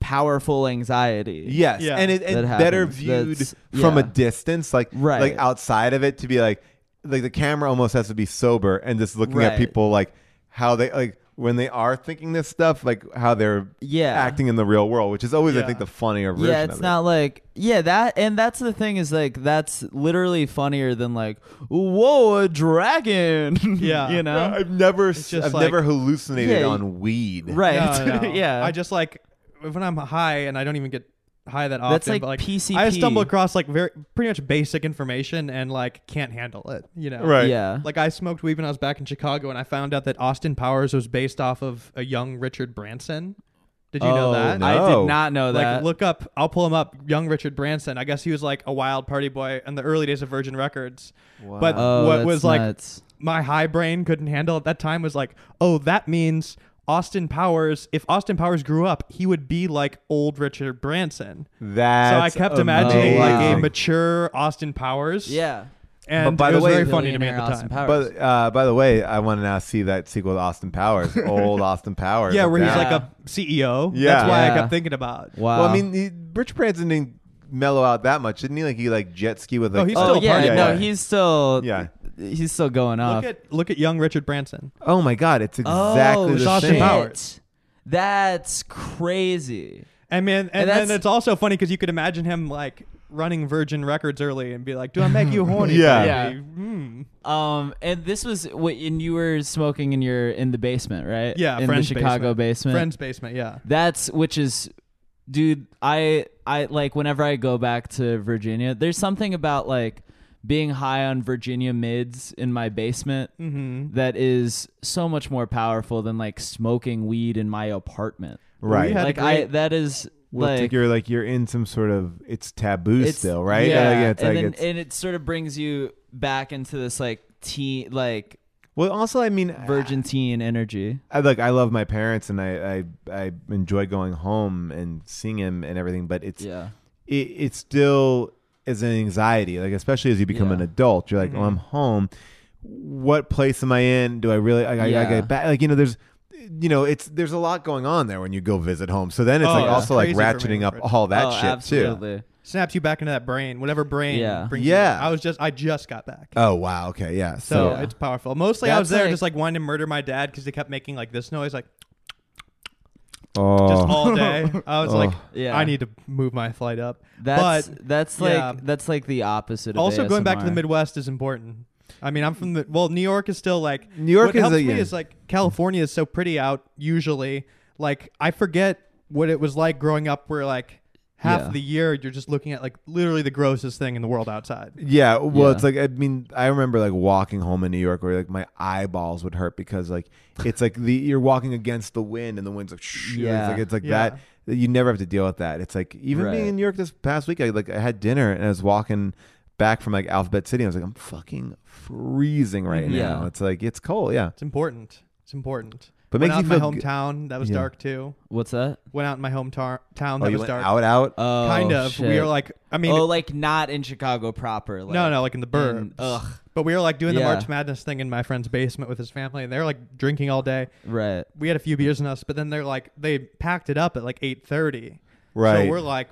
Speaker 2: powerful anxiety.
Speaker 3: Yes,
Speaker 1: Yeah.
Speaker 3: and it,
Speaker 2: That
Speaker 3: and better
Speaker 2: happens.
Speaker 3: viewed
Speaker 2: That's-
Speaker 3: from a
Speaker 2: yeah.
Speaker 3: distance, like
Speaker 2: Right.
Speaker 3: like outside of it, to be like like the camera almost has to be sober and just looking at
Speaker 2: Right.
Speaker 3: people like how they like when they are thinking this stuff, like how they're
Speaker 2: Yeah.
Speaker 3: acting in the real world, which is always I
Speaker 1: Yeah.
Speaker 3: think the funnier version.
Speaker 2: Yeah, it's
Speaker 3: of it.
Speaker 2: not like yeah that and that's the thing is like that's literally funnier than like whoa a dragon.
Speaker 1: Yeah.
Speaker 2: you know
Speaker 3: I've never s-
Speaker 1: just
Speaker 3: I've
Speaker 1: like-
Speaker 3: never hallucinated
Speaker 2: Yeah,
Speaker 3: on weed.
Speaker 2: right
Speaker 1: No, no.
Speaker 2: yeah.
Speaker 1: I just like when I'm high and I don't even get high that often.
Speaker 2: That's like
Speaker 1: but, like I
Speaker 2: PCP.
Speaker 1: stumble across like very pretty much basic information and like can't handle it. You know.
Speaker 3: Right.
Speaker 2: yeah.
Speaker 1: Like I smoked weed when I was back in Chicago, and I found out that Austin Powers was based off of a young Richard Branson. Did you know
Speaker 2: Oh,
Speaker 1: that?
Speaker 2: I
Speaker 3: No.
Speaker 2: did not know
Speaker 1: like
Speaker 2: that.
Speaker 1: look up i'll pull him up young richard branson i guess he was like a wild party boy in the early days of virgin records but
Speaker 2: oh,
Speaker 1: what
Speaker 2: that's
Speaker 1: was like
Speaker 2: nuts.
Speaker 1: my high brain couldn't handle at that time was like oh that means austin powers if austin powers grew up he would be like old richard branson
Speaker 3: That
Speaker 1: so i kept imagining like a
Speaker 2: amazing.
Speaker 1: mature austin powers
Speaker 2: yeah.
Speaker 1: and
Speaker 3: But by
Speaker 1: it
Speaker 3: the
Speaker 1: was
Speaker 3: way-
Speaker 1: very funny to me at the
Speaker 2: Billionaire Austin
Speaker 1: time
Speaker 2: Powers.
Speaker 3: But uh, by the way, I want to now see that sequel to Austin Powers, old Austin Powers.
Speaker 1: yeah where he's
Speaker 3: Yeah.
Speaker 1: like a ceo
Speaker 3: Yeah.
Speaker 1: that's why
Speaker 2: Yeah.
Speaker 1: i kept thinking about
Speaker 2: wow.
Speaker 3: Well, I mean, he, Rich Branson didn't mellow out that much, didn't he? Like he like jet ski with like.
Speaker 1: Oh, he's
Speaker 2: oh
Speaker 1: still a
Speaker 2: yeah,
Speaker 1: party
Speaker 2: no,
Speaker 1: guy.
Speaker 2: he's still
Speaker 3: Yeah.
Speaker 2: he's still going off.
Speaker 1: look at look at young richard branson
Speaker 3: Oh my God, it's exactly
Speaker 2: oh,
Speaker 3: the
Speaker 1: Austin
Speaker 3: same.
Speaker 1: Powers.
Speaker 2: shit. That's crazy.
Speaker 1: I mean, and,
Speaker 2: And
Speaker 1: then
Speaker 2: that's-
Speaker 1: it's also funny because you could imagine him like running Virgin Records early and be like, "Do I make you horny?"
Speaker 3: Yeah.
Speaker 1: baby?" Mm.
Speaker 2: Um, and this was what, and you were smoking in your in the basement, right?
Speaker 1: yeah.
Speaker 2: in the
Speaker 1: friend's
Speaker 2: Chicago basement.
Speaker 1: Friend's basement. Yeah.
Speaker 2: That's which is, dude. I I like whenever I go back to Virginia, there's something about like being high on Virginia mids in my basement
Speaker 1: Mm-hmm.
Speaker 2: that is so much more powerful than like smoking weed in my apartment.
Speaker 3: Right.
Speaker 1: We had- a
Speaker 2: like I
Speaker 1: great-
Speaker 2: that is
Speaker 3: Well, it's
Speaker 2: like.
Speaker 3: like you're like you're in some sort of it's taboo
Speaker 2: it's-
Speaker 3: still, right?
Speaker 2: Yeah,
Speaker 3: Like, it's
Speaker 2: and,
Speaker 3: like
Speaker 2: then,
Speaker 3: it's-
Speaker 2: and it sort of brings you back into this like teen, like
Speaker 3: well, also, I
Speaker 1: Ah.
Speaker 3: mean,
Speaker 2: virgin teen energy.
Speaker 3: I, look, I love my parents, and I, I I enjoy going home and seeing him and everything, but it's
Speaker 2: Yeah.
Speaker 3: it, it still is an anxiety. Like especially as you become
Speaker 2: Yeah.
Speaker 3: an adult, you're like, oh, I'm home. What place am I in? Do I really? I, I, I
Speaker 2: Yeah.
Speaker 3: get back. Like you know, there's, you know, it's there's a lot going on there when you go visit home. So then it's
Speaker 1: Oh,
Speaker 3: like
Speaker 2: yeah.
Speaker 3: also like
Speaker 1: Crazy for me,
Speaker 3: ratcheting up
Speaker 1: Rich.
Speaker 3: all that
Speaker 2: oh,
Speaker 3: shit too.
Speaker 2: absolutely.
Speaker 1: Snaps you back into that brain, whatever brain.
Speaker 2: Yeah.
Speaker 1: Brings you-
Speaker 3: Yeah.
Speaker 1: I was just, I just got back.
Speaker 3: Oh wow. Okay. Yeah.
Speaker 1: so
Speaker 3: So.
Speaker 2: Yeah.
Speaker 1: it's powerful. Mostly, I
Speaker 2: That's
Speaker 1: was there
Speaker 2: like-
Speaker 1: just like wanting to murder my dad because he kept making like this noise, like
Speaker 3: oh.
Speaker 1: just all day. I was like,
Speaker 2: Yeah.
Speaker 1: I need to move my flight up.
Speaker 2: That's
Speaker 1: but
Speaker 2: that's like
Speaker 1: yeah.
Speaker 2: that's like the opposite. Of
Speaker 1: also going back to the
Speaker 2: ASMR.
Speaker 1: Midwest is important. I mean, I'm from the well. New York is still like
Speaker 3: New York
Speaker 1: what
Speaker 3: is
Speaker 1: helps
Speaker 3: a-
Speaker 1: me
Speaker 3: yeah.
Speaker 1: is like California is so pretty out usually. Like I forget what it was like growing up, where like half
Speaker 2: Yeah.
Speaker 1: of the year you're just looking at like literally the grossest thing in the world outside.
Speaker 3: Yeah, well,
Speaker 2: Yeah.
Speaker 3: it's like I mean, I remember like walking home in New York where like my eyeballs would hurt because like it's like the you're walking against the wind and the wind's like shh,
Speaker 2: Yeah.
Speaker 3: it's like it's like
Speaker 1: Yeah.
Speaker 3: that. that You never have to deal with that. It's like even
Speaker 2: Right.
Speaker 3: being in New York this past week, I like I had dinner and I was walking back from like Alphabet City. I was like, I'm fucking freezing right
Speaker 1: Mm-hmm.
Speaker 2: Mhm.
Speaker 3: now.
Speaker 2: Yeah.
Speaker 3: It's like it's cold. Yeah,
Speaker 1: It's important. It's important.
Speaker 3: But
Speaker 1: went
Speaker 3: makes
Speaker 1: out
Speaker 3: you
Speaker 1: in my
Speaker 3: feel g-
Speaker 1: hometown. That was
Speaker 3: Yeah.
Speaker 1: dark too.
Speaker 2: What's that?
Speaker 1: Went out in my hometown. Town
Speaker 3: oh,
Speaker 1: that
Speaker 3: you
Speaker 1: was
Speaker 3: went
Speaker 1: dark.
Speaker 3: out out.
Speaker 1: Uh,
Speaker 2: Oh,
Speaker 1: kind of.
Speaker 2: Shit.
Speaker 1: We were like, I mean,
Speaker 2: oh, like not in Chicago proper. Like,
Speaker 1: no, no, like in the burbs.
Speaker 2: in- ugh,
Speaker 1: But we were like doing the
Speaker 2: Yeah.
Speaker 1: March Madness thing in my friend's basement with his family, and they were like drinking all day.
Speaker 2: right.
Speaker 1: we had a few beers in us, but then they're like they packed it up at like eight thirty.
Speaker 3: Right.
Speaker 1: So we're like,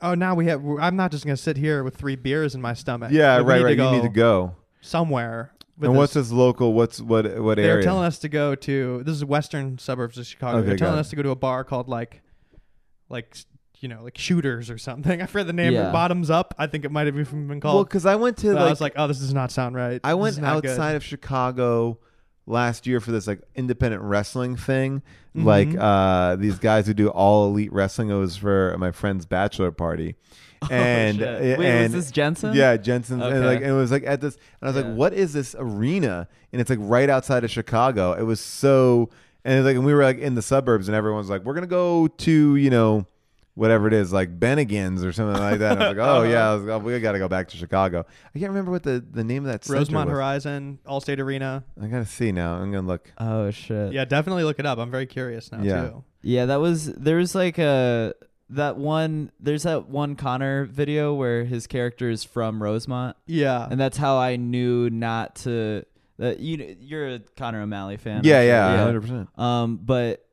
Speaker 1: oh, now we have. I'm not just gonna sit here with three beers in my stomach.
Speaker 3: yeah,
Speaker 1: Like, we
Speaker 3: right,
Speaker 1: need
Speaker 3: right.
Speaker 1: to
Speaker 3: You need to go.
Speaker 1: somewhere. with
Speaker 3: and
Speaker 1: this.
Speaker 3: what's this local? What's what? What
Speaker 1: they were
Speaker 3: area?
Speaker 1: telling us to go to this is western suburbs of Chicago.
Speaker 3: Okay,
Speaker 1: They're telling
Speaker 3: got it.
Speaker 1: us to go to a bar called like like you know, like shooters or something. I forget the name.
Speaker 2: Yeah.
Speaker 1: Bottoms up. I think it might have even been
Speaker 3: well,
Speaker 1: called.
Speaker 3: because I went to
Speaker 1: But I
Speaker 3: like
Speaker 1: was like, oh, this does not sound right.
Speaker 3: I
Speaker 1: This
Speaker 3: went
Speaker 1: is not good.
Speaker 3: outside of Chicago last year for this like independent wrestling thing.
Speaker 2: Mm-hmm.
Speaker 3: Like uh these guys who do all elite wrestling. It was for my friend's bachelor party. And,
Speaker 2: Oh,
Speaker 3: eh,
Speaker 2: shit.
Speaker 3: and
Speaker 2: Wait, was this Jensen?
Speaker 3: Yeah, Jensen. And
Speaker 2: Okay.
Speaker 3: like it was like at this and I was
Speaker 2: Yeah.
Speaker 3: like, what is this arena? And it's like right outside of Chicago. It was so and it's like and we were like in the suburbs and everyone's like, We're gonna go to, you know, whatever it is, like Bennigan's or something like that. And I was like, Oh yeah, I was like, oh, we gotta go back to Chicago. I can't remember what the, the name of that center
Speaker 1: Rosemont
Speaker 3: was.
Speaker 1: Horizon, Allstate Arena.
Speaker 3: I gotta see now. I'm gonna look.
Speaker 2: Oh shit.
Speaker 1: Yeah, definitely look it up. I'm very curious now
Speaker 3: Yeah.
Speaker 1: too.
Speaker 2: Yeah, that was there was like a that one there's that one Connor video where his character is from Rosemont,
Speaker 1: Yeah.
Speaker 2: and that's how I knew not to. That you you're a Connor O'Malley fan. I'm
Speaker 3: yeah,
Speaker 2: sure.
Speaker 3: yeah, hundred percent.
Speaker 2: Um, but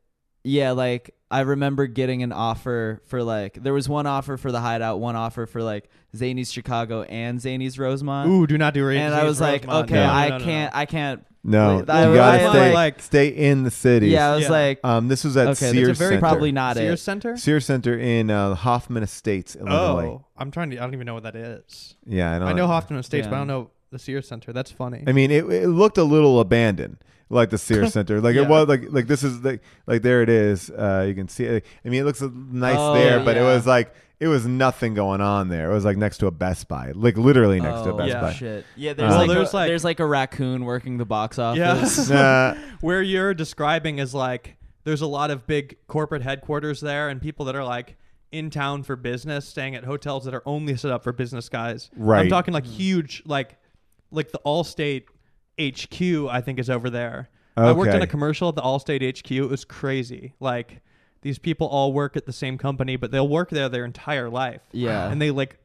Speaker 2: yeah, like I remember getting an offer for like there was one offer for the Hideout, one offer for like Zany's Chicago and Zany's Rosemont.
Speaker 1: Ooh, do not do
Speaker 2: and I was like, okay,
Speaker 3: No, no,
Speaker 2: I can't, I can't.
Speaker 3: No,
Speaker 2: Wait,
Speaker 3: you
Speaker 2: I-
Speaker 3: gotta
Speaker 2: I-
Speaker 3: stay
Speaker 1: like-
Speaker 3: stay in the city.
Speaker 2: Yeah, I was
Speaker 1: Yeah.
Speaker 2: like,
Speaker 3: Um, this was at
Speaker 2: okay,
Speaker 3: Sears
Speaker 2: that's a very
Speaker 3: Center.
Speaker 2: probably not
Speaker 1: Sears
Speaker 2: it.
Speaker 1: Center.
Speaker 3: Sears Center in uh, Hoffman Estates, Illinois.
Speaker 1: Oh, I'm trying to. I don't even know what that is.
Speaker 3: Yeah, I don't.
Speaker 1: I know Hoffman Estates, but I
Speaker 2: Yeah.
Speaker 1: don't know the Sears Center. That's funny.
Speaker 3: I mean, it, it looked a little abandoned, like the Sears Center. Like
Speaker 1: Yeah.
Speaker 3: it was like like this is like like there it is. Uh, you can see it. I mean, it looks nice
Speaker 2: Oh,
Speaker 3: there, but it
Speaker 2: yeah.
Speaker 3: was like it was nothing going on there. It was like next to a Best Buy, like literally next to a
Speaker 2: Oh,
Speaker 3: Best
Speaker 1: yeah.
Speaker 3: Buy.
Speaker 2: Shit. Yeah, Uh, there's,
Speaker 3: Well,
Speaker 2: like,
Speaker 1: there's,
Speaker 2: a,
Speaker 1: like-
Speaker 2: there's like a raccoon working the box office.
Speaker 1: yeah.
Speaker 3: Nah.
Speaker 1: where you're describing is like there's a lot of big corporate headquarters there and people that are like in town for business staying at hotels that are only set up for business guys i'm
Speaker 3: Right.
Speaker 1: talking like huge like like the allstate hq i think is over there i worked on
Speaker 3: Okay.
Speaker 1: a commercial at the allstate hq it was crazy like these people all work at the same company but they'll work there their entire life
Speaker 2: Yeah.
Speaker 1: and they like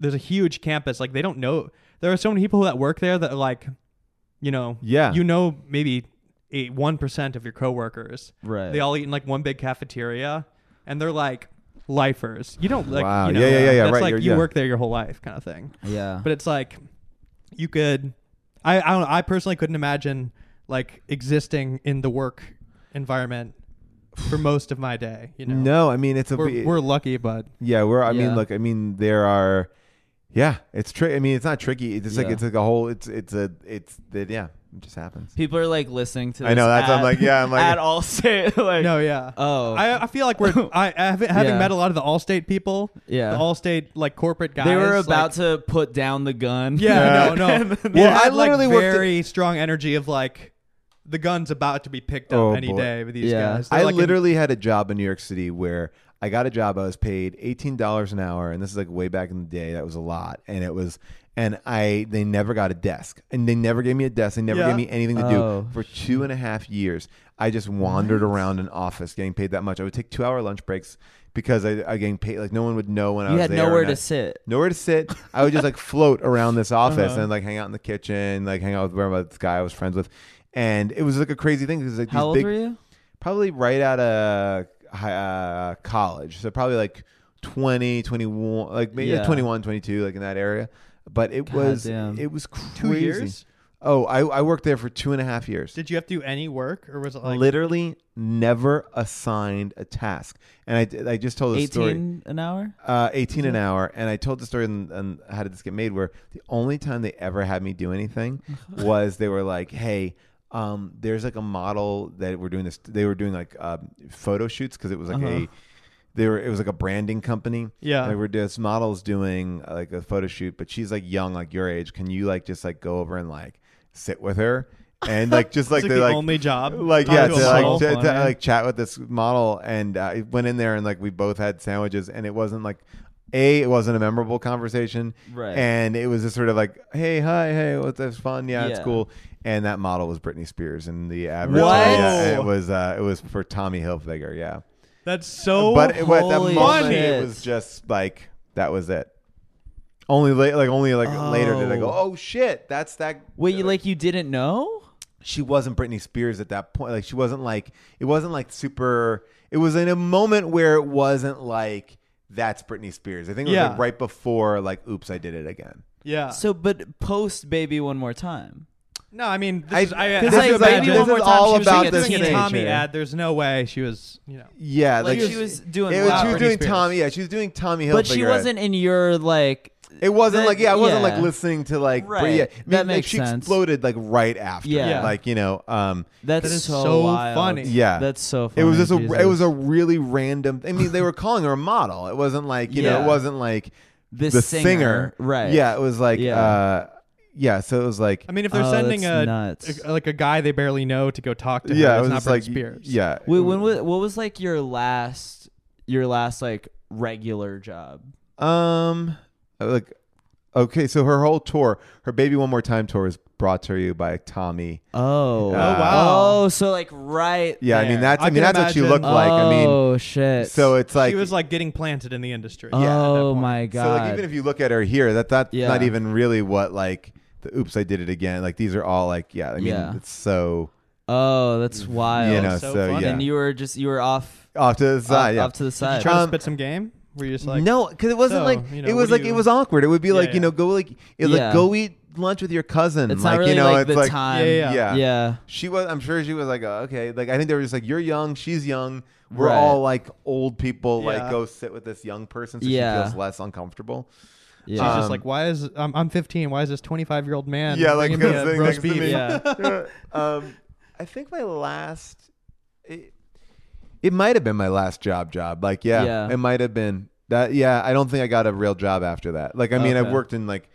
Speaker 1: there's a huge campus like they don't know there are so many people that work there that are like you know
Speaker 3: Yeah.
Speaker 1: you know maybe a one percent of your coworkers.
Speaker 2: Right.
Speaker 1: They all eat in like one big cafeteria, and they're like lifers. You don't like.
Speaker 3: Wow.
Speaker 1: You know,
Speaker 3: Yeah, yeah, yeah, yeah,
Speaker 1: That's
Speaker 3: right,
Speaker 1: like
Speaker 3: you're-
Speaker 1: you
Speaker 3: yeah.
Speaker 1: work there your whole life, kind of thing.
Speaker 2: Yeah.
Speaker 1: But it's like you could. I I don't. I personally couldn't imagine like existing in the work environment for most of my day. You know.
Speaker 3: No, I mean it's a
Speaker 1: We're, we're lucky, but
Speaker 3: Yeah, we're. I
Speaker 2: Yeah.
Speaker 3: mean, look. I mean, there are. Yeah, it's tricky. I mean, it's not tricky. It's just like
Speaker 2: Yeah.
Speaker 3: it's like a whole. It's it's a it's that yeah. It just happens.
Speaker 2: People are like listening to. This
Speaker 3: I know, that's- I'm
Speaker 2: at-
Speaker 3: like, yeah, I'm like-
Speaker 2: at all state like
Speaker 1: no, yeah.
Speaker 2: Oh,
Speaker 1: I, I feel like we're I, I haven't- having
Speaker 2: Yeah.
Speaker 1: met a lot of the Allstate people,
Speaker 2: Yeah.
Speaker 1: the Allstate like corporate guys.
Speaker 2: they were
Speaker 1: like-
Speaker 2: about to put down the gun.
Speaker 1: Yeah, no,
Speaker 3: Yeah.
Speaker 1: no.
Speaker 3: Well,
Speaker 1: well,
Speaker 3: I
Speaker 1: I literally
Speaker 3: literally
Speaker 1: like,
Speaker 3: worked at-
Speaker 1: very strong energy of like the gun's about to be picked up
Speaker 3: Oh,
Speaker 1: any
Speaker 3: boy.
Speaker 1: day with these
Speaker 2: Yeah.
Speaker 1: guys. They're
Speaker 3: I
Speaker 1: like in-
Speaker 3: literally had a job in New York City where I got a job. I was paid eighteen dollars an hour, and this is like way back in the day. That was a lot, and it was. And I, they never got a desk, and they never gave me a desk. They never
Speaker 1: Yeah.
Speaker 3: gave me anything to
Speaker 2: Oh,
Speaker 3: do for two and a half years. I just wandered around an office, getting paid that much. I would take two hour lunch breaks because I, I getting paid like no one would know when I
Speaker 2: you
Speaker 3: was
Speaker 2: had
Speaker 3: there or
Speaker 2: nowhere to
Speaker 3: not.
Speaker 2: sit.
Speaker 3: nowhere to sit. I would just like float around this office
Speaker 2: Uh-huh.
Speaker 3: and like hang out in the kitchen, like hang out with wherever this guy I was friends with, and it was like a crazy thing because like
Speaker 2: How
Speaker 3: these
Speaker 2: old
Speaker 3: big,
Speaker 2: were you?
Speaker 3: probably right out of hi- uh, college, so probably like 20, 21, like maybe
Speaker 2: Yeah.
Speaker 3: 21, 22, like in that area. But it was
Speaker 2: damn.
Speaker 3: it was crazy.
Speaker 1: two years.
Speaker 3: Oh, I, I worked there for two and a half years.
Speaker 1: Did you have to do any work, or was it like
Speaker 3: Literally never assigned a task, and I, I just told a story
Speaker 2: Eighteen an hour.
Speaker 3: uh, 18 an hour and i told the story and, and how did this get made where the only time they ever had me do anything was they were like hey um, there's like a model that we're doing this they were doing like um, photo shoots because it was like a they were it was like a branding company
Speaker 1: Uh-huh. Yeah.
Speaker 3: they were this model's doing uh, like a photo shoot but she's like young like your age can you like just like go over and like sit with her and like just like
Speaker 1: like
Speaker 3: they
Speaker 1: the
Speaker 3: like
Speaker 1: only job?
Speaker 3: like
Speaker 1: Talk
Speaker 3: yeah,
Speaker 1: to
Speaker 3: to,
Speaker 1: a model?
Speaker 3: like, to, to,
Speaker 2: funny.
Speaker 3: like chat with this model, and uh, I went in there and like we both had sandwiches, and it wasn't like a it wasn't a memorable conversation,
Speaker 2: Right.
Speaker 3: And it was just sort of like, hey, hi, hey, what's this fun? Yeah, it's
Speaker 2: Yeah.
Speaker 3: cool. And that model was Britney Spears, and the average,
Speaker 2: What?
Speaker 3: yeah, it was uh, it was for Tommy Hilfiger, yeah.
Speaker 1: that's so.
Speaker 3: but it, but at that
Speaker 2: Oh, holy
Speaker 3: moment,
Speaker 2: shit.
Speaker 3: it was just like that was it. Only late, like only like later did I go, oh shit, that's that.
Speaker 2: Wait, you like you didn't know?
Speaker 3: she wasn't Britney Spears at that point. Like she wasn't like it wasn't like super. It was in a moment where it wasn't like that's Britney Spears. I think it was
Speaker 1: Yeah.
Speaker 3: like right
Speaker 2: Uh,
Speaker 3: before like Oops, I did it again.
Speaker 1: yeah,
Speaker 2: So, but post baby one more time.
Speaker 1: No, I mean, this
Speaker 3: I-
Speaker 1: is, I,
Speaker 3: This
Speaker 1: this
Speaker 2: is
Speaker 1: is
Speaker 2: like-
Speaker 1: imagine
Speaker 2: this
Speaker 1: one more
Speaker 2: is
Speaker 1: time
Speaker 2: all
Speaker 1: she was doing
Speaker 3: about
Speaker 1: a
Speaker 3: this
Speaker 1: Teen
Speaker 3: stage,
Speaker 1: Tommy
Speaker 3: yeah.
Speaker 1: ad. There's no way she was, you know.
Speaker 3: yeah,
Speaker 2: Like,
Speaker 3: like,
Speaker 2: she was doing
Speaker 3: It was,
Speaker 2: loud
Speaker 3: she was
Speaker 2: Britney
Speaker 3: doing
Speaker 1: Spears.
Speaker 3: Tommy. Yeah, she was doing Tommy Hill.
Speaker 2: but she wasn't in your like.
Speaker 3: It wasn't
Speaker 2: That-
Speaker 3: like yeah, I wasn't
Speaker 2: yeah.
Speaker 3: like listening to like Britney.
Speaker 2: Right.
Speaker 3: Yeah, I mean,
Speaker 2: That
Speaker 3: like,
Speaker 2: makes
Speaker 3: she
Speaker 2: sense.
Speaker 3: exploded like right after.
Speaker 2: Yeah.
Speaker 3: like you know, um,
Speaker 2: That's
Speaker 1: That is
Speaker 2: so,
Speaker 1: so
Speaker 2: wild.
Speaker 1: funny.
Speaker 3: yeah.
Speaker 2: That's so funny.
Speaker 3: it was just a
Speaker 2: Jesus.
Speaker 3: it was a really random. I mean, they were calling her a model. It wasn't like you know,
Speaker 2: Yeah.
Speaker 3: it wasn't like
Speaker 2: this
Speaker 3: the
Speaker 2: singer, right?
Speaker 3: Yeah, it was like
Speaker 2: Yeah.
Speaker 3: uh, yeah. So it was like
Speaker 1: I mean, if they're
Speaker 2: Oh,
Speaker 1: sending
Speaker 2: that's
Speaker 1: a,
Speaker 2: nuts.
Speaker 1: a- like a guy they barely know to go talk to,
Speaker 3: yeah,
Speaker 1: her,
Speaker 3: it was
Speaker 1: that's
Speaker 3: just
Speaker 1: not Britney
Speaker 3: like
Speaker 1: Spears.
Speaker 3: yeah.
Speaker 2: Wait, when was what was like your last your last like regular job?
Speaker 3: Um, like, okay, so her whole tour, her "Baby One More Time" tour, was brought to you by Tommy.
Speaker 2: Oh,
Speaker 1: wow.
Speaker 2: Oh, so like right.
Speaker 3: Yeah, I mean
Speaker 1: There.
Speaker 3: that's I,
Speaker 1: I
Speaker 3: mean
Speaker 1: can
Speaker 3: that's what she
Speaker 1: imagine-
Speaker 3: looked like. I mean,
Speaker 2: oh shit.
Speaker 3: so it's like
Speaker 1: she was like getting planted in the industry.
Speaker 2: oh
Speaker 1: at that point.
Speaker 2: my god.
Speaker 3: so like even if you look at her here, that that's
Speaker 2: Yeah.
Speaker 3: not even really what like the "Oops, I Did It Again." Like these are all like yeah, I mean
Speaker 2: Yeah.
Speaker 3: it's so
Speaker 2: oh, that's wild.
Speaker 3: you know
Speaker 1: so
Speaker 3: so,
Speaker 1: funny.
Speaker 3: yeah
Speaker 2: And you were just you were off
Speaker 3: off to the side
Speaker 2: off,
Speaker 3: yeah
Speaker 2: off to the
Speaker 1: Did you
Speaker 2: side.
Speaker 1: try to
Speaker 3: Um,
Speaker 1: spit some game? Were you just like,
Speaker 3: no, because it wasn't
Speaker 1: So,
Speaker 3: like
Speaker 1: you know,
Speaker 3: it
Speaker 1: what
Speaker 3: was
Speaker 1: do
Speaker 3: like
Speaker 1: you-
Speaker 3: it was awkward. It would be like
Speaker 1: yeah.
Speaker 3: you know go like it was
Speaker 2: Yeah.
Speaker 3: like go eat lunch with your cousin.
Speaker 2: it's
Speaker 3: like
Speaker 2: not really
Speaker 3: you know
Speaker 2: like
Speaker 3: it's
Speaker 2: the
Speaker 3: like
Speaker 2: time.
Speaker 1: Yeah,
Speaker 3: um, yeah.
Speaker 2: yeah.
Speaker 3: she was. I'm sure she was like uh, okay. Like I think they were just like you're young, she's young. We're
Speaker 2: Right.
Speaker 3: all like old people.
Speaker 1: Yeah.
Speaker 3: Like go sit with this young person so
Speaker 2: Yeah.
Speaker 3: she feels less uncomfortable.
Speaker 1: she's
Speaker 2: Yeah.
Speaker 1: just
Speaker 3: um,
Speaker 1: like, why is I'm, I'm 15? Why is this 25 year old man?
Speaker 3: Yeah, like,
Speaker 1: bringing me
Speaker 3: that's
Speaker 2: uh,
Speaker 3: the
Speaker 1: a
Speaker 3: thing
Speaker 1: roast
Speaker 3: next to
Speaker 1: beef?
Speaker 3: me.
Speaker 2: yeah.
Speaker 3: um, I think my last, it, it might have been my last job. Job like yeah,
Speaker 2: Yeah.
Speaker 3: it might have been that. Yeah, I don't think I got a real job after that. Like I mean,
Speaker 2: Okay.
Speaker 3: I've worked in like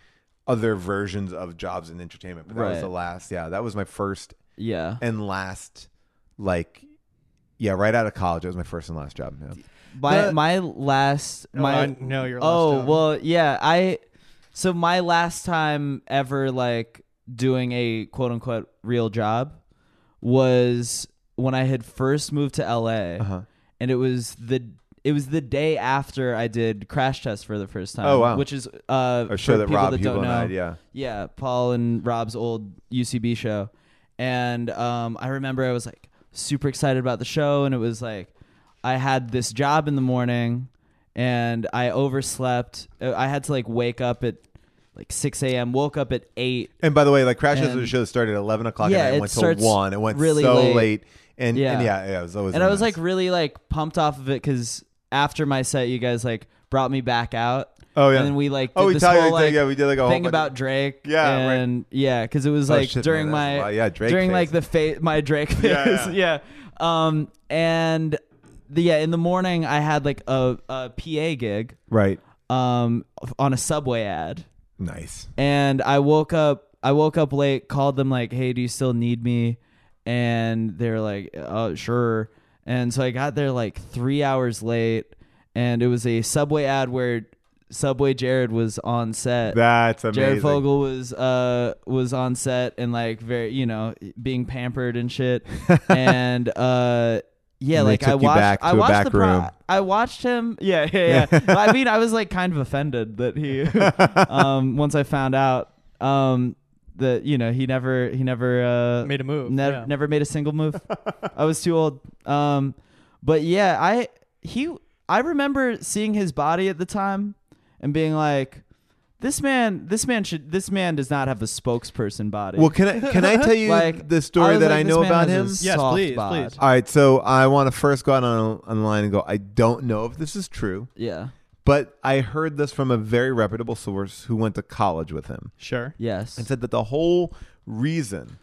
Speaker 3: other versions of jobs in entertainment, but that was
Speaker 2: Right.
Speaker 3: the last. Yeah, that was my first
Speaker 2: Yeah.
Speaker 3: and last. Like, yeah, right out of college, it was my first and last job. Yeah.
Speaker 2: My
Speaker 1: The-
Speaker 2: my last
Speaker 1: No,
Speaker 2: my
Speaker 1: I know your last
Speaker 2: oh
Speaker 1: job.
Speaker 2: well yeah I so my last time ever like doing a quote unquote real job was when I had first moved to LA
Speaker 3: Uh-huh.
Speaker 2: and it was the it was the day after I did crash test for the first time
Speaker 3: Oh, wow.
Speaker 2: which is uh
Speaker 3: A show
Speaker 2: for
Speaker 3: that
Speaker 2: people
Speaker 3: Rob
Speaker 2: that
Speaker 3: Hubel
Speaker 2: don't know
Speaker 3: and I, yeah,
Speaker 2: yeah, Paul and Rob's old UCB show. And um, I remember I was like super excited about the show, and it was like I had this job in the morning, and I overslept. Uh, I had to like wake up at like 6 a.m. Woke up at eight.
Speaker 3: And by the way, like Crash Test
Speaker 2: And-
Speaker 3: was a show that started at eleven o'clock
Speaker 2: Yeah,
Speaker 3: and
Speaker 2: it
Speaker 3: it went till
Speaker 2: starts
Speaker 3: one. It went
Speaker 2: really
Speaker 3: so
Speaker 2: late.
Speaker 3: late. And,
Speaker 2: Yeah.
Speaker 3: and yeah, yeah, it was always.
Speaker 2: and I was
Speaker 3: nuts.
Speaker 2: like really like pumped off of it because after my set, you guys like brought me back out.
Speaker 3: Oh, yeah.
Speaker 2: and then we like
Speaker 3: Oh,
Speaker 2: did
Speaker 3: we
Speaker 2: this
Speaker 3: tell you,
Speaker 2: whole,
Speaker 3: like,
Speaker 2: like,
Speaker 3: yeah, we did, like, a whole
Speaker 2: thing
Speaker 3: bunch of-
Speaker 2: about Drake.
Speaker 3: Yeah, right.
Speaker 2: and yeah, because it was
Speaker 3: Oh,
Speaker 2: like
Speaker 3: shit, man,
Speaker 2: during
Speaker 3: that's
Speaker 2: my
Speaker 3: wild. Yeah, Drake
Speaker 2: during
Speaker 3: phase.
Speaker 2: like the fa- my Drake phase.
Speaker 3: Yeah,
Speaker 2: Yeah, Um, and the, yeah, in the morning I had like a, a PA gig
Speaker 3: right,
Speaker 2: um on a subway ad
Speaker 3: nice.
Speaker 2: and I woke up. I woke up late, called them like, "Hey, do you still need me?" And they were like, "Oh, sure." And so I got there like three hours late, and it was a Subway ad where Subway Jared was on set.
Speaker 3: That's amazing.
Speaker 2: Jared Fogle was uh was on set and like very you know being pampered and shit, and uh yeah
Speaker 3: And they
Speaker 2: like I
Speaker 3: took you
Speaker 2: watched
Speaker 3: back
Speaker 2: I
Speaker 3: to a
Speaker 2: watched
Speaker 3: back
Speaker 2: the pro-
Speaker 3: room.
Speaker 2: I watched him yeah yeah yeah. I mean I was like kind of offended that he um once I found out um that you know he never he never uh
Speaker 1: Made a move,
Speaker 2: never
Speaker 1: yeah.
Speaker 2: never made a single move I was too old um but yeah I he I remember seeing his body at the time and being like this man this man should this man does not have a spokesperson body
Speaker 3: Well, can I can I tell you
Speaker 2: Like,
Speaker 3: the
Speaker 2: I
Speaker 3: story
Speaker 2: was
Speaker 3: that
Speaker 2: like,
Speaker 3: I
Speaker 2: this
Speaker 3: know
Speaker 2: man
Speaker 3: about
Speaker 2: has a
Speaker 3: him?
Speaker 1: Yes,
Speaker 2: soft
Speaker 1: please,
Speaker 2: bod.
Speaker 1: please.
Speaker 3: All right, so I want to first go out on online and go. I don't know if this is true,
Speaker 2: yeah
Speaker 3: but I heard this from a very reputable source who went to college with him
Speaker 1: Sure.
Speaker 2: yes
Speaker 3: and said that the whole reason.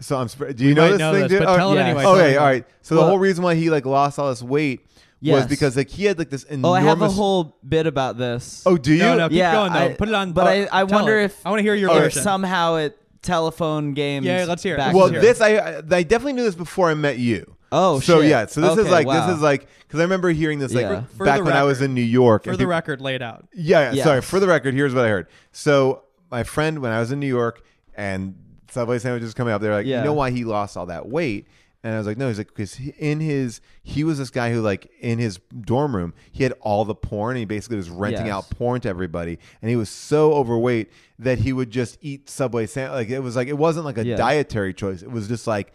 Speaker 3: So I'm. surprised- Do you
Speaker 1: might
Speaker 3: know this
Speaker 1: know
Speaker 3: thing?
Speaker 1: this,
Speaker 3: dude?
Speaker 1: but
Speaker 3: All
Speaker 1: tell
Speaker 2: it
Speaker 3: right.
Speaker 2: anyway,
Speaker 1: tell
Speaker 3: Okay,
Speaker 1: it
Speaker 3: all right. So the
Speaker 2: Well-
Speaker 3: whole reason why he like lost all this weight was
Speaker 2: Yes.
Speaker 3: because like he had like this enormous.
Speaker 2: oh I have a whole bit about this
Speaker 3: Oh, do you?
Speaker 1: No, no, keep
Speaker 2: Yeah,
Speaker 1: going though.
Speaker 2: I-
Speaker 1: Put it on.
Speaker 2: but
Speaker 1: uh,
Speaker 2: I- I
Speaker 1: tell
Speaker 2: wonder
Speaker 1: it.
Speaker 2: if-
Speaker 1: I want to hear your
Speaker 2: or
Speaker 1: version.
Speaker 2: somehow it telephone games
Speaker 1: Yeah, let's hear it.
Speaker 2: back
Speaker 1: Let's
Speaker 3: Well,
Speaker 2: and
Speaker 1: here.
Speaker 2: forth.
Speaker 3: this I I definitely knew this before I met you.
Speaker 2: Oh,
Speaker 3: so
Speaker 2: shit.
Speaker 3: yeah, so this
Speaker 2: Okay,
Speaker 3: is like
Speaker 2: wow.
Speaker 3: this is like because I remember hearing this like
Speaker 2: Yeah.
Speaker 1: For
Speaker 3: back
Speaker 1: the
Speaker 3: when I was
Speaker 1: record.
Speaker 3: in New York.
Speaker 1: for
Speaker 3: and
Speaker 1: the
Speaker 3: peop-
Speaker 1: record laid out.
Speaker 3: yeah, yeah,
Speaker 2: Yes.
Speaker 3: sorry. For the record, here's what I heard. So my friend, when I was in New York, and Subway sandwiches coming up, they're like,
Speaker 2: Yeah.
Speaker 3: you know why he lost all that weight? And I was like, no, he's like, because in his, he was this guy who, like, in his dorm room, he had all the porn. And he basically was renting
Speaker 2: Yes.
Speaker 3: out porn to everybody. And he was so overweight that he would just eat Subway sandwich. Like, it was like, it wasn't like a
Speaker 2: Yeah.
Speaker 3: dietary choice. It was just like,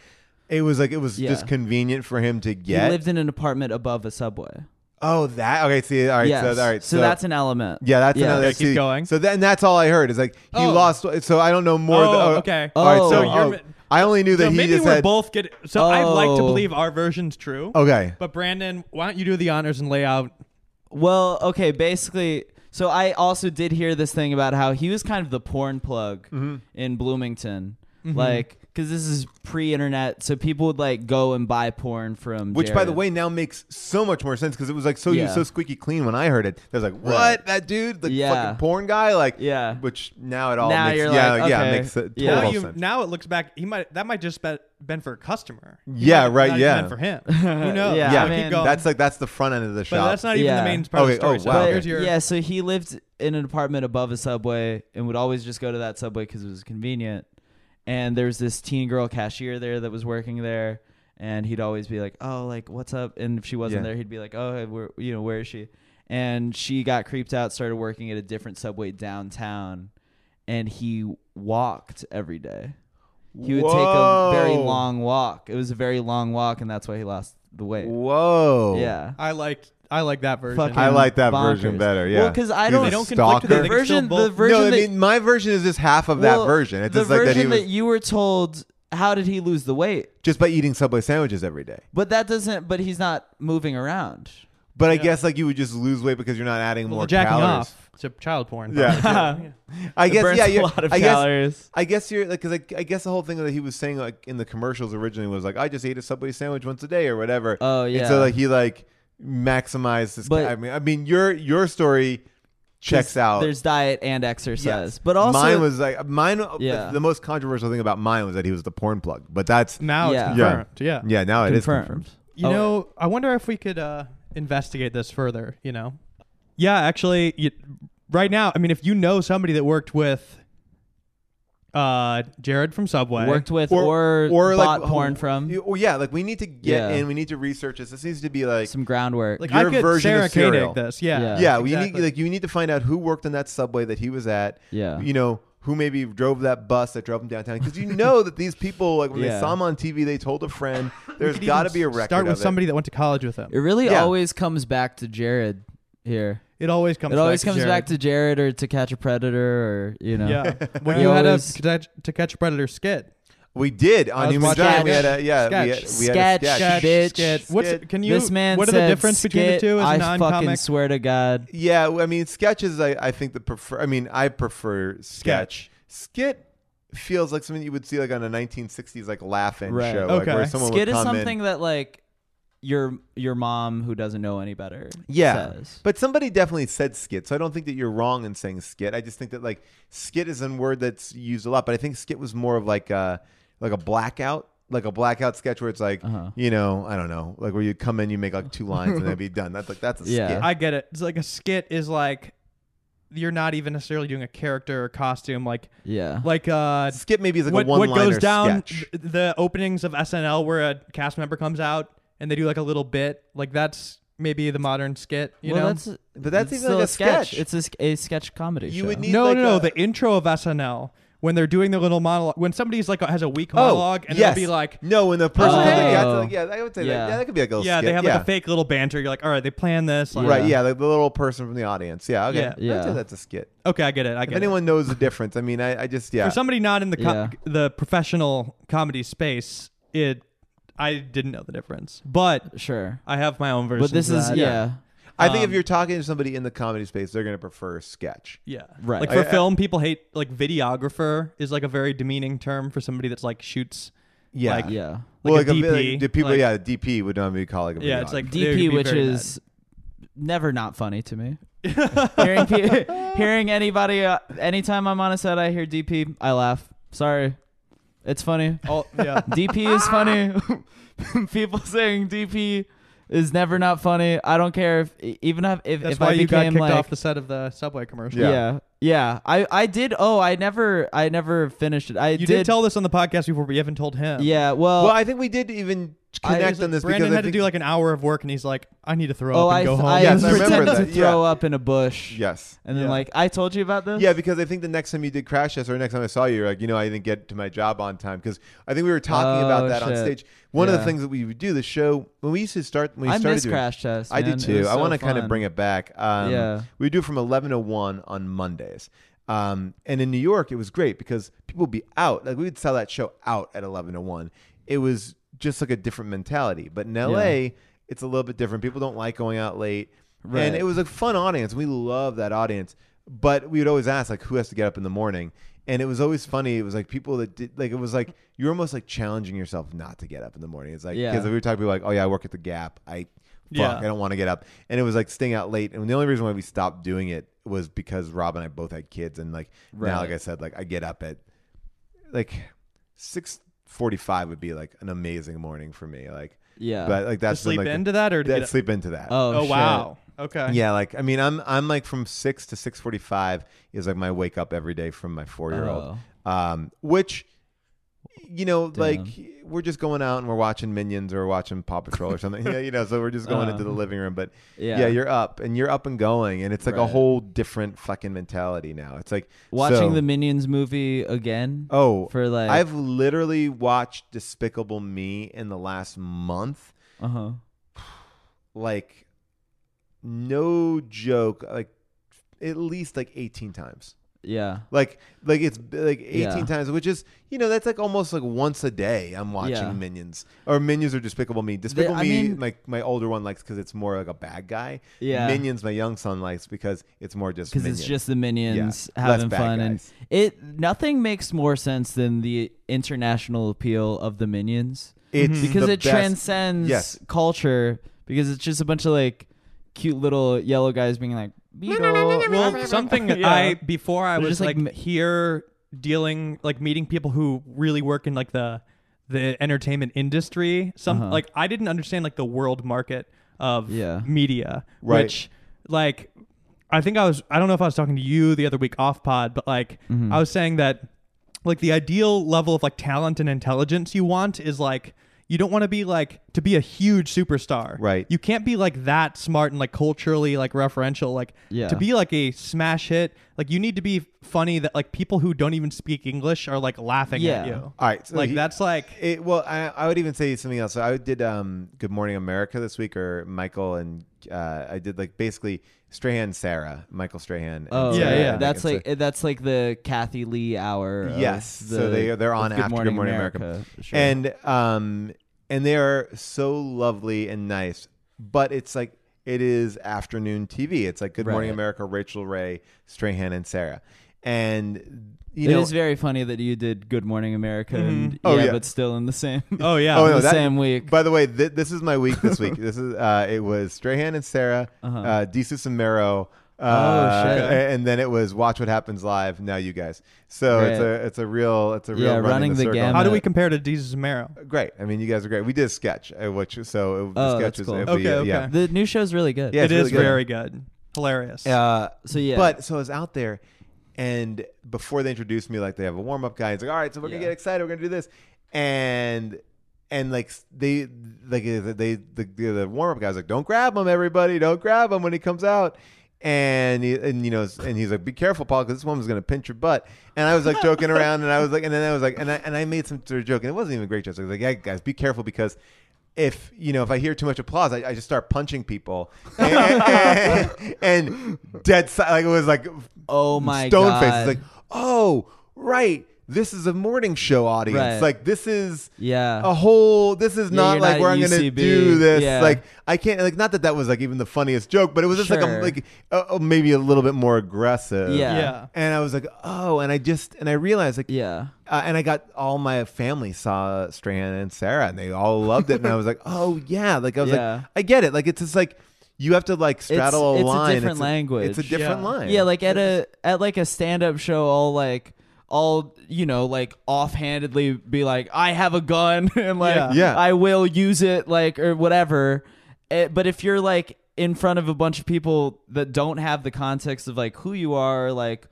Speaker 3: it was like, it was
Speaker 2: Yeah.
Speaker 3: just convenient for him to
Speaker 2: he
Speaker 3: get.
Speaker 2: lived in an apartment above a subway
Speaker 3: Oh, that okay. See, all right.
Speaker 2: Yes.
Speaker 3: So, all right.
Speaker 2: So, that's an element.
Speaker 3: yeah, that's
Speaker 2: Yeah.
Speaker 3: another.
Speaker 1: Okay, keep
Speaker 3: see,
Speaker 1: going.
Speaker 3: So then that's all I heard is like he
Speaker 1: Oh.
Speaker 3: lost. So I don't know more.
Speaker 1: Oh,
Speaker 3: than,
Speaker 1: okay.
Speaker 3: All right.
Speaker 2: Oh. So
Speaker 3: So
Speaker 1: you're-
Speaker 3: I only knew that
Speaker 1: So
Speaker 3: he
Speaker 1: maybe
Speaker 3: just Oh.
Speaker 1: we're
Speaker 3: had.
Speaker 1: both get. So I'd like to
Speaker 2: Oh.
Speaker 1: believe our version's true.
Speaker 3: okay.
Speaker 1: But Brandon, why don't you do the honors and lay out?
Speaker 2: Well, okay, basically, so I also did hear this thing about how he was kind of the porn plug
Speaker 3: Mm-hmm.
Speaker 2: in Bloomington, like because this is pre-internet, so people would like go and buy porn from.
Speaker 3: Which, by the
Speaker 2: Jared.
Speaker 3: way, now makes so much more sense because it was like so
Speaker 2: Yeah.
Speaker 3: so squeaky clean when I heard it. I was like, "What
Speaker 2: Right.
Speaker 3: that dude, the
Speaker 2: Yeah.
Speaker 3: fucking porn guy?" Like,
Speaker 2: Yeah.
Speaker 3: Which now it all
Speaker 2: Now
Speaker 3: makes
Speaker 2: you're
Speaker 3: yeah
Speaker 2: like,
Speaker 3: yeah it
Speaker 2: okay.
Speaker 3: makes it
Speaker 2: Yeah.
Speaker 3: total
Speaker 1: now you
Speaker 3: sense.
Speaker 1: now it looks back. He might that might just be, been for a customer. He
Speaker 3: Yeah,
Speaker 1: might have
Speaker 3: right,
Speaker 1: not even
Speaker 3: yeah.
Speaker 1: been for him. Who knows?
Speaker 2: Yeah,
Speaker 3: yeah,
Speaker 2: I
Speaker 1: Keep
Speaker 2: mean,
Speaker 1: going.
Speaker 3: that's like that's the front end of the
Speaker 1: but
Speaker 3: shop.
Speaker 1: that's not even
Speaker 2: Yeah.
Speaker 1: the main part
Speaker 3: Okay,
Speaker 1: of the story.
Speaker 3: oh,
Speaker 1: so
Speaker 3: wow,
Speaker 1: here's
Speaker 2: But,
Speaker 3: okay.
Speaker 1: your
Speaker 2: yeah, so he lived in an apartment above a subway and would always just go to that subway because it was convenient. And there was this teen girl cashier there that was working there, and he'd always be like, "Oh, like what's up?" And if she wasn't
Speaker 3: Yeah.
Speaker 2: there, he'd be like, "Oh, hey, where, you know, where is she?" And she got creeped out, started working at a different subway downtown, and he walked every day. He would take a very
Speaker 3: Whoa.
Speaker 2: long walk. It was a very long walk, and that's why he lost the weight.
Speaker 3: Whoa.
Speaker 2: e-, Yeah.
Speaker 1: I like I like that version.
Speaker 2: Fucking
Speaker 3: I like that version
Speaker 2: bonkers.
Speaker 3: better, yeah.
Speaker 2: Well, because I
Speaker 3: He's
Speaker 2: don't,
Speaker 3: a
Speaker 1: They don't conflict
Speaker 3: stalker.
Speaker 1: with each other.
Speaker 2: the
Speaker 1: They can still
Speaker 2: version, the
Speaker 1: both-
Speaker 2: version
Speaker 3: no, I
Speaker 2: that,
Speaker 3: mean my version is just half of that
Speaker 2: well,
Speaker 3: version. It's
Speaker 2: the
Speaker 3: just like that he
Speaker 2: version
Speaker 3: was
Speaker 2: that you were told how did he lose the weight?
Speaker 3: just by eating Subway sandwiches every day.
Speaker 2: But that doesn't. But he's not moving around.
Speaker 3: But I
Speaker 1: Yeah.
Speaker 3: guess like you would just lose weight because you're not adding
Speaker 1: well,
Speaker 3: more
Speaker 1: jacking
Speaker 3: calories.
Speaker 1: off. It's a child porn.
Speaker 3: Yeah.
Speaker 1: probably.
Speaker 3: I guess
Speaker 2: burns
Speaker 3: yeah.
Speaker 2: a
Speaker 3: you're-
Speaker 2: lot of
Speaker 3: I guess
Speaker 2: calories.
Speaker 3: I guess you're like because I, I guess the whole thing that he was saying like in the commercials originally was like I just ate a Subway sandwich once a day or whatever.
Speaker 2: Oh,
Speaker 3: And
Speaker 2: yeah.
Speaker 3: so like he like maximized this.
Speaker 2: But-
Speaker 3: I mean, I mean your your story checks out.
Speaker 2: There's diet and exercise,
Speaker 3: Yes.
Speaker 2: but also
Speaker 3: mine was like mine.
Speaker 2: Yeah.
Speaker 3: The most controversial thing about mine was that he was the porn plug, but that's
Speaker 1: Now
Speaker 2: Yeah.
Speaker 1: it's confirmed. Yeah.
Speaker 3: yeah. Now it is
Speaker 2: confirmed.
Speaker 1: You
Speaker 2: Oh,
Speaker 1: know, I wonder if we could uh, investigate this further. You know, yeah, actually, you, right now, I mean, if you know somebody that worked with uh, Jared from Subway,
Speaker 2: worked with or, bought porn from
Speaker 3: You- Oh yeah, like we need to get
Speaker 2: Yeah.
Speaker 3: in. We need to research this. This needs to be like
Speaker 2: some groundwork.
Speaker 1: like
Speaker 3: your
Speaker 1: I could
Speaker 3: version
Speaker 1: Sarah
Speaker 3: of cereal.
Speaker 1: Koenig this, yeah,
Speaker 2: Yeah.
Speaker 3: yeah. We need
Speaker 1: exactly.
Speaker 3: like you need to find out who worked on that subway that he was at.
Speaker 2: Yeah.
Speaker 3: you know who maybe drove that bus that drove him downtown because you know that these people like when they
Speaker 2: Yeah.
Speaker 3: saw him on TV they told a friend.
Speaker 1: We
Speaker 3: There's
Speaker 1: could
Speaker 3: got to
Speaker 1: even
Speaker 3: be a record.
Speaker 1: Start with
Speaker 3: of it.
Speaker 1: somebody that went to college with him.
Speaker 2: it really
Speaker 3: Yeah.
Speaker 2: always comes back to Jared here.
Speaker 1: It always comes.
Speaker 2: it always
Speaker 1: back
Speaker 2: comes
Speaker 1: to
Speaker 2: back to Jared or to catch a predator or you know.
Speaker 1: Jared. yeah. when
Speaker 2: I
Speaker 1: you had a
Speaker 2: always-
Speaker 1: to catch, to catch a predator skit,
Speaker 3: We did on
Speaker 1: was
Speaker 3: Human
Speaker 1: watching
Speaker 3: Giant. We
Speaker 1: sketch.
Speaker 3: had a yeah. We had,
Speaker 1: Sketch.
Speaker 3: we had a
Speaker 2: Sketch.
Speaker 3: sketch.
Speaker 1: sketch,
Speaker 2: bitch.
Speaker 1: skit. What's
Speaker 3: Skit.
Speaker 1: can you?
Speaker 2: this man
Speaker 1: what are
Speaker 2: said
Speaker 1: the difference between the
Speaker 2: skit,
Speaker 1: two
Speaker 2: I
Speaker 1: as
Speaker 2: fucking
Speaker 1: non-comic?
Speaker 2: swear to God.
Speaker 3: Yeah, I mean, sketches. I, I think the prefer. I mean, I prefer sketch.
Speaker 1: Sketch.
Speaker 3: Skit feels like something you would see like on a 1960s like laughing
Speaker 2: Right.
Speaker 3: show, like
Speaker 1: Okay.
Speaker 3: where someone
Speaker 2: Skit
Speaker 3: would
Speaker 2: is
Speaker 3: come in.
Speaker 2: something that like your your mom who doesn't know any better.
Speaker 3: Yeah,
Speaker 2: says.
Speaker 3: but somebody definitely said skit, so I don't think that you're wrong in saying skit. I just think that like skit is a word that's used a lot, but I think skit was more of like a like a blackout, like a blackout sketch where it's like
Speaker 2: Uh-huh.
Speaker 3: you know I don't know, like where you come in, you make like two lines and then be done. That's like that's a
Speaker 2: Yeah.
Speaker 3: skit.
Speaker 1: I get it. It's like a skit is like you're not even necessarily doing a character or costume like
Speaker 2: yeah,
Speaker 1: like uh
Speaker 3: skit maybe is like
Speaker 1: what,
Speaker 3: a one
Speaker 1: what
Speaker 3: liner
Speaker 1: goes down
Speaker 3: sketch.
Speaker 1: th- the openings of SNL where a cast member comes out and they do like a little bit like that's maybe the modern skit you
Speaker 2: well,
Speaker 1: know
Speaker 2: that's
Speaker 3: But that's
Speaker 2: it's
Speaker 3: even
Speaker 2: still
Speaker 3: like
Speaker 2: a
Speaker 3: a sketch.
Speaker 2: It's a, sk- a sketch comedy.
Speaker 3: You
Speaker 2: show.
Speaker 3: would need-
Speaker 1: no
Speaker 3: like
Speaker 1: no no
Speaker 3: a-
Speaker 1: the intro of SNL when they're doing their little monologue when somebody's like has a weak monologue and
Speaker 3: Oh, yes.
Speaker 1: it'll be like
Speaker 3: no, when the person
Speaker 1: Oh.
Speaker 3: comes in, yeah, it's like, yeah, I would say
Speaker 2: Yeah.
Speaker 3: that. Yeah, that could be like a little
Speaker 1: yeah
Speaker 3: skit.
Speaker 1: they have
Speaker 3: yeah.
Speaker 1: like a fake little banter you're like all right they plan this like,
Speaker 3: Right,
Speaker 2: Yeah.
Speaker 3: yeah, like the little person from the audience. Yeah, okay.
Speaker 1: Yeah.
Speaker 3: I would say
Speaker 2: Yeah.
Speaker 3: that's a skit.
Speaker 1: okay I get it I
Speaker 3: If
Speaker 1: get
Speaker 3: anyone knows the difference, I mean, I, I just,
Speaker 1: it
Speaker 3: yeah.
Speaker 1: for somebody not in the co-
Speaker 2: Yeah.
Speaker 1: the professional comedy space it I didn't know the difference but
Speaker 2: sure,
Speaker 1: I have my own version
Speaker 2: but this
Speaker 1: of
Speaker 2: is
Speaker 1: that.
Speaker 2: yeah,
Speaker 3: I think if
Speaker 1: um,
Speaker 3: you're talking to somebody in the comedy space, they're going to prefer sketch.
Speaker 1: Yeah.
Speaker 2: Right.
Speaker 1: Like for
Speaker 3: I- I-
Speaker 1: film, people hate like videographer is like a very demeaning term for somebody that's like shoots.
Speaker 3: Yeah.
Speaker 1: Like-
Speaker 2: yeah,
Speaker 3: Well,
Speaker 1: like a
Speaker 3: vi-
Speaker 1: DP,
Speaker 3: the people,
Speaker 1: like-
Speaker 3: yeah, DP would not be calling it.
Speaker 1: Yeah, it's like- They would be
Speaker 2: DP, which
Speaker 1: very
Speaker 2: is never not funny to me. hearing, pe- hearing anybody, uh, anytime I'm on a set, I hear DP, I laugh. Sorry, it's funny.
Speaker 1: All, Oh, yeah.
Speaker 2: DP is funny. People saying DP is never not funny. I don't care if e, even if if,
Speaker 1: That's
Speaker 2: if
Speaker 1: why
Speaker 2: I
Speaker 1: you got
Speaker 2: became
Speaker 1: kicked
Speaker 2: like
Speaker 1: off the set of the subway commercial.
Speaker 3: Yeah.
Speaker 2: yeah. yeah I I did oh I never I never finished it. I
Speaker 1: You did, tell this on the podcast before, but you haven't told him.
Speaker 2: yeah well,
Speaker 3: well, I think we did even
Speaker 2: I-
Speaker 3: connect on this
Speaker 1: Brandon
Speaker 3: because I
Speaker 1: had to
Speaker 3: think-
Speaker 1: do like an hour of work, and he's like, "I need to throw
Speaker 2: oh,
Speaker 1: up and
Speaker 2: I,
Speaker 1: go home."
Speaker 2: I
Speaker 3: Yes, I remember
Speaker 2: pretended to
Speaker 3: that, yeah.
Speaker 2: throw up in a bush.
Speaker 3: yes.
Speaker 2: And then
Speaker 1: Yeah.
Speaker 2: like I told you about this.
Speaker 3: Yeah, because I think the next time you did crash test or next time I saw you, you're like, you know, I didn't get to my job on time because I think we were talking
Speaker 2: Oh,
Speaker 3: about that on
Speaker 2: shit.
Speaker 3: stage. One of the
Speaker 2: Yeah.
Speaker 3: things that we would do the show when we used to start when we
Speaker 2: I
Speaker 3: started
Speaker 2: miss
Speaker 3: doing,
Speaker 2: crash test.
Speaker 3: I do
Speaker 2: man. It
Speaker 3: too.
Speaker 2: was
Speaker 3: I
Speaker 2: so
Speaker 3: want to kind of
Speaker 2: fun.
Speaker 3: bring it back. Um,
Speaker 2: Yeah.
Speaker 3: we do from eleven to one on Mondays. Um, and in New York, it was great because people would be out. Like we would sell that show out at eleven to one. It was just like a different mentality. But in LA, it's a little bit different. People don't like going out late,
Speaker 2: Right.
Speaker 3: and it was a fun audience. We love that audience. But we would always ask like, who has to get up in the morning? And it was always funny. It was like people that did like it was like you're almost like challenging yourself not to get up in the morning. It's like
Speaker 2: Yeah.
Speaker 3: because we were talking people like, oh yeah, I work at the Gap. I fuck,
Speaker 1: Yeah.
Speaker 3: I don't want to get up. And it was like staying out late. And the only reason why we stopped doing it was because Rob and I both had kids. And like
Speaker 2: Right.
Speaker 3: now, like I said, like I get up at like six forty-five would be like an amazing morning for me. Like,
Speaker 2: Yeah.
Speaker 3: but like
Speaker 1: to
Speaker 3: that's been,
Speaker 1: sleep
Speaker 3: like,
Speaker 1: into that or to
Speaker 3: that-
Speaker 1: get-
Speaker 3: sleep into that.
Speaker 2: oh,
Speaker 1: Oh,
Speaker 2: shit.
Speaker 1: wow. Okay.
Speaker 3: Yeah, like I mean, I'm I'm like from six to six forty five is like my wake up every day from my four year
Speaker 1: Oh.
Speaker 2: Oh.
Speaker 3: old, um, which, you know, like we're just going out and we're watching Minions or watching Paw Patrol or something. yeah, you know, so we're just going into the living room, but
Speaker 2: Um, Yeah.
Speaker 3: yeah. you're up and you're up and going, and it's like a
Speaker 2: Right.
Speaker 3: whole different fucking mentality now. It's like
Speaker 2: Watching
Speaker 3: so-
Speaker 2: the Minions movie again.
Speaker 3: oh
Speaker 2: for like
Speaker 3: I've literally watched Despicable Me in the last month
Speaker 2: uh huh.
Speaker 3: like no joke like at least like 18 times
Speaker 2: Yeah.
Speaker 3: like like it's like 18
Speaker 2: Yeah.
Speaker 3: times which is you know that's like almost like once a day i'm watching
Speaker 2: Yeah.
Speaker 3: minions or minions or despicable me despicable
Speaker 2: I
Speaker 3: me
Speaker 2: mean-
Speaker 3: like my older one likes because it's more like a bad guy
Speaker 2: Yeah.
Speaker 3: minions my young son likes because it's more just
Speaker 2: Because
Speaker 3: because
Speaker 2: it's just the Minions
Speaker 3: Yeah.
Speaker 2: having
Speaker 3: Less bad
Speaker 2: fun and
Speaker 3: guys.
Speaker 2: it nothing makes more sense than the international appeal of the Minions.
Speaker 3: it's
Speaker 2: Mm-hmm. because
Speaker 3: Mm-hmm. the
Speaker 2: it
Speaker 3: best-
Speaker 2: transcends
Speaker 3: Yes.
Speaker 2: culture because it's just a bunch of like cute little yellow guys being like Beetle.
Speaker 1: Well, something that
Speaker 2: Yeah.
Speaker 1: I before I
Speaker 2: They're
Speaker 1: was
Speaker 2: just, like,
Speaker 1: like,
Speaker 2: m-
Speaker 1: here dealing like meeting people who really work in like the the entertainment industry. Some like I didn't understand like the world market of
Speaker 2: Uh-huh. Yeah.
Speaker 1: media,
Speaker 3: Right.
Speaker 1: which like I think I was I don't know if I was talking to you the other week off pod, but like
Speaker 2: Mm-hmm.
Speaker 1: I was saying that like the ideal level of like talent and intelligence you want is like you don't want to be like to be a huge superstar.
Speaker 3: Right.
Speaker 1: You can't be like that smart and like culturally like referential. Like
Speaker 2: Yeah.
Speaker 1: to be like a smash hit, like you need to be funny that like people who don't even speak English are like laughing
Speaker 2: Yeah.
Speaker 1: at you.
Speaker 3: all right so
Speaker 1: like
Speaker 3: he-
Speaker 1: that's like
Speaker 3: It, well, I, I would even say something else. So I did um, Good Morning America this week, or Michael and uh, I did like basically Strahan Sarah, Michael Strahan. and
Speaker 2: Oh
Speaker 1: Yeah,
Speaker 2: yeah,
Speaker 3: Sarah,
Speaker 1: yeah.
Speaker 3: I think
Speaker 2: That's
Speaker 3: it's a-
Speaker 2: like that's like the Kathy Lee hour. of
Speaker 3: yes.
Speaker 2: the-
Speaker 3: so they they're
Speaker 2: of
Speaker 3: on after Good Morning America,
Speaker 2: Sure.
Speaker 3: and um and they are so lovely and nice, but it's like it is afternoon TV. It's like Good Morning
Speaker 2: Right.
Speaker 3: America, Rachel Ray, Strahan, and Sarah, and you
Speaker 2: It
Speaker 3: know
Speaker 2: is very funny that you did Good Morning America and
Speaker 3: Oh,
Speaker 2: yeah,
Speaker 3: yeah.
Speaker 2: but still in the same.
Speaker 1: oh yeah.
Speaker 3: Oh,
Speaker 2: in
Speaker 3: no,
Speaker 2: the
Speaker 3: that-
Speaker 2: same week.
Speaker 3: By the way, th- this is my week this week. this is uh, it was Strahan and Sarah, uh Desus and Mero. Uh,
Speaker 2: Uh-huh. Oh, shit.
Speaker 3: a- And then it was Watch What Happens Live. Now you guys. So it's
Speaker 2: Great.
Speaker 3: a it's a real it's a real
Speaker 2: Yeah,
Speaker 3: running,
Speaker 2: running
Speaker 3: the,
Speaker 2: the
Speaker 3: circle.
Speaker 2: gamut.
Speaker 1: How do we compare to Jesus Mero?
Speaker 3: Great. I mean, you guys are great. We did a sketch, uh, which so it, the
Speaker 2: Oh,
Speaker 3: sketch
Speaker 2: that's
Speaker 3: was
Speaker 2: cool.
Speaker 3: if
Speaker 1: Okay,
Speaker 3: we, uh,
Speaker 1: okay.
Speaker 3: yeah.
Speaker 2: the new show's really good.
Speaker 3: Yeah,
Speaker 1: It
Speaker 3: it's
Speaker 1: is
Speaker 3: really good.
Speaker 1: very good. Hilarious.
Speaker 3: Uh,
Speaker 2: So yeah.
Speaker 3: But so I was out there, and before they introduced me, like they have a warm up guy. He's like, "All right, so we're
Speaker 2: Yeah.
Speaker 3: gonna get excited. We're gonna do this," and and like s- they like uh, they the the, the warm up guy's like, "Don't grab him, everybody! Don't grab him when he comes out." And he, and you know and he's like, "Be careful, Paul, because this woman's gonna pinch your butt." And I was like joking around, and I was like, and then I was like, and I and I made some sort of joke, and it wasn't even a great joke. So I was like, "Yeah, guys, be careful because." If you know, if I hear too much applause, I, I just start punching people, and, and, and dead si- like it was like
Speaker 2: oh my
Speaker 3: stone
Speaker 2: god.
Speaker 3: face. It's like, oh, right. This is a morning show audience.
Speaker 2: Right.
Speaker 3: Like this is
Speaker 2: Yeah.
Speaker 3: a whole. This is
Speaker 2: Yeah,
Speaker 3: not
Speaker 2: you're
Speaker 3: like
Speaker 2: not
Speaker 3: where I'm going to
Speaker 2: UCB.
Speaker 3: do this.
Speaker 2: Yeah.
Speaker 3: Like I can't. Like not that that was like even the funniest joke, but it was just like a,
Speaker 2: Sure.
Speaker 3: like uh, uh, maybe a little bit more aggressive.
Speaker 2: Yeah.
Speaker 1: yeah.
Speaker 3: And I was like, oh, and I just and I realized like
Speaker 2: yeah.
Speaker 3: uh, and I got all my family saw Strahan and Sarah, and they all loved it. And I was like, "Oh yeah!" Like I was
Speaker 2: Yeah.
Speaker 3: like, "I get it." Like it's just like you have to like straddle
Speaker 2: it's
Speaker 3: a
Speaker 2: a
Speaker 3: line.
Speaker 2: different language.
Speaker 3: It's a different
Speaker 1: Yeah.
Speaker 3: line.
Speaker 2: Yeah, like at a at like a stand up show, I'll like I'll you know like offhandedly be like, I have a gun and like
Speaker 1: Yeah.
Speaker 3: Yeah.
Speaker 2: I will use it like or whatever. Eh, but if you're like in front of a bunch of people that don't have the context of like who you are, like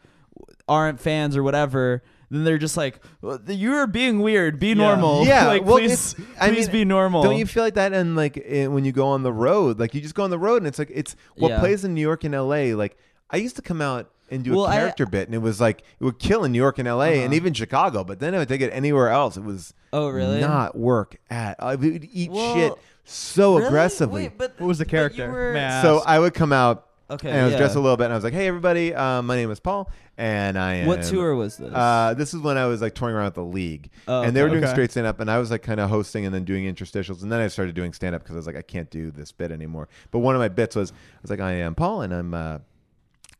Speaker 2: aren't fans or whatever, then they're just like, "Well, you're being weird. Be normal.
Speaker 3: Yeah,
Speaker 2: like
Speaker 3: well,
Speaker 2: please,
Speaker 3: it's-
Speaker 2: please
Speaker 3: I mean,
Speaker 2: be normal.
Speaker 3: Don't you feel like that? And like eh, when you go on the road, like you just go on the road, and it's like it's what
Speaker 2: Yeah.
Speaker 3: plays in New York and L.A. Like I used to come out and do
Speaker 2: Well,
Speaker 3: a
Speaker 2: I- Uh-huh.
Speaker 3: character bit, and it was like it would kill in New York and L.A. and even Chicago. But then I would take it anywhere else. It was
Speaker 2: Oh, really?
Speaker 3: not work at. I would eat
Speaker 2: Well,
Speaker 3: shit so
Speaker 2: Really?
Speaker 3: aggressively.
Speaker 2: Wait, but
Speaker 1: What was the
Speaker 2: but you
Speaker 1: character?
Speaker 2: were-
Speaker 1: May I
Speaker 3: so
Speaker 1: ask?
Speaker 3: I would come out.
Speaker 2: Okay,
Speaker 3: and I was
Speaker 2: yeah.
Speaker 3: dressed a little bit, and I was like, "Hey, everybody, uh, my name is Paul, and I am."
Speaker 2: What tour was this?
Speaker 3: Uh, this is when I was like touring around with the league,
Speaker 2: Oh,
Speaker 3: and they were doing
Speaker 1: okay.
Speaker 3: straight stand up, and I was like kind of hosting and then doing interstitials, and then I started doing stand up because I was like, I can't do this bit anymore. But one of my bits was, I was like, I am Paul, and I'm. Uh,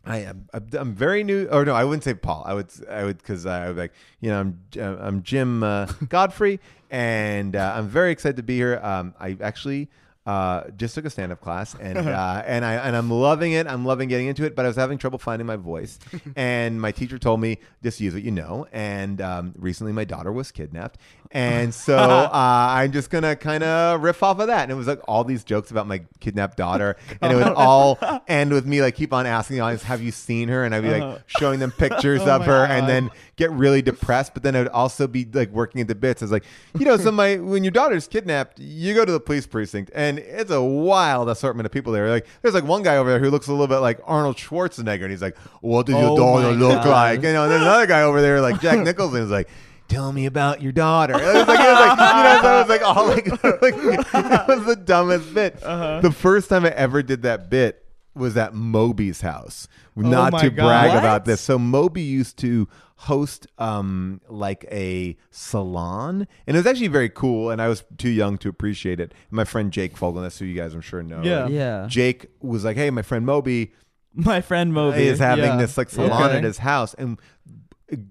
Speaker 3: I am. I'm- I'm very new. Or no, I wouldn't say Paul. I would. I would because I would like. You know, I'm. I'm Jim uh, Godfrey, and uh, I'm very excited to be here. Um, I actually uh, just took a stand-up class, and uh, and I and I'm loving it. I'm loving getting into it, but I was having trouble finding my voice. And my teacher told me just use what you know. And um, recently, my daughter was kidnapped, and so uh, I'm just gonna kind of riff off of that. And it was like all these jokes about my kidnapped daughter, and it would
Speaker 1: Oh.
Speaker 3: all end with me like keep on asking the audience, "Have you seen her?" And I'd be like showing them pictures of
Speaker 1: Uh-huh. Oh my
Speaker 3: her, and
Speaker 1: God.
Speaker 3: then get really depressed. But then I'd also be like working at the bits. It's like, you know, so my when your daughter's kidnapped, you go to the police precinct, and it's a wild assortment of people there. Like, there's like one guy over there who looks a little bit like Arnold Schwarzenegger, and he's like, "What does your
Speaker 2: Oh
Speaker 3: daughter
Speaker 2: my
Speaker 3: look
Speaker 2: God.
Speaker 3: like?" You know, and then another guy over there like Jack Nicholson is like. Tell me about your daughter. It was like, it was like you know, so it was like all like, like it was the dumbest bit.
Speaker 1: Uh-huh.
Speaker 3: The first time I ever did that bit was at Moby's house. Not
Speaker 1: Oh my
Speaker 3: to
Speaker 1: God.
Speaker 3: brag
Speaker 1: What?
Speaker 3: about this. So Moby used to host um, like a salon, and it was actually very cool. And I was too young to appreciate it. My friend Jake Fogeln, that's who you guys I'm sure know.
Speaker 1: Yeah.
Speaker 2: yeah,
Speaker 3: Jake was like, "Hey, my friend Moby
Speaker 2: my friend Moby
Speaker 3: is having
Speaker 1: yeah.
Speaker 3: this like salon
Speaker 2: Okay.
Speaker 3: at his house, and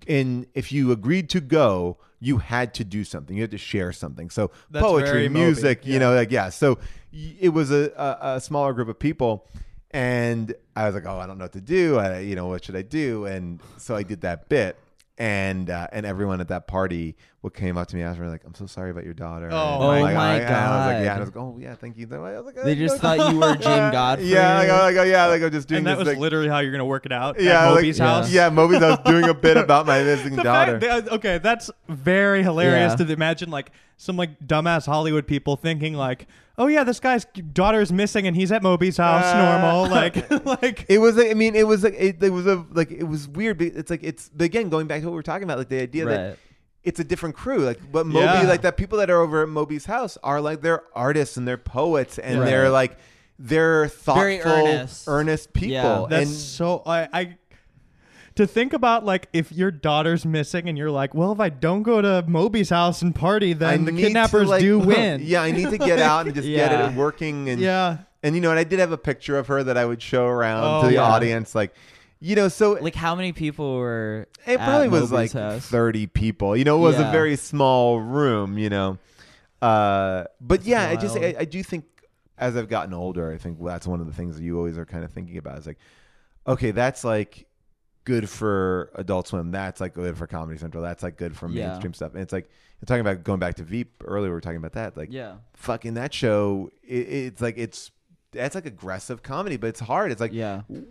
Speaker 3: and if you agreed to go." You had to do something. You had to share something. So
Speaker 1: That's
Speaker 3: poetry,
Speaker 1: very Moby.
Speaker 3: music, you
Speaker 1: Yeah.
Speaker 3: know, like yeah. So y- it was a, a, a smaller group of people, and I was like, oh, I don't know what to do. I, you know, what should I do? And so I did that bit, and uh, and everyone at that party what came up to me after, like, I'm so sorry about your daughter.
Speaker 1: Oh.
Speaker 3: And,
Speaker 2: Oh
Speaker 3: like,
Speaker 2: my
Speaker 3: I, and I was like,
Speaker 2: God.
Speaker 3: yeah. And I was like, oh yeah, thank you. I was like,
Speaker 2: They
Speaker 3: "Oh,
Speaker 2: just
Speaker 3: no,
Speaker 2: thought you were Jim Godfrey.
Speaker 3: yeah, like, I- like, oh, yeah, like I'm just doing
Speaker 1: and that
Speaker 3: this
Speaker 1: was
Speaker 3: like,
Speaker 1: literally how you're gonna work it out
Speaker 3: yeah,
Speaker 1: at
Speaker 3: like-
Speaker 1: Moby's
Speaker 2: yeah.
Speaker 1: house.
Speaker 3: Yeah, Moby's house doing a bit about my missing
Speaker 1: The
Speaker 3: daughter.
Speaker 1: fact that- okay, that's very hilarious
Speaker 2: Yeah.
Speaker 1: to imagine like some like dumbass Hollywood people thinking like, oh yeah, this guy's daughter is missing and he's at Moby's house,
Speaker 3: Uh,
Speaker 1: normal. Like, like
Speaker 3: it was like I mean, it was like it, it was a like it was weird. but It's like it's but again going back to what we were talking about, like the idea that
Speaker 2: Right.
Speaker 3: it's a different crew. Like, but Moby,
Speaker 1: Yeah.
Speaker 3: like that people that are over at Moby's house are like they're artists and they're poets and
Speaker 2: Right.
Speaker 3: they're like they're thoughtful,
Speaker 2: earnest.
Speaker 3: earnest people.
Speaker 2: Yeah.
Speaker 1: That's
Speaker 3: and
Speaker 1: so I, I to think about like if your daughter's missing and you're like, well, if I don't go to Moby's house and party, then the
Speaker 3: need to,
Speaker 1: kidnappers
Speaker 3: like-
Speaker 1: do win.
Speaker 3: yeah, I need to get out and just get
Speaker 2: Yeah.
Speaker 3: it working and
Speaker 1: yeah.
Speaker 3: And you know, and I did have a picture of her that I would show around to
Speaker 1: Oh,
Speaker 3: the
Speaker 1: yeah.
Speaker 3: audience, like, you know, so
Speaker 2: Like how many people were?
Speaker 3: it
Speaker 2: at
Speaker 3: probably was
Speaker 2: Moby's
Speaker 3: like
Speaker 2: house?
Speaker 3: thirty people. You know, it was a
Speaker 2: Yeah.
Speaker 3: very small room. You know, uh, but yeah, I just I,
Speaker 2: wild.
Speaker 3: I do think as I've gotten older, I think that's one of the things that you always are kind of thinking about. Is like, okay, that's like good for Adult Swim. That's like good for Comedy Central. That's like good for
Speaker 2: Yeah.
Speaker 3: mainstream stuff. And it's like you're talking about going back to Veep earlier. We were talking about that. Like,
Speaker 2: Yeah.
Speaker 3: fucking that show it, it's like it's that's like aggressive comedy but it's hard it's like
Speaker 2: Yeah.
Speaker 3: w-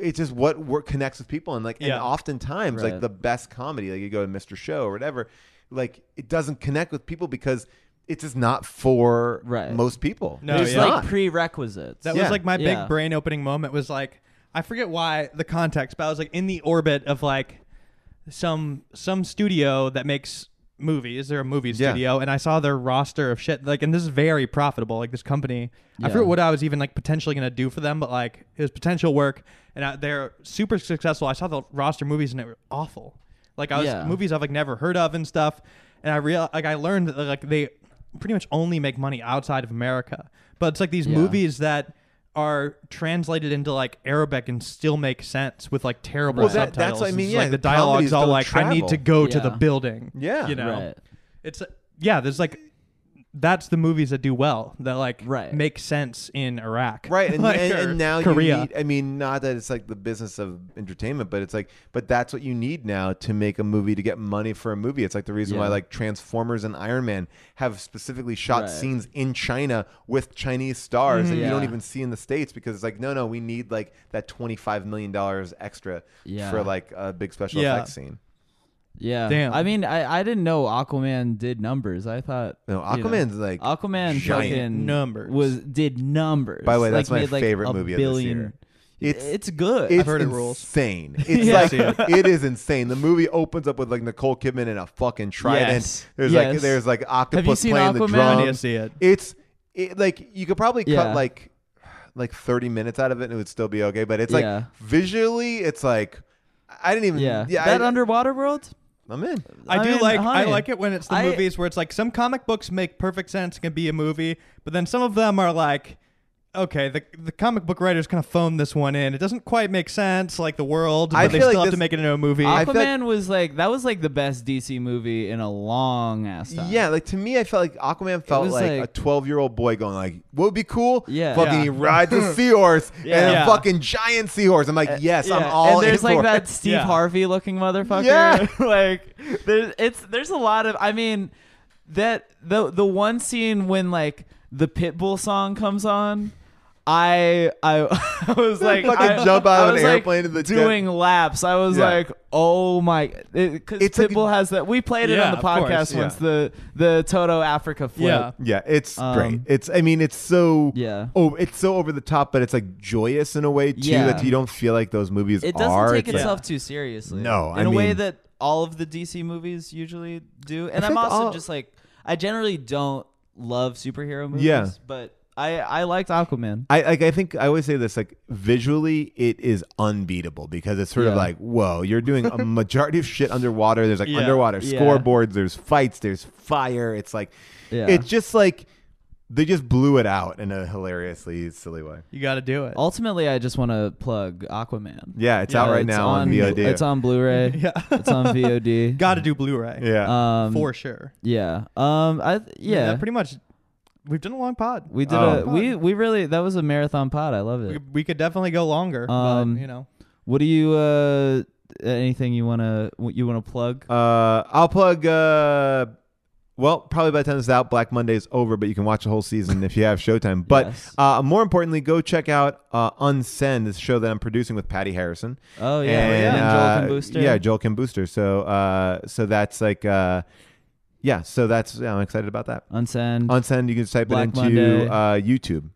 Speaker 3: it's just what work connects with people and like and
Speaker 1: Yeah.
Speaker 3: oftentimes like
Speaker 2: Right.
Speaker 3: the best comedy like you go to mr show or whatever like it doesn't connect with people because it's just not for
Speaker 2: Right.
Speaker 3: most people
Speaker 1: No,
Speaker 3: it's
Speaker 2: There's
Speaker 1: yeah.
Speaker 2: like
Speaker 3: not.
Speaker 2: prerequisites.
Speaker 1: That
Speaker 3: Yeah.
Speaker 1: was like my
Speaker 2: Yeah.
Speaker 1: big brain opening moment was like I forget why the context, but I was like in the orbit of like some some studio that makes movies. They're a movie
Speaker 3: Yeah.
Speaker 1: studio, and I saw their roster of shit. Like, and this is very profitable. Like this company, I
Speaker 2: Yeah.
Speaker 1: forget what I was even like potentially gonna do for them, but like it was potential work, and I, they're super successful. I saw the roster movies, and they were awful. Like I was
Speaker 2: Yeah.
Speaker 1: movies I've like never heard of and stuff, and I real like I learned that like they pretty much only make money outside of America. But it's like these
Speaker 2: Yeah.
Speaker 1: movies that are translated into like Arabic and still make sense with like terrible
Speaker 3: Well, that-
Speaker 1: subtitles.
Speaker 3: that's what I mean,
Speaker 1: It's
Speaker 3: yeah,
Speaker 1: like the
Speaker 3: the comedies
Speaker 1: dialogue's all
Speaker 3: don't
Speaker 1: like, "I need to
Speaker 3: travel."
Speaker 1: go to
Speaker 2: Yeah.
Speaker 1: the building."
Speaker 3: Yeah.
Speaker 1: you know,
Speaker 2: Right.
Speaker 1: it's uh, yeah. There's like that's the movies that do well that like
Speaker 2: Right.
Speaker 1: make sense in Iraq,
Speaker 3: right and,
Speaker 1: Like,
Speaker 3: and,
Speaker 1: or
Speaker 3: and now
Speaker 1: Korea.
Speaker 3: you need i mean not that it's like the business of entertainment but it's like but that's what you need now to make a movie to get money for a movie it's like the reason why
Speaker 2: Yeah.
Speaker 3: like transformers and iron man have specifically shot
Speaker 2: Right.
Speaker 3: scenes in china with chinese stars
Speaker 1: Mm-hmm.
Speaker 3: that you don't
Speaker 2: Yeah.
Speaker 3: even see in the states because it's like no no we need like that 25 million dollars extra
Speaker 2: Yeah.
Speaker 3: for like a big special
Speaker 1: Yeah.
Speaker 3: effects scene
Speaker 2: Yeah.
Speaker 1: Damn.
Speaker 2: I mean, I, I didn't know Aquaman did numbers. I thought
Speaker 3: No,
Speaker 2: you know,
Speaker 3: Aquaman's like
Speaker 2: Aquaman
Speaker 3: giant
Speaker 2: fucking
Speaker 1: numbers.
Speaker 2: was did numbers.
Speaker 3: By the way, that's
Speaker 2: like,
Speaker 3: my
Speaker 2: made, like,
Speaker 3: favorite
Speaker 2: a
Speaker 3: movie of this
Speaker 2: billion.
Speaker 3: year.
Speaker 2: It's
Speaker 3: It's-
Speaker 2: it's good.
Speaker 3: it's
Speaker 1: heard it rules.
Speaker 3: insane. It's
Speaker 2: Yeah.
Speaker 3: like
Speaker 1: I've
Speaker 3: it is insane. The movie opens up with like Nicole Kidman and a fucking trident.
Speaker 2: Yes.
Speaker 3: There's
Speaker 2: Yes.
Speaker 3: like there's like octopus
Speaker 2: seen
Speaker 3: playing the
Speaker 2: Aquaman?
Speaker 1: I need
Speaker 3: drums.
Speaker 1: to see it.
Speaker 3: It's it, like you could probably
Speaker 2: Yeah.
Speaker 3: cut like like 30 minutes out of it and it would still be okay. But it's
Speaker 2: Yeah.
Speaker 3: like visually, it's like I didn't even.
Speaker 2: yeah.
Speaker 3: yeah
Speaker 2: that
Speaker 3: I,
Speaker 2: underwater world.
Speaker 3: I'm in.
Speaker 1: I,
Speaker 2: I
Speaker 1: do
Speaker 2: mean,
Speaker 1: like I
Speaker 2: hi.
Speaker 1: like it when it's the
Speaker 2: I-
Speaker 1: movies where it's like some comic books make perfect sense and can be a movie, but then some of them are like, okay, the the comic book writers kind of phoned this one in. It doesn't quite make sense, like the world, but
Speaker 3: I
Speaker 1: they still
Speaker 3: feel like
Speaker 1: have to
Speaker 3: this-
Speaker 1: make it into a movie.
Speaker 3: I feel like-
Speaker 2: Aquaman was like that was like the best DC movie in a long ass time.
Speaker 3: Yeah, like to me, I felt like Aquaman felt
Speaker 2: was
Speaker 3: like,
Speaker 2: like-
Speaker 3: a 12 year old boy going like, "What would be cool?
Speaker 2: Yeah.
Speaker 3: fucking
Speaker 1: Yeah.
Speaker 3: he rides a seahorse and
Speaker 1: Yeah.
Speaker 3: a fucking giant seahorse." I'm like, yes, I'm
Speaker 2: Uh,
Speaker 3: all
Speaker 2: And there's
Speaker 3: in
Speaker 2: like
Speaker 3: for
Speaker 2: that
Speaker 3: it.
Speaker 2: Steve
Speaker 1: Yeah.
Speaker 2: Harvey looking motherfucker.
Speaker 3: Yeah.
Speaker 2: like there's it's there's a lot of I mean that the the one scene when like the Pitbull song comes on. I I, I was like
Speaker 3: Fucking
Speaker 2: I,
Speaker 3: jump out of
Speaker 2: I
Speaker 3: an
Speaker 2: was, like,
Speaker 3: airplane to the jet.
Speaker 2: doing laps. I was
Speaker 3: Yeah.
Speaker 2: like, oh my, because
Speaker 3: It's like-
Speaker 2: Pitbull has that. We played it
Speaker 1: Yeah,
Speaker 2: on the
Speaker 1: of course,
Speaker 2: podcast
Speaker 3: yeah.
Speaker 2: once the the Toto Africa flip.
Speaker 1: Yeah.
Speaker 3: Yeah, it's
Speaker 2: Um,
Speaker 3: great. It's I mean, it's so
Speaker 2: Yeah.
Speaker 3: Oh, it's so over the top, but it's like joyous in a way too
Speaker 2: Yeah.
Speaker 3: that you don't feel like those movies
Speaker 2: It doesn't
Speaker 3: are.
Speaker 2: take
Speaker 3: It's like-
Speaker 2: itself too seriously.
Speaker 3: No,
Speaker 2: in a
Speaker 3: I
Speaker 2: way
Speaker 3: mean-
Speaker 2: that all of the DC movies usually do. And
Speaker 3: I
Speaker 2: I'm
Speaker 3: think
Speaker 2: also
Speaker 3: all-
Speaker 2: just like, I generally don't love superhero movies.
Speaker 3: Yeah.
Speaker 2: but I I liked Aquaman.
Speaker 3: I like I think I always say this like visually it is unbeatable because it's sort of
Speaker 2: Yeah.
Speaker 3: like whoa you're doing a majority of shit underwater there's like
Speaker 1: Yeah.
Speaker 3: underwater
Speaker 2: Yeah.
Speaker 3: scoreboards there's fights there's fire it's like
Speaker 2: Yeah.
Speaker 3: it's just like they just blew it out in a hilariously silly way
Speaker 1: you got to do it.
Speaker 2: Ultimately, I just want to plug Aquaman. Uh,
Speaker 3: yeah it's
Speaker 1: Yeah,
Speaker 3: out right
Speaker 2: it's
Speaker 3: now on VOD
Speaker 2: It's on Blu-ray.
Speaker 1: Yeah.
Speaker 2: it's on VOD.
Speaker 1: got to do Blu-ray
Speaker 3: yeah
Speaker 2: um,
Speaker 1: for sure.
Speaker 2: Yeah. Um. I th-
Speaker 1: I mean,
Speaker 2: yeah.
Speaker 1: that pretty much. We've done a long pod.
Speaker 2: we did
Speaker 3: Oh.
Speaker 2: a we we really that was a marathon pod. I love it.
Speaker 1: We, we could definitely go longer,
Speaker 2: Um,
Speaker 1: but you know,
Speaker 2: What do you uh anything you wanna what you wanna plug?
Speaker 3: uh I'll plug uh well, probably by the time this is out, Black Monday is over, but you can watch the whole season if you have Showtime. But
Speaker 2: Yes.
Speaker 3: uh, more importantly, go check out uh, Unsend, this show that I'm producing with Patty Harrison.
Speaker 2: Oh yeah,
Speaker 3: and,
Speaker 2: yeah.
Speaker 3: uh, Yeah, Joel Kim Booster. So uh, so that's like uh, yeah, so that's yeah, I'm excited about that.
Speaker 2: Unsend.
Speaker 3: On send, you can just type
Speaker 2: Black
Speaker 3: it into
Speaker 2: Monday.
Speaker 3: uh, YouTube,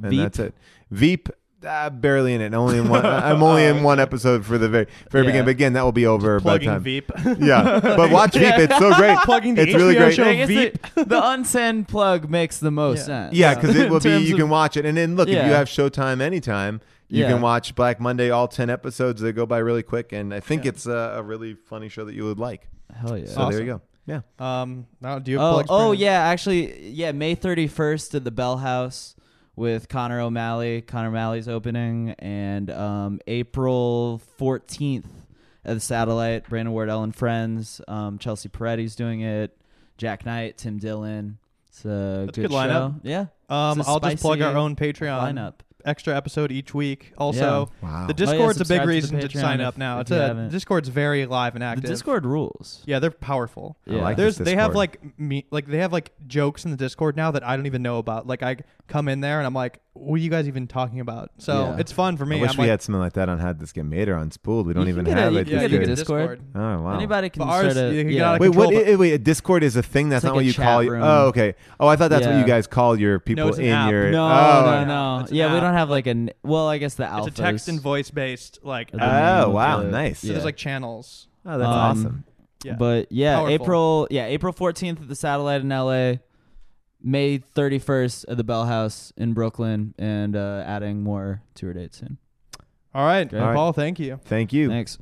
Speaker 3: and
Speaker 2: Veep.
Speaker 3: that's it. Veep. Uh, barely in it. Only in one. I'm only in one episode for the very, very
Speaker 2: Oh, Yeah.
Speaker 3: beginning. But again, that will be over by the
Speaker 1: plugging
Speaker 3: time.
Speaker 1: Veep.
Speaker 3: Yeah, but watch Veep. It's so great.
Speaker 1: Plugging the
Speaker 3: it's really
Speaker 1: HBO
Speaker 3: great.
Speaker 1: show.
Speaker 2: I guess
Speaker 1: Veep.
Speaker 2: The, the unsend plug makes the most
Speaker 1: Yeah.
Speaker 2: sense.
Speaker 3: Yeah, because it
Speaker 2: In
Speaker 3: will be.
Speaker 2: terms
Speaker 3: You
Speaker 2: of-
Speaker 3: can watch it, and then look if
Speaker 2: Yeah.
Speaker 3: you have Showtime anytime, you
Speaker 2: Yeah.
Speaker 3: can watch Black Monday. All ten episodes. They go by really quick, and I think it's uh, a really funny show that you would like.
Speaker 2: Hell yeah.
Speaker 3: So there you go. Yeah.
Speaker 1: Um, now do you have
Speaker 2: Oh,
Speaker 1: plugs?
Speaker 2: oh
Speaker 1: Brandon?
Speaker 2: yeah, actually, yeah, May 31st at the Bell House with Connor O'Malley. Connor O'Malley's opening, and um, April 14th at the Satellite. Brandon Wardell and friends. Um, Chelsea Peretti's doing it. Jack Knight, Tim Dillon. It's a
Speaker 1: That's a
Speaker 2: good,
Speaker 1: good lineup.
Speaker 2: show. Yeah.
Speaker 1: Um,
Speaker 2: It's a
Speaker 1: I'll just plug our
Speaker 2: spicy
Speaker 1: own Patreon
Speaker 2: lineup.
Speaker 1: extra episode each week. Also,
Speaker 3: Wow.
Speaker 1: the Discord's a
Speaker 2: Oh, subscribe
Speaker 1: big
Speaker 2: to the
Speaker 1: reason to,
Speaker 2: Patreon
Speaker 1: sign
Speaker 2: if-
Speaker 1: up now.
Speaker 2: if
Speaker 1: It's
Speaker 2: you
Speaker 1: a,
Speaker 2: haven't.
Speaker 1: Discord's very live and
Speaker 2: The
Speaker 1: active.
Speaker 2: Discord rules.
Speaker 1: yeah, they're powerful.
Speaker 3: I like
Speaker 1: There's
Speaker 3: this
Speaker 1: they have
Speaker 3: Discord.
Speaker 1: like me like they have like jokes in the Discord now that I don't even know about. Like I come in there and I'm like, what are you guys even talking about? So
Speaker 2: Yeah.
Speaker 1: it's fun for me.
Speaker 3: I wish
Speaker 1: I'm
Speaker 3: we
Speaker 1: like,
Speaker 3: had something like that on How Did This Get Made or on Spooled. We don't
Speaker 2: You
Speaker 3: even
Speaker 2: can get a-
Speaker 3: have
Speaker 2: you
Speaker 3: it.
Speaker 2: can
Speaker 1: yeah,
Speaker 3: this
Speaker 2: get a
Speaker 1: you
Speaker 3: good.
Speaker 1: get
Speaker 2: Discord.
Speaker 3: Oh wow.
Speaker 2: Anybody can
Speaker 1: But ours-
Speaker 2: start
Speaker 1: you
Speaker 2: a
Speaker 1: gotta,
Speaker 2: yeah.
Speaker 1: like,
Speaker 3: Wait, what?
Speaker 1: control, but-
Speaker 3: i- i- wait, a Discord is a thing. That's
Speaker 2: It's
Speaker 3: not
Speaker 2: like
Speaker 3: what
Speaker 2: a
Speaker 3: you call
Speaker 2: chat
Speaker 3: your.
Speaker 2: room.
Speaker 3: Oh, okay. Oh, I thought that's what
Speaker 2: Yeah.
Speaker 3: you guys call your people
Speaker 1: it's an
Speaker 3: in
Speaker 1: app.
Speaker 3: your.
Speaker 2: No,
Speaker 3: oh,
Speaker 2: no,
Speaker 3: okay.
Speaker 2: no.
Speaker 1: It's an
Speaker 2: Yeah, we
Speaker 1: app.
Speaker 2: don't have like an. Well, I guess the
Speaker 1: it's
Speaker 2: alpha.
Speaker 1: a text and voice based like
Speaker 2: Are the
Speaker 1: app.
Speaker 2: main
Speaker 3: Oh
Speaker 2: ones
Speaker 3: wow,
Speaker 2: that-
Speaker 3: nice.
Speaker 1: so there's
Speaker 2: yeah.
Speaker 1: like channels.
Speaker 3: Oh, that's
Speaker 2: Um,
Speaker 3: awesome.
Speaker 1: Yeah.
Speaker 2: But yeah,
Speaker 1: Powerful.
Speaker 2: April. Yeah, April fourteenth at the Satellite in L.A. May thirty first at the Bell House in Brooklyn, and uh, adding more tour dates soon.
Speaker 1: All right,
Speaker 2: Okay.
Speaker 1: Paul, thank you.
Speaker 3: Thank you.
Speaker 2: Thanks.